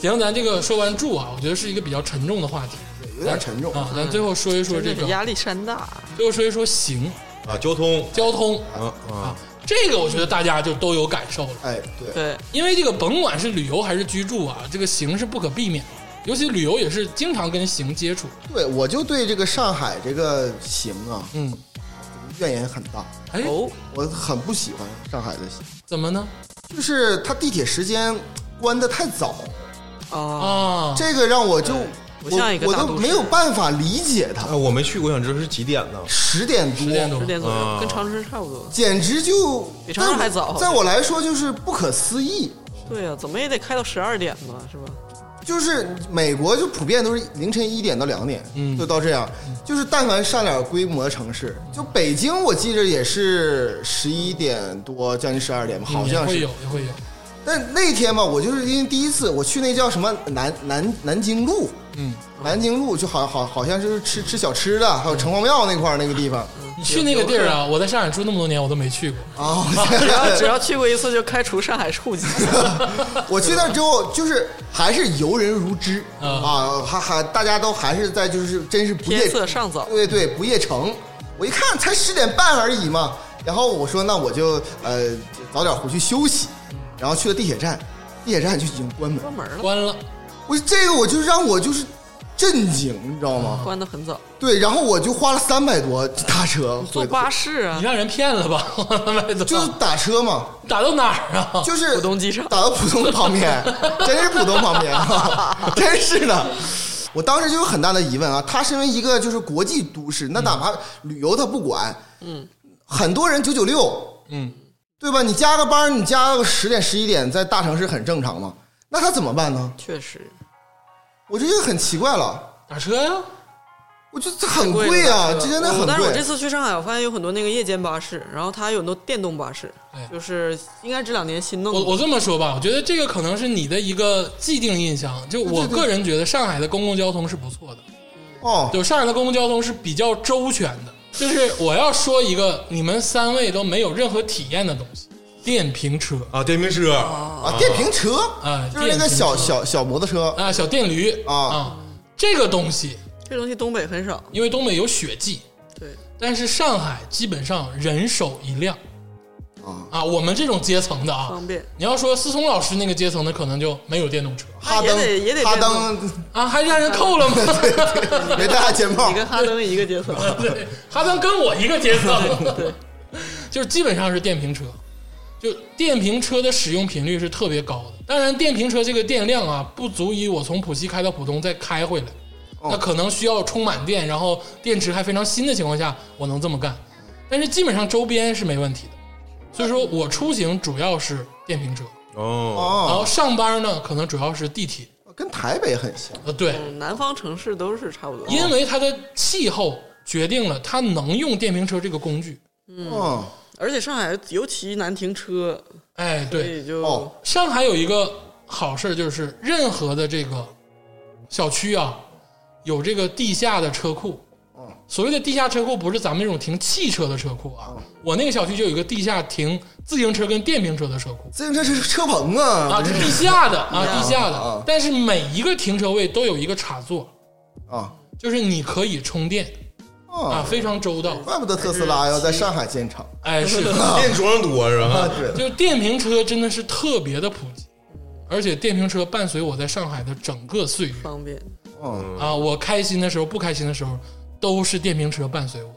Speaker 3: 行，咱这个说完住啊，我觉得是一个比较沉重的话题
Speaker 6: 有点沉重。
Speaker 3: 啊。咱最后说一说
Speaker 4: 真
Speaker 3: 这
Speaker 4: 的是
Speaker 3: 个，
Speaker 4: 压力山大，
Speaker 3: 最后说一说行
Speaker 5: 啊，交通
Speaker 3: 交通
Speaker 5: 啊
Speaker 3: 啊
Speaker 5: 啊，，
Speaker 3: 这个我觉得大家就都有感受了。
Speaker 6: 哎，对，
Speaker 4: 对，
Speaker 3: 因为这个甭管是旅游还是居住啊，这个行是不可避免的，尤其旅游也是经常跟行接触。
Speaker 6: 对我就对这个上海这个行啊
Speaker 3: 嗯，
Speaker 6: 怨言很大，
Speaker 3: 哎，
Speaker 4: 哦，
Speaker 6: 我很不喜欢上海的行，
Speaker 3: 怎么呢？
Speaker 6: 就是它地铁时间关的太早，
Speaker 4: 啊，
Speaker 3: 啊，
Speaker 6: 这个让我就
Speaker 4: 不
Speaker 6: 我
Speaker 4: 像一个
Speaker 6: 我
Speaker 4: 大
Speaker 6: 都
Speaker 4: 都市
Speaker 6: 没有办法理解它
Speaker 5: 啊，，我没去过，我想知道是几点呢？
Speaker 6: 十点多，
Speaker 3: 十点多
Speaker 4: 十，点左右，
Speaker 5: 啊
Speaker 4: 跟长春差不多。
Speaker 6: 简直就
Speaker 4: 比长沙还早
Speaker 6: 在我来说就是不可思议，
Speaker 4: 对呀，怎么也得开到十二点吧，是吧？
Speaker 6: 就是美国就普遍都是凌晨一点到两点，
Speaker 3: 嗯
Speaker 6: 就到这样。就是但凡上点规模的城市，就北京，我记着也是十一点多，将近十二点吧，好
Speaker 3: 嗯也
Speaker 6: 像
Speaker 3: 会
Speaker 6: 是
Speaker 3: 有。，也会有。
Speaker 6: 但那天吧，我就是因为第一次我去那叫什么南南南京路，
Speaker 3: 嗯，
Speaker 6: 南京路就好好好像是吃吃小吃的，还有城隍庙那块儿那个地方
Speaker 3: 你去那个地儿啊，我在上海住那么多年，我都没去过。
Speaker 6: 啊。
Speaker 3: <laughs>
Speaker 4: 只要只要去过一次就开除上海户籍，
Speaker 6: <laughs> 我去那之后，就是还是游人如织、
Speaker 3: 嗯
Speaker 6: 啊，还还大家都还是在就是真是不夜
Speaker 4: 天色尚早。
Speaker 6: 对对，不夜城。我一看才十点半而已嘛，然后我说那我就呃早点回去休息，然后去了地铁站，地铁站就已经关门。
Speaker 4: 关门了，
Speaker 3: 关了，
Speaker 6: 我这个我就让我就是震惊，你知道吗？
Speaker 4: 关的很早，
Speaker 6: 对，然后我就花了三百多打车
Speaker 4: 坐
Speaker 6: 回，
Speaker 4: 巴士啊
Speaker 3: 你，让人骗了吧？我他妈的
Speaker 6: 就是打车嘛，
Speaker 3: 打到哪儿啊？
Speaker 6: 就是
Speaker 4: 浦东机
Speaker 6: <laughs>
Speaker 4: 场
Speaker 6: 打到浦东旁边，真是浦东旁边， <laughs> 真是的。我当时就有很大的疑问啊，它身为一个就是国际都市，那哪怕旅游它不管，
Speaker 4: 嗯，
Speaker 6: 很多人九九六，
Speaker 3: 嗯，
Speaker 6: 对吧？你加个班儿，你加个十点十一点，在大城市很正常嘛。那他怎么办呢？
Speaker 4: 确实
Speaker 6: 我这就很奇怪了，
Speaker 3: 打车呀，
Speaker 6: 我觉得这很贵啊，
Speaker 4: 了
Speaker 6: 这真的
Speaker 4: 我
Speaker 6: 很
Speaker 4: 哦但是我这
Speaker 6: 贵。
Speaker 4: 次去上海，我发现有很多那个夜间巴士，然后它有很多电动巴士
Speaker 3: 哎，
Speaker 4: 就是应该这两年新弄
Speaker 3: 我我
Speaker 4: 的。
Speaker 3: 这么说吧，我觉得这个可能是你的一个既定印象。就我个人觉得，上海的公共交通是不错的，
Speaker 6: 哦，
Speaker 3: 就上海的公共交通是比较周全的。就是我要说一个你们三位都没有任何体验的东西，电瓶车。
Speaker 5: 啊，电瓶车
Speaker 6: 啊，电瓶车
Speaker 3: 啊
Speaker 6: 就是那个
Speaker 3: 电
Speaker 6: 小
Speaker 3: 瓶车
Speaker 6: 小小摩托车，
Speaker 3: 啊，小电驴
Speaker 6: 啊
Speaker 3: 这个东西，
Speaker 4: 这东西东北很少，
Speaker 3: 因为东北有雪季，
Speaker 4: 对，
Speaker 3: 但是上海基本上人手一辆
Speaker 6: 啊
Speaker 3: 我们这种阶层的啊
Speaker 4: 方，便。
Speaker 3: 你要说思聪老师那个阶层的，可能就没有电动车
Speaker 6: 哈
Speaker 4: 也得也得
Speaker 6: 登，哈
Speaker 4: 电
Speaker 6: 登
Speaker 3: 啊，还让人扣了吗？
Speaker 6: 没戴安全帽啊
Speaker 4: 你，跟哈登一个阶层，
Speaker 3: 哈登跟我一个阶层，
Speaker 4: 对，
Speaker 3: 就是基本上是电瓶车，就电瓶车的使用频率是特别高的。当然，电瓶车这个电量啊，不足以我从浦西开到浦东再开回来，那可能需要充满电，然后电池还非常新的情况下，我能这么干。但是基本上周边是没问题的，所以说我出行主要是电瓶车，
Speaker 5: 哦，
Speaker 3: 然后
Speaker 6: 哦，
Speaker 3: 上班呢可能主要是地铁。
Speaker 6: 跟台北很像，
Speaker 3: 呃，对，
Speaker 4: 嗯南方城市都是差不多。
Speaker 3: 因为它的气候决定了它能用电瓶车这个工具。
Speaker 6: 嗯，
Speaker 4: 而且上海尤其难停车，
Speaker 3: 哎，
Speaker 4: 所
Speaker 3: 对，
Speaker 4: 以就、
Speaker 6: 哦
Speaker 3: 上海有一个好事儿就是，任何的这个小区啊，有这个地下的车库。所谓的地下车库，不是咱们这种停汽车的车库啊。我那个小区就有一个地下停自行车跟电瓶车的车库
Speaker 6: 自行车是车棚
Speaker 3: 啊，
Speaker 6: 啊，
Speaker 3: 是地下的啊，
Speaker 6: 啊
Speaker 3: 地下
Speaker 6: 啊
Speaker 3: 的。但是每一个停车位都有一个插座，
Speaker 6: 啊
Speaker 3: 就是你可以充电啊，
Speaker 6: 啊，
Speaker 3: 非常周到。
Speaker 6: 怪不得特斯拉要在上海建厂
Speaker 3: 哎，是的。
Speaker 5: <laughs> 电桩多是
Speaker 6: 啊，
Speaker 5: 吧？
Speaker 6: 对，
Speaker 3: 就是电瓶车真的是特别的普及，而且电瓶车伴随我在上海的整个岁月
Speaker 4: 方便。
Speaker 6: 嗯，
Speaker 3: 啊，我开心的时候，不开心的时候，都是电瓶车伴随我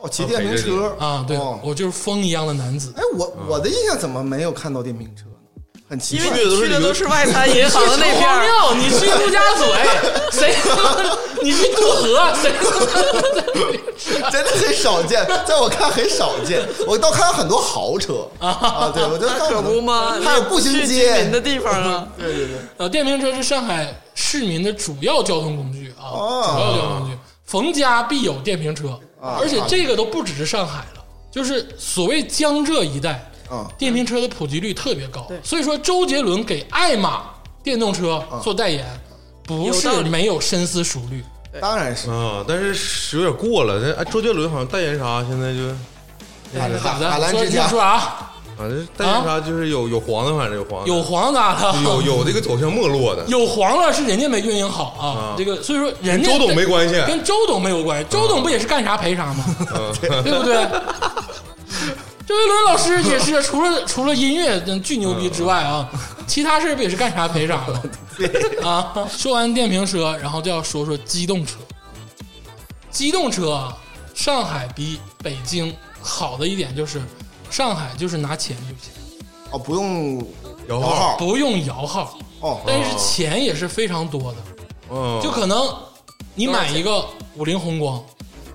Speaker 6: 哦，骑电瓶车
Speaker 3: 啊，对
Speaker 6: 哦
Speaker 3: 我就是风一样的男子
Speaker 6: 哎，我我的印象怎么没有看到电瓶车呢？很奇
Speaker 4: 因为
Speaker 6: 怪，
Speaker 4: 你去的都是外滩银行那边
Speaker 3: 荒
Speaker 4: 儿，
Speaker 3: 谬，你去陆家嘴，谁？你去渡河，谁？
Speaker 6: 真的很少见，在我看很少见。我倒看到很多豪车啊，对我就看
Speaker 4: 可不吗？
Speaker 6: <laughs> 还有步行
Speaker 4: 去居民
Speaker 6: 街
Speaker 4: 的地方啊，
Speaker 3: 呃，电瓶车是上海市民的主要交通工具啊，
Speaker 6: 哦
Speaker 3: 主要交通工具，逢家必有电瓶车，而且这个都不只是上海了，就是所谓江浙一带，
Speaker 6: 啊
Speaker 3: 电瓶车的普及率特别高，所以说周杰伦给爱玛电动车
Speaker 5: 嗯
Speaker 3: 做代言，不
Speaker 4: 有道
Speaker 3: 是
Speaker 4: 理
Speaker 3: 没有深思熟虑。
Speaker 6: 当然是
Speaker 5: 啊，但是有点过了。这哎周杰伦好像代言啥，现在就
Speaker 3: 咋的？咋
Speaker 6: 海
Speaker 3: 的？
Speaker 6: 澜
Speaker 3: 说
Speaker 6: 之家
Speaker 3: 你说啥？
Speaker 5: 啊，这代言啥就是有有黄的，反正有黄的，
Speaker 3: 有黄咋的？
Speaker 5: 有有这个走向没落的。
Speaker 3: 有黄了是人家没运营好啊，这个所以说人家
Speaker 5: 嗯周董没关系
Speaker 3: 跟周董没有关系，周董不也是干啥赔啥吗？
Speaker 5: <laughs>
Speaker 3: <laughs> 对不对？周杰伦老师也是，除了 <laughs> 除了音乐嗯巨牛逼之外啊，其他事儿不也是干啥赔啥吗？ <laughs> 啊，说完电瓶车，然后就要说说机动车。机动车啊，上海比北京好的一点就是，上海就是拿钱就行，
Speaker 6: 哦，不用
Speaker 5: 摇
Speaker 6: 摇
Speaker 5: 号，
Speaker 6: 号
Speaker 3: 不用摇号，
Speaker 6: 哦，
Speaker 3: 但是钱也是非常多的。
Speaker 5: 嗯，
Speaker 3: 就可能你买一个五菱宏光，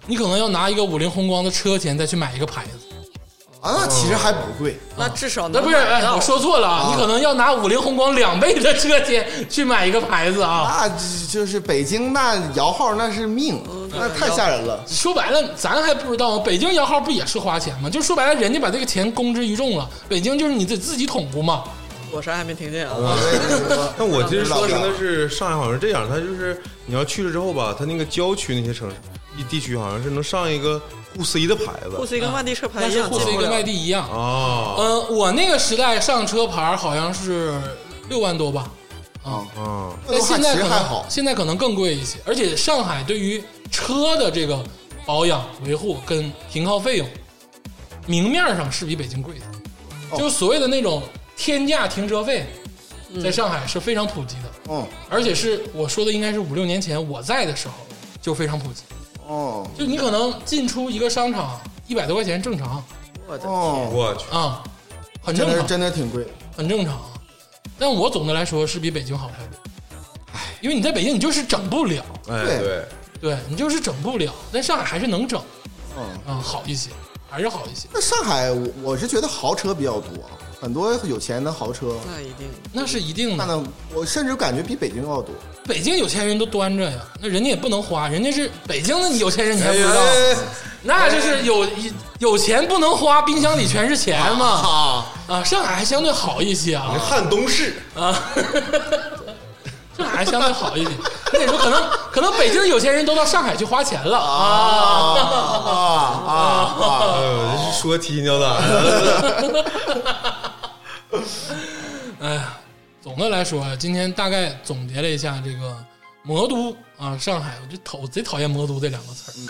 Speaker 3: 你可能要拿一个五菱宏光的车钱再去买一个牌子，
Speaker 6: 啊，那其实还不贵，
Speaker 4: 那至少
Speaker 3: 那
Speaker 4: 能
Speaker 3: 不是？
Speaker 4: 买
Speaker 3: 哎，
Speaker 4: 到
Speaker 3: 我说错了啊，你可能要拿五菱宏光两倍的车钱去买一个牌子啊。
Speaker 6: 那就是北京那摇号那是命，那太吓人了。
Speaker 3: 说白了，咱还不知道，啊北京摇号不也是花钱吗？就说白了，人家把这个钱公之于众了，北京就是你得自己捅咕嘛。
Speaker 4: 我啥也没听见啊。
Speaker 6: 呃 <laughs>
Speaker 5: 但我其实说明
Speaker 6: 老
Speaker 5: 的是，上海好像是这样，它就是你要去了之后吧，它那个郊区那些城市一地区好像是能上一个沪 C 的牌
Speaker 4: 沪
Speaker 5: 子
Speaker 4: C 跟外地车牌
Speaker 3: 但
Speaker 4: 一
Speaker 3: 是
Speaker 4: 样，
Speaker 3: 沪
Speaker 4: 进
Speaker 3: C
Speaker 4: 不
Speaker 3: 跟外
Speaker 4: 了。
Speaker 3: 地一样。
Speaker 5: 啊
Speaker 3: 嗯、我那个时代上车牌好像是六万多吧，
Speaker 6: 啊，
Speaker 5: 啊
Speaker 3: 但现在
Speaker 6: 其
Speaker 3: 可能
Speaker 6: 实还好，
Speaker 3: 现在可能更贵一些。而且上海对于车的这个保养、维护跟停靠费用，明面上是比北京贵的，
Speaker 6: 哦
Speaker 3: 就是所谓的那种天价停车费，在上海是非常普及的，
Speaker 6: 嗯，
Speaker 3: 而且是我说的应该是五六年前我在的时候就非常普及。
Speaker 6: 哦
Speaker 3: 就你可能进出一个商场一百多块钱正常
Speaker 4: 我的
Speaker 6: 哦，
Speaker 5: 我去，
Speaker 3: 啊、很
Speaker 6: 真
Speaker 3: 正
Speaker 6: 的
Speaker 3: 常，
Speaker 6: 真的挺贵，
Speaker 3: 很正常。但我总的来说是比北京好太多，因为你在北京你就是整不了。
Speaker 5: 哎
Speaker 6: 对
Speaker 5: 对，
Speaker 3: 对你就是整不了，但上海还是能整，
Speaker 6: 嗯。
Speaker 3: 嗯，好一些，还是好一些。
Speaker 6: 那上海，我我是觉得豪车比较多，啊很多有钱的豪车，
Speaker 4: 那一定
Speaker 3: 那是一定
Speaker 6: 看
Speaker 3: 的，
Speaker 6: 到我甚至感觉比北京要多。 <laughs>
Speaker 3: 北京有钱人都端着呀，那人家也不能花，人家是北京的有钱人，你还不知道？
Speaker 5: 哎
Speaker 3: 那就是有有钱不能花，冰箱里全是钱
Speaker 5: <laughs>
Speaker 3: 嘛。啊，上海还相对好一些啊，
Speaker 5: 汉东市
Speaker 3: 啊，上海还相对好一些。那时候可能可能北京的有钱人都到上海去花钱了啊。
Speaker 6: 啊啊！
Speaker 5: 啊，这是说提心吊胆，
Speaker 3: 哎呀，总的来说，啊今天大概总结了一下这个魔都啊，上海，我就讨我贼讨厌魔都这两个词儿。
Speaker 6: 嗯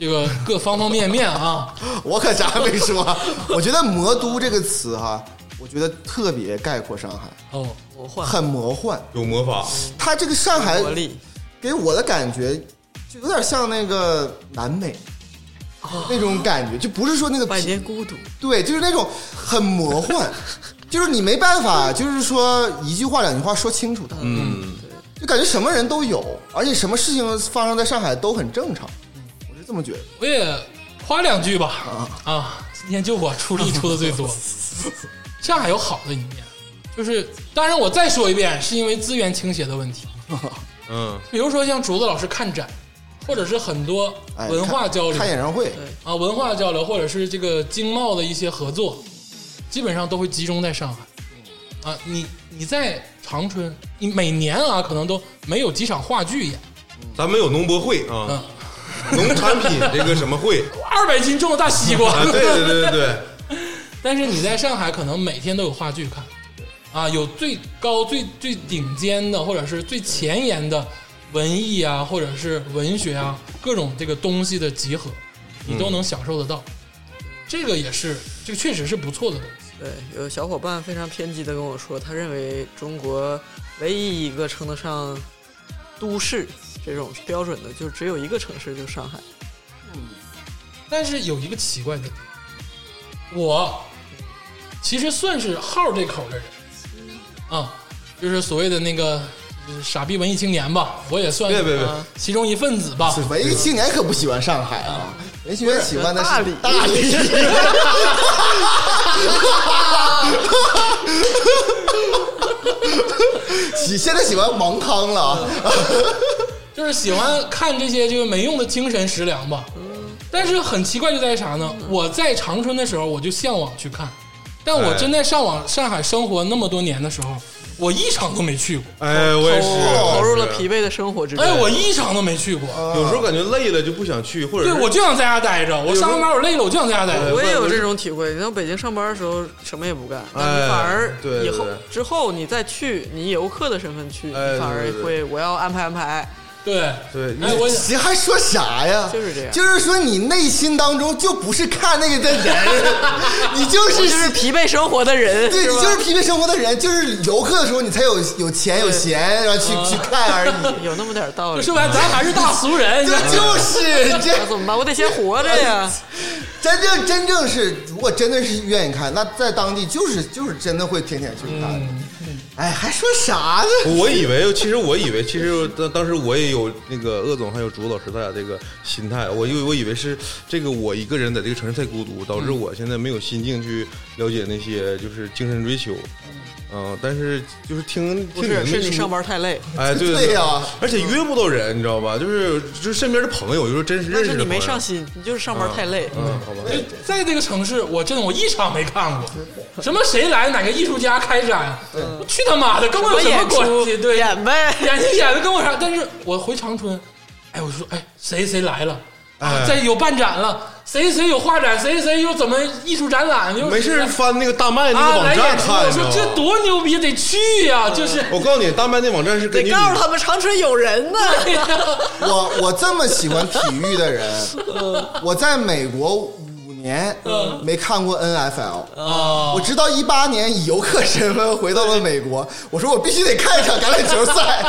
Speaker 3: 这个各方方面面
Speaker 6: <laughs>
Speaker 3: 啊，
Speaker 6: 我可啥也没 <laughs> 说。我觉得“魔都”这个词哈，我觉得特别概括上海，
Speaker 3: 哦，
Speaker 4: 魔幻
Speaker 6: 很魔幻。
Speaker 5: 有魔法，
Speaker 6: 它这个上海
Speaker 4: 魔力，
Speaker 6: 给我的感觉就有点像那个南美，那种感觉，就哎不是说那个
Speaker 4: 百
Speaker 6: 皮
Speaker 4: 年孤独，
Speaker 6: 对，就是那种很魔幻，
Speaker 4: <laughs>
Speaker 6: 就是你没办法，就是说一句话两句话说清楚它，
Speaker 5: 嗯，
Speaker 6: 就感觉什么人都有，而且什么事情发生在上海都很正常，我是这么觉得。
Speaker 3: 我也夸两句吧。啊，今天就我出力出的最
Speaker 6: <laughs>
Speaker 3: 多。上海有好的一面，就是当然我再说一遍，是因为资源倾斜的问题。
Speaker 5: 嗯，
Speaker 3: 比如说像竹子老师看展，或者是很多
Speaker 6: 哎，
Speaker 3: 文化
Speaker 6: 看
Speaker 3: 交流、
Speaker 6: 看演唱会，
Speaker 3: 啊，文化交流，或者是这个经贸的一些合作，基本上都会集中在上海。啊，你你在长春，你每年啊可能都没有几场话剧演，
Speaker 5: 咱们有农博会啊
Speaker 3: 嗯，
Speaker 5: 农产品这个什么会
Speaker 3: 二百斤重的大西瓜。 <laughs>
Speaker 5: 啊？对对对对对，
Speaker 3: 但是你在上海可能每天都有话剧看，啊，有最高最最顶尖的或者是最前沿的文艺啊，或者是文学啊，各种这个东西的集合，你都能享受得到。这个也是，这个确实是不错的东西。
Speaker 4: 对，有小伙伴非常偏激的跟我说，他认为中国唯一一个称得上都市这种标准的，就只有一个城市，就是上海。
Speaker 3: 但是有一个奇怪的点，我其实算是号这口的人啊，就是所谓的那个就是傻逼文艺青年吧，我也算
Speaker 5: 别别别
Speaker 3: 啊其中一份子吧。
Speaker 6: 文艺青年可不喜欢上海啊，文艺青年喜欢的是
Speaker 4: 大理
Speaker 6: 大理。喜现在喜欢王康了啊，
Speaker 4: 嗯
Speaker 3: 就是喜欢看这些就是没用的精神食粮吧。但是很奇怪就在于啥呢？我在长春的时候我就向往去看，但我
Speaker 5: 哎
Speaker 3: 真在上网上海生活那么多年的时候，我一场都没去过。
Speaker 5: 哎，我也是
Speaker 4: 投入了疲
Speaker 5: 惫，
Speaker 4: 惫的生活之中。
Speaker 3: 哎，我一场都没去过。
Speaker 5: 有时候感觉累了就不想去，或者
Speaker 3: 对，
Speaker 5: 是
Speaker 3: 我就想在家待着。我上完班我累了，我就想在家待着。
Speaker 4: 我也有这种体会。你到北京上班的时候什么也不干，但
Speaker 5: 哎
Speaker 4: 你反而
Speaker 5: 对对
Speaker 4: 以后
Speaker 5: 对
Speaker 4: 之后你再去，你以游客的身份去，你
Speaker 5: 哎
Speaker 4: 反而
Speaker 5: 对对
Speaker 4: 会我要安排安排。
Speaker 3: 对
Speaker 5: 对
Speaker 3: 哎，我
Speaker 6: 你还说啥呀？
Speaker 4: 就是这样
Speaker 6: 就是说你内心当中就不是看那个
Speaker 4: <laughs>
Speaker 6: 的人，你就是
Speaker 4: 我就是疲惫生活的人，
Speaker 6: <laughs> 对
Speaker 4: 是
Speaker 6: 你
Speaker 4: 吧
Speaker 6: 就是疲惫生活的人，就是游客的时候你才有有钱有闲，然后去去看而已。
Speaker 4: 哎有那么点道理。
Speaker 3: 说白了，咱还是大俗人。
Speaker 6: 这就是这
Speaker 4: 那怎么办？我得先活着呀。
Speaker 5: <laughs>
Speaker 6: 真正真正是，如果真的是愿意看，那在当地就是就是真的会天天去看。哎，还说啥呢？
Speaker 5: 我以为，其实我以为，其实当当时我也有那个鄂总还有朱老师，咱俩这个心态，我以为我以为是这个我一个人在这个城市太孤独，导致我现在没有心境去了解那些就是精神追求，嗯、但是就是听
Speaker 4: 不
Speaker 5: 听
Speaker 4: 是，
Speaker 5: 们
Speaker 4: 是你
Speaker 5: 说
Speaker 4: 上，班太累，
Speaker 5: 哎，对
Speaker 6: 对呀
Speaker 5: 而且约不到人，你知道吧？就是就是身边的朋友，就是真实
Speaker 4: 但
Speaker 5: 认识
Speaker 4: 是
Speaker 5: 的
Speaker 4: 你没
Speaker 5: 朋友
Speaker 4: 上心，你就是上班太累。
Speaker 5: 嗯，好吧，
Speaker 3: 在这个城市，我真的我一场没看过。什么谁来哪个艺术家开展？啊
Speaker 5: 嗯
Speaker 3: 我去他妈的，跟我有
Speaker 4: 我
Speaker 3: 什么
Speaker 4: 演
Speaker 3: 关
Speaker 4: 出
Speaker 3: 系？对，
Speaker 4: 演呗。
Speaker 3: 演戏演的跟我啥？但是我回长春，哎，我说哎，谁谁来了啊
Speaker 5: 哎？
Speaker 3: 在有办展了，谁谁有画展，谁谁又怎么艺术展览？又
Speaker 5: 没事翻那个大麦那
Speaker 3: 啊，
Speaker 5: 个网
Speaker 3: 来
Speaker 5: 站
Speaker 3: 演出。
Speaker 5: 看，嗯
Speaker 3: 我
Speaker 5: 你知
Speaker 3: 说
Speaker 5: 道
Speaker 3: 这
Speaker 5: 吧
Speaker 3: 多牛逼，得去呀！就是，
Speaker 5: 我告诉你，大麦那网站是
Speaker 4: 得
Speaker 5: 根据你
Speaker 4: 告诉他们长春有人呢。
Speaker 6: 我我这么喜欢体育的人，
Speaker 4: 嗯
Speaker 6: 我在美国五年没看过 NFL。
Speaker 3: 啊
Speaker 4: 哦
Speaker 6: 我直到一八年以游客身份回到了美国，我说我必须得看一场橄榄球
Speaker 4: <laughs>
Speaker 6: 赛，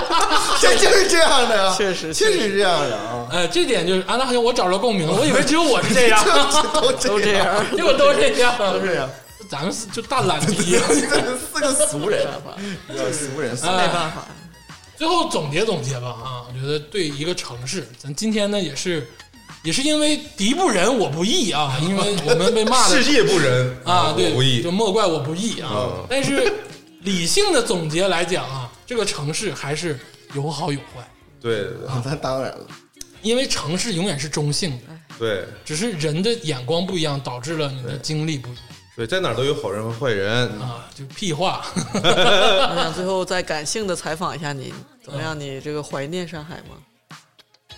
Speaker 6: 这就是这样的呀，
Speaker 4: 确实
Speaker 6: 确实是这样的啊，
Speaker 3: 哎，这点就是啊，那好像我找着共鸣了。我以为只有我
Speaker 5: <laughs>
Speaker 3: 是这
Speaker 6: <laughs>
Speaker 3: 样，
Speaker 6: 就
Speaker 4: 都
Speaker 6: 都
Speaker 4: 这
Speaker 6: 这
Speaker 4: 样
Speaker 3: <laughs>
Speaker 6: 样，
Speaker 3: 结果都这样，都
Speaker 6: 这样。
Speaker 3: 咱们是就大懒啊逼。 <laughs>
Speaker 6: 四个俗人，啊
Speaker 4: <laughs>
Speaker 6: 俗人，俗人
Speaker 3: 哎
Speaker 4: 没办法，
Speaker 3: 最后总结总结吧啊，我觉得对一个城市，咱今天呢也是，也是因为敌不仁我不义啊，因为我们被骂的
Speaker 5: 世界不仁
Speaker 3: 啊，对，
Speaker 5: 我不义
Speaker 3: 就，莫怪我不义啊
Speaker 5: 啊。
Speaker 3: 但是理性的总结来讲啊，这个城市还是有好有坏，
Speaker 5: 对对对
Speaker 6: <laughs> 那当然了，
Speaker 3: 因为城市永远是中性的，
Speaker 5: 对。
Speaker 3: 只是人的眼光不一样，导致了你的经历不一样
Speaker 5: 对，在哪儿都有好人和坏人。
Speaker 3: 啊，就屁话。 <laughs>
Speaker 4: 我啊想最后再感性的采访一下你，怎么样？你这个怀念上海吗？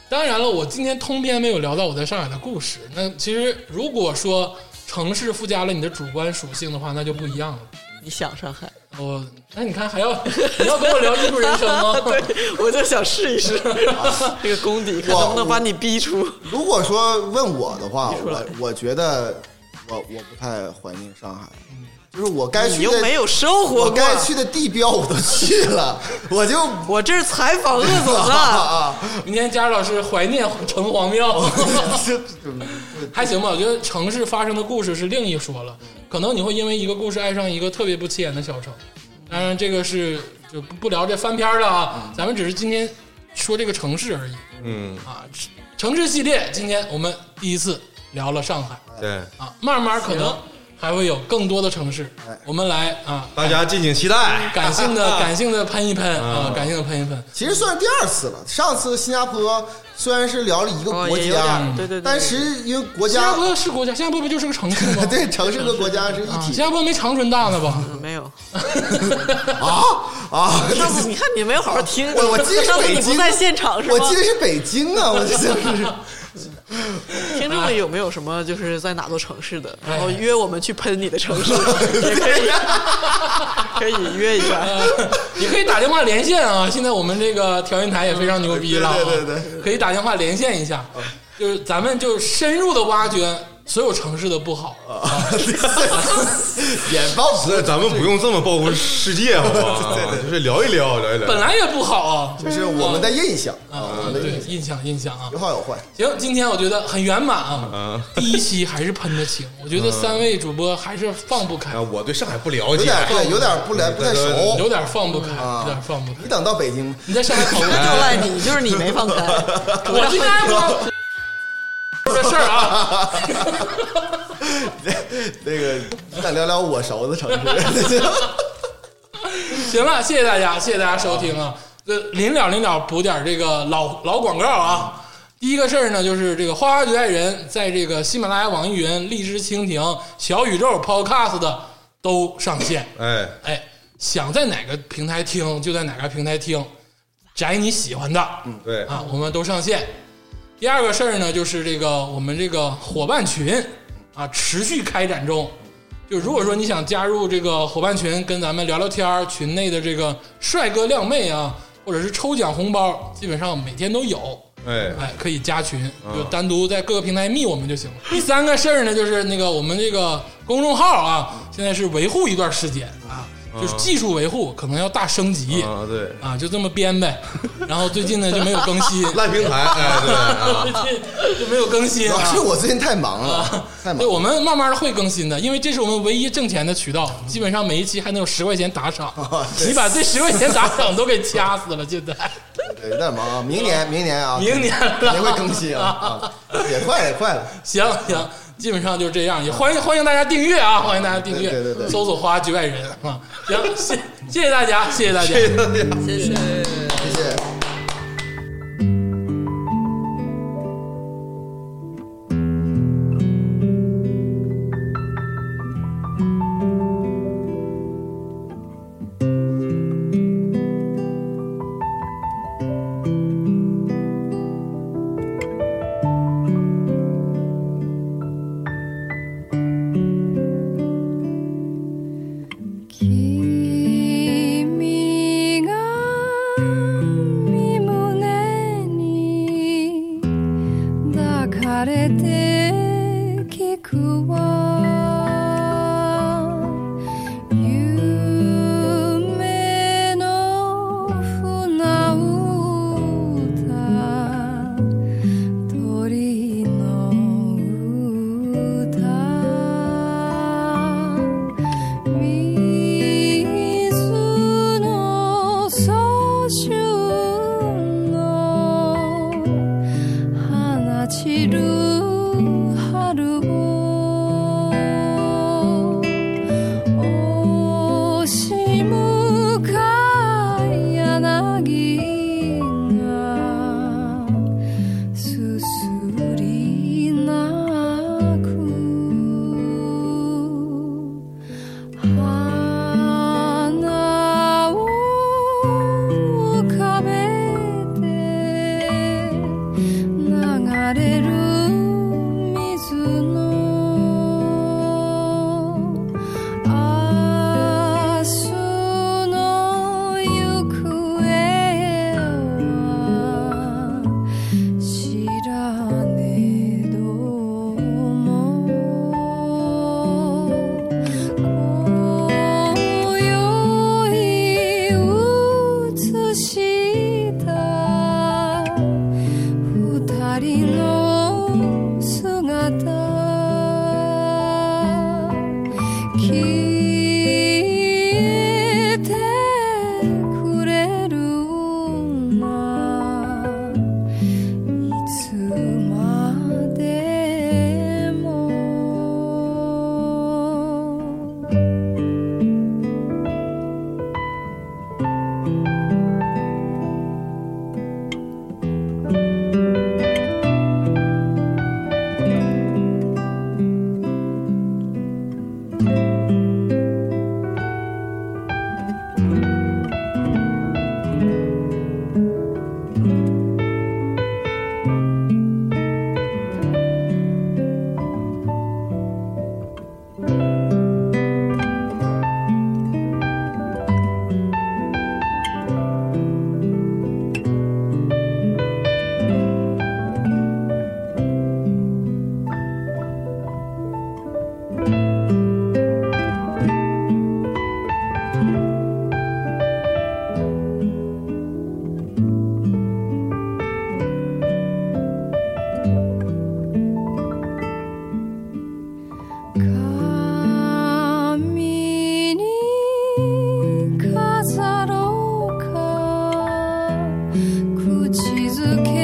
Speaker 3: 当然了，我今天通篇没有聊到我在上海的故事。那其实如果说城市附加了你的主观属性的话，那就不一样了。
Speaker 4: 你想上海？
Speaker 3: 我那你看还要 <laughs> 你要跟我聊艺术人生吗？
Speaker 4: <laughs> 对，我就想试一试这个功底，看
Speaker 6: 啊哇
Speaker 4: 能不能把你逼出。
Speaker 6: 如果说问我的话，
Speaker 4: 说来
Speaker 6: 我我觉得我我不太怀念上海，就是我该
Speaker 4: 嗯你
Speaker 6: 去
Speaker 4: 又
Speaker 6: 的，
Speaker 4: 没有生活
Speaker 6: 我
Speaker 4: 过，
Speaker 6: 该去的地标我都去了，我
Speaker 4: <laughs>
Speaker 6: 就
Speaker 4: 我这是采访鄂总啊，
Speaker 6: 啊，
Speaker 3: 明天佳儿老师怀念城隍庙，
Speaker 6: 这这
Speaker 3: 还行吧。我觉得城市发生的故事是另一说了，可能你会因为一个故事爱上一个特别不起眼的小城。当然，这个是就不不聊这翻篇儿了啊，咱们只是今天说这个城市而已
Speaker 5: 嗯，
Speaker 3: 啊。城市系列，今天我们第一次聊了上海
Speaker 5: 对，
Speaker 3: 啊，慢慢可能还会有更多的城市
Speaker 6: 哎，
Speaker 3: 我们来啊，
Speaker 5: 大家敬请期待。
Speaker 3: 感性的感性的喷一喷啊，感性的喷一喷。
Speaker 6: <laughs> 其实算是第二次了。上次新加坡虽然是聊了一个
Speaker 4: 哦
Speaker 6: 国
Speaker 4: 也有点
Speaker 6: 家，
Speaker 4: 儿对对对
Speaker 6: 但是因为国
Speaker 3: 新加
Speaker 6: 家
Speaker 3: 坡是国家，新加坡不就是个城市吗？
Speaker 6: <laughs> 对城市和国家是一
Speaker 3: 啊新
Speaker 6: 体
Speaker 3: 加坡没长春大呢
Speaker 6: <laughs>
Speaker 3: 吧？
Speaker 4: 没有。
Speaker 6: 啊，
Speaker 4: 上次你看你没有好好听，
Speaker 6: 我我记得是
Speaker 4: 上次你
Speaker 6: 北
Speaker 4: 不
Speaker 6: 京
Speaker 4: 在现场是吗？
Speaker 6: 我记得是北京啊，我记得是。 <laughs>
Speaker 4: 听众里有没有什么就是在哪座城市的，然
Speaker 3: 哎
Speaker 4: 后约我们去喷你的城
Speaker 6: <laughs>
Speaker 4: 市，也可以， <laughs> 可以约一下。
Speaker 6: 哎
Speaker 3: 你可以打电话连线啊！现在我们这个调音台也非常牛逼了、啊，
Speaker 6: 对对对啊
Speaker 3: 可以打电话连线一下，就是咱们就深入的挖掘所有城市的不好，
Speaker 6: 啊眼报
Speaker 5: 那咱们不用这么报复世界，
Speaker 3: <laughs>
Speaker 5: 好吧？就是聊一聊，聊一聊。
Speaker 3: 本来也不好啊，
Speaker 6: 就是我们的印象
Speaker 4: 嗯
Speaker 3: 啊
Speaker 6: 啊，我，们的
Speaker 3: 对
Speaker 6: 印，象
Speaker 3: 印象印象啊
Speaker 6: 有，好有坏。
Speaker 3: 行，今天我觉得很圆满
Speaker 6: 嗯
Speaker 3: 啊，第一期还是喷的清，我觉得三位主播还是放不开
Speaker 6: 嗯
Speaker 5: 啊，，我对上海不了
Speaker 6: 有
Speaker 5: 解，啊
Speaker 6: 点对，有点不来不太熟。
Speaker 3: 有点放不开，
Speaker 6: 嗯
Speaker 3: 有点放不开
Speaker 6: 你。等到北京，
Speaker 3: 你在上海跑
Speaker 6: <laughs>
Speaker 3: 步，
Speaker 4: 就赖你，就是你没放开。
Speaker 3: 我今天说这事儿啊，
Speaker 6: <laughs> 那个你想聊聊我熟的城市， <laughs>
Speaker 3: 行了，谢谢大家，谢谢大家收听啊。这临了临了补点这个老老广告啊。第一个事儿呢，就是这个《花花局爱人》在这个喜马拉雅、网易云、荔枝、蜻蜓、小宇宙、Podcast 的都上线。
Speaker 5: 哎，
Speaker 3: 哎，想在哪个平台听就在哪个平台听，宅你喜欢的，嗯
Speaker 5: 对，
Speaker 3: 啊，我们都上线。第二个事儿呢，就是这个我们这个伙伴群啊，持续开展中。就如果说你想加入这个伙伴群，跟咱们聊聊天儿，群内的这个帅哥靓妹啊，或者是抽奖红包，基本上每天都有。
Speaker 5: 哎，
Speaker 3: 哎，可以加群，就单独在各个平台密我们就行了。第三个事儿呢，就是那个我们这个公众号啊，现在是维护一段时间啊，就是技术维护可能要大升级
Speaker 5: 啊，对，
Speaker 3: 啊，就这么编呗。然后最近呢就没有更新，
Speaker 5: 烂平台，哎，对
Speaker 6: <laughs>
Speaker 5: 啊，
Speaker 3: 就没有更新
Speaker 6: 主要
Speaker 3: 啊。
Speaker 6: 是我最近太忙了，太忙
Speaker 3: 对，
Speaker 6: 了。
Speaker 3: 我们慢慢的会更新的，因为这是我们唯一挣钱的渠道，基本上每一期还能有十块钱打
Speaker 6: <laughs>
Speaker 3: 赏。
Speaker 6: 哦
Speaker 3: 你把这十块钱打赏都给掐死了，现在
Speaker 6: 对有点忙啊，明年明年啊，
Speaker 3: 明年
Speaker 6: 明
Speaker 3: 了，
Speaker 6: 年会更新啊，啊也快了也快了。
Speaker 3: <laughs> 行行，基本上就这样，也欢迎欢迎大家订阅啊，欢迎大家订阅，
Speaker 6: 对对对对
Speaker 3: 搜索“花局外人”啊，行，谢谢谢大家，谢谢大家。
Speaker 4: 谢谢。
Speaker 6: 谢谢。
Speaker 8: 君が身胸に抱かれて聞くわ夢の船歌鳥の歌水の早春の放ちる春を光の姿消えてくれるないつまでも紙に飾ろうか口づけ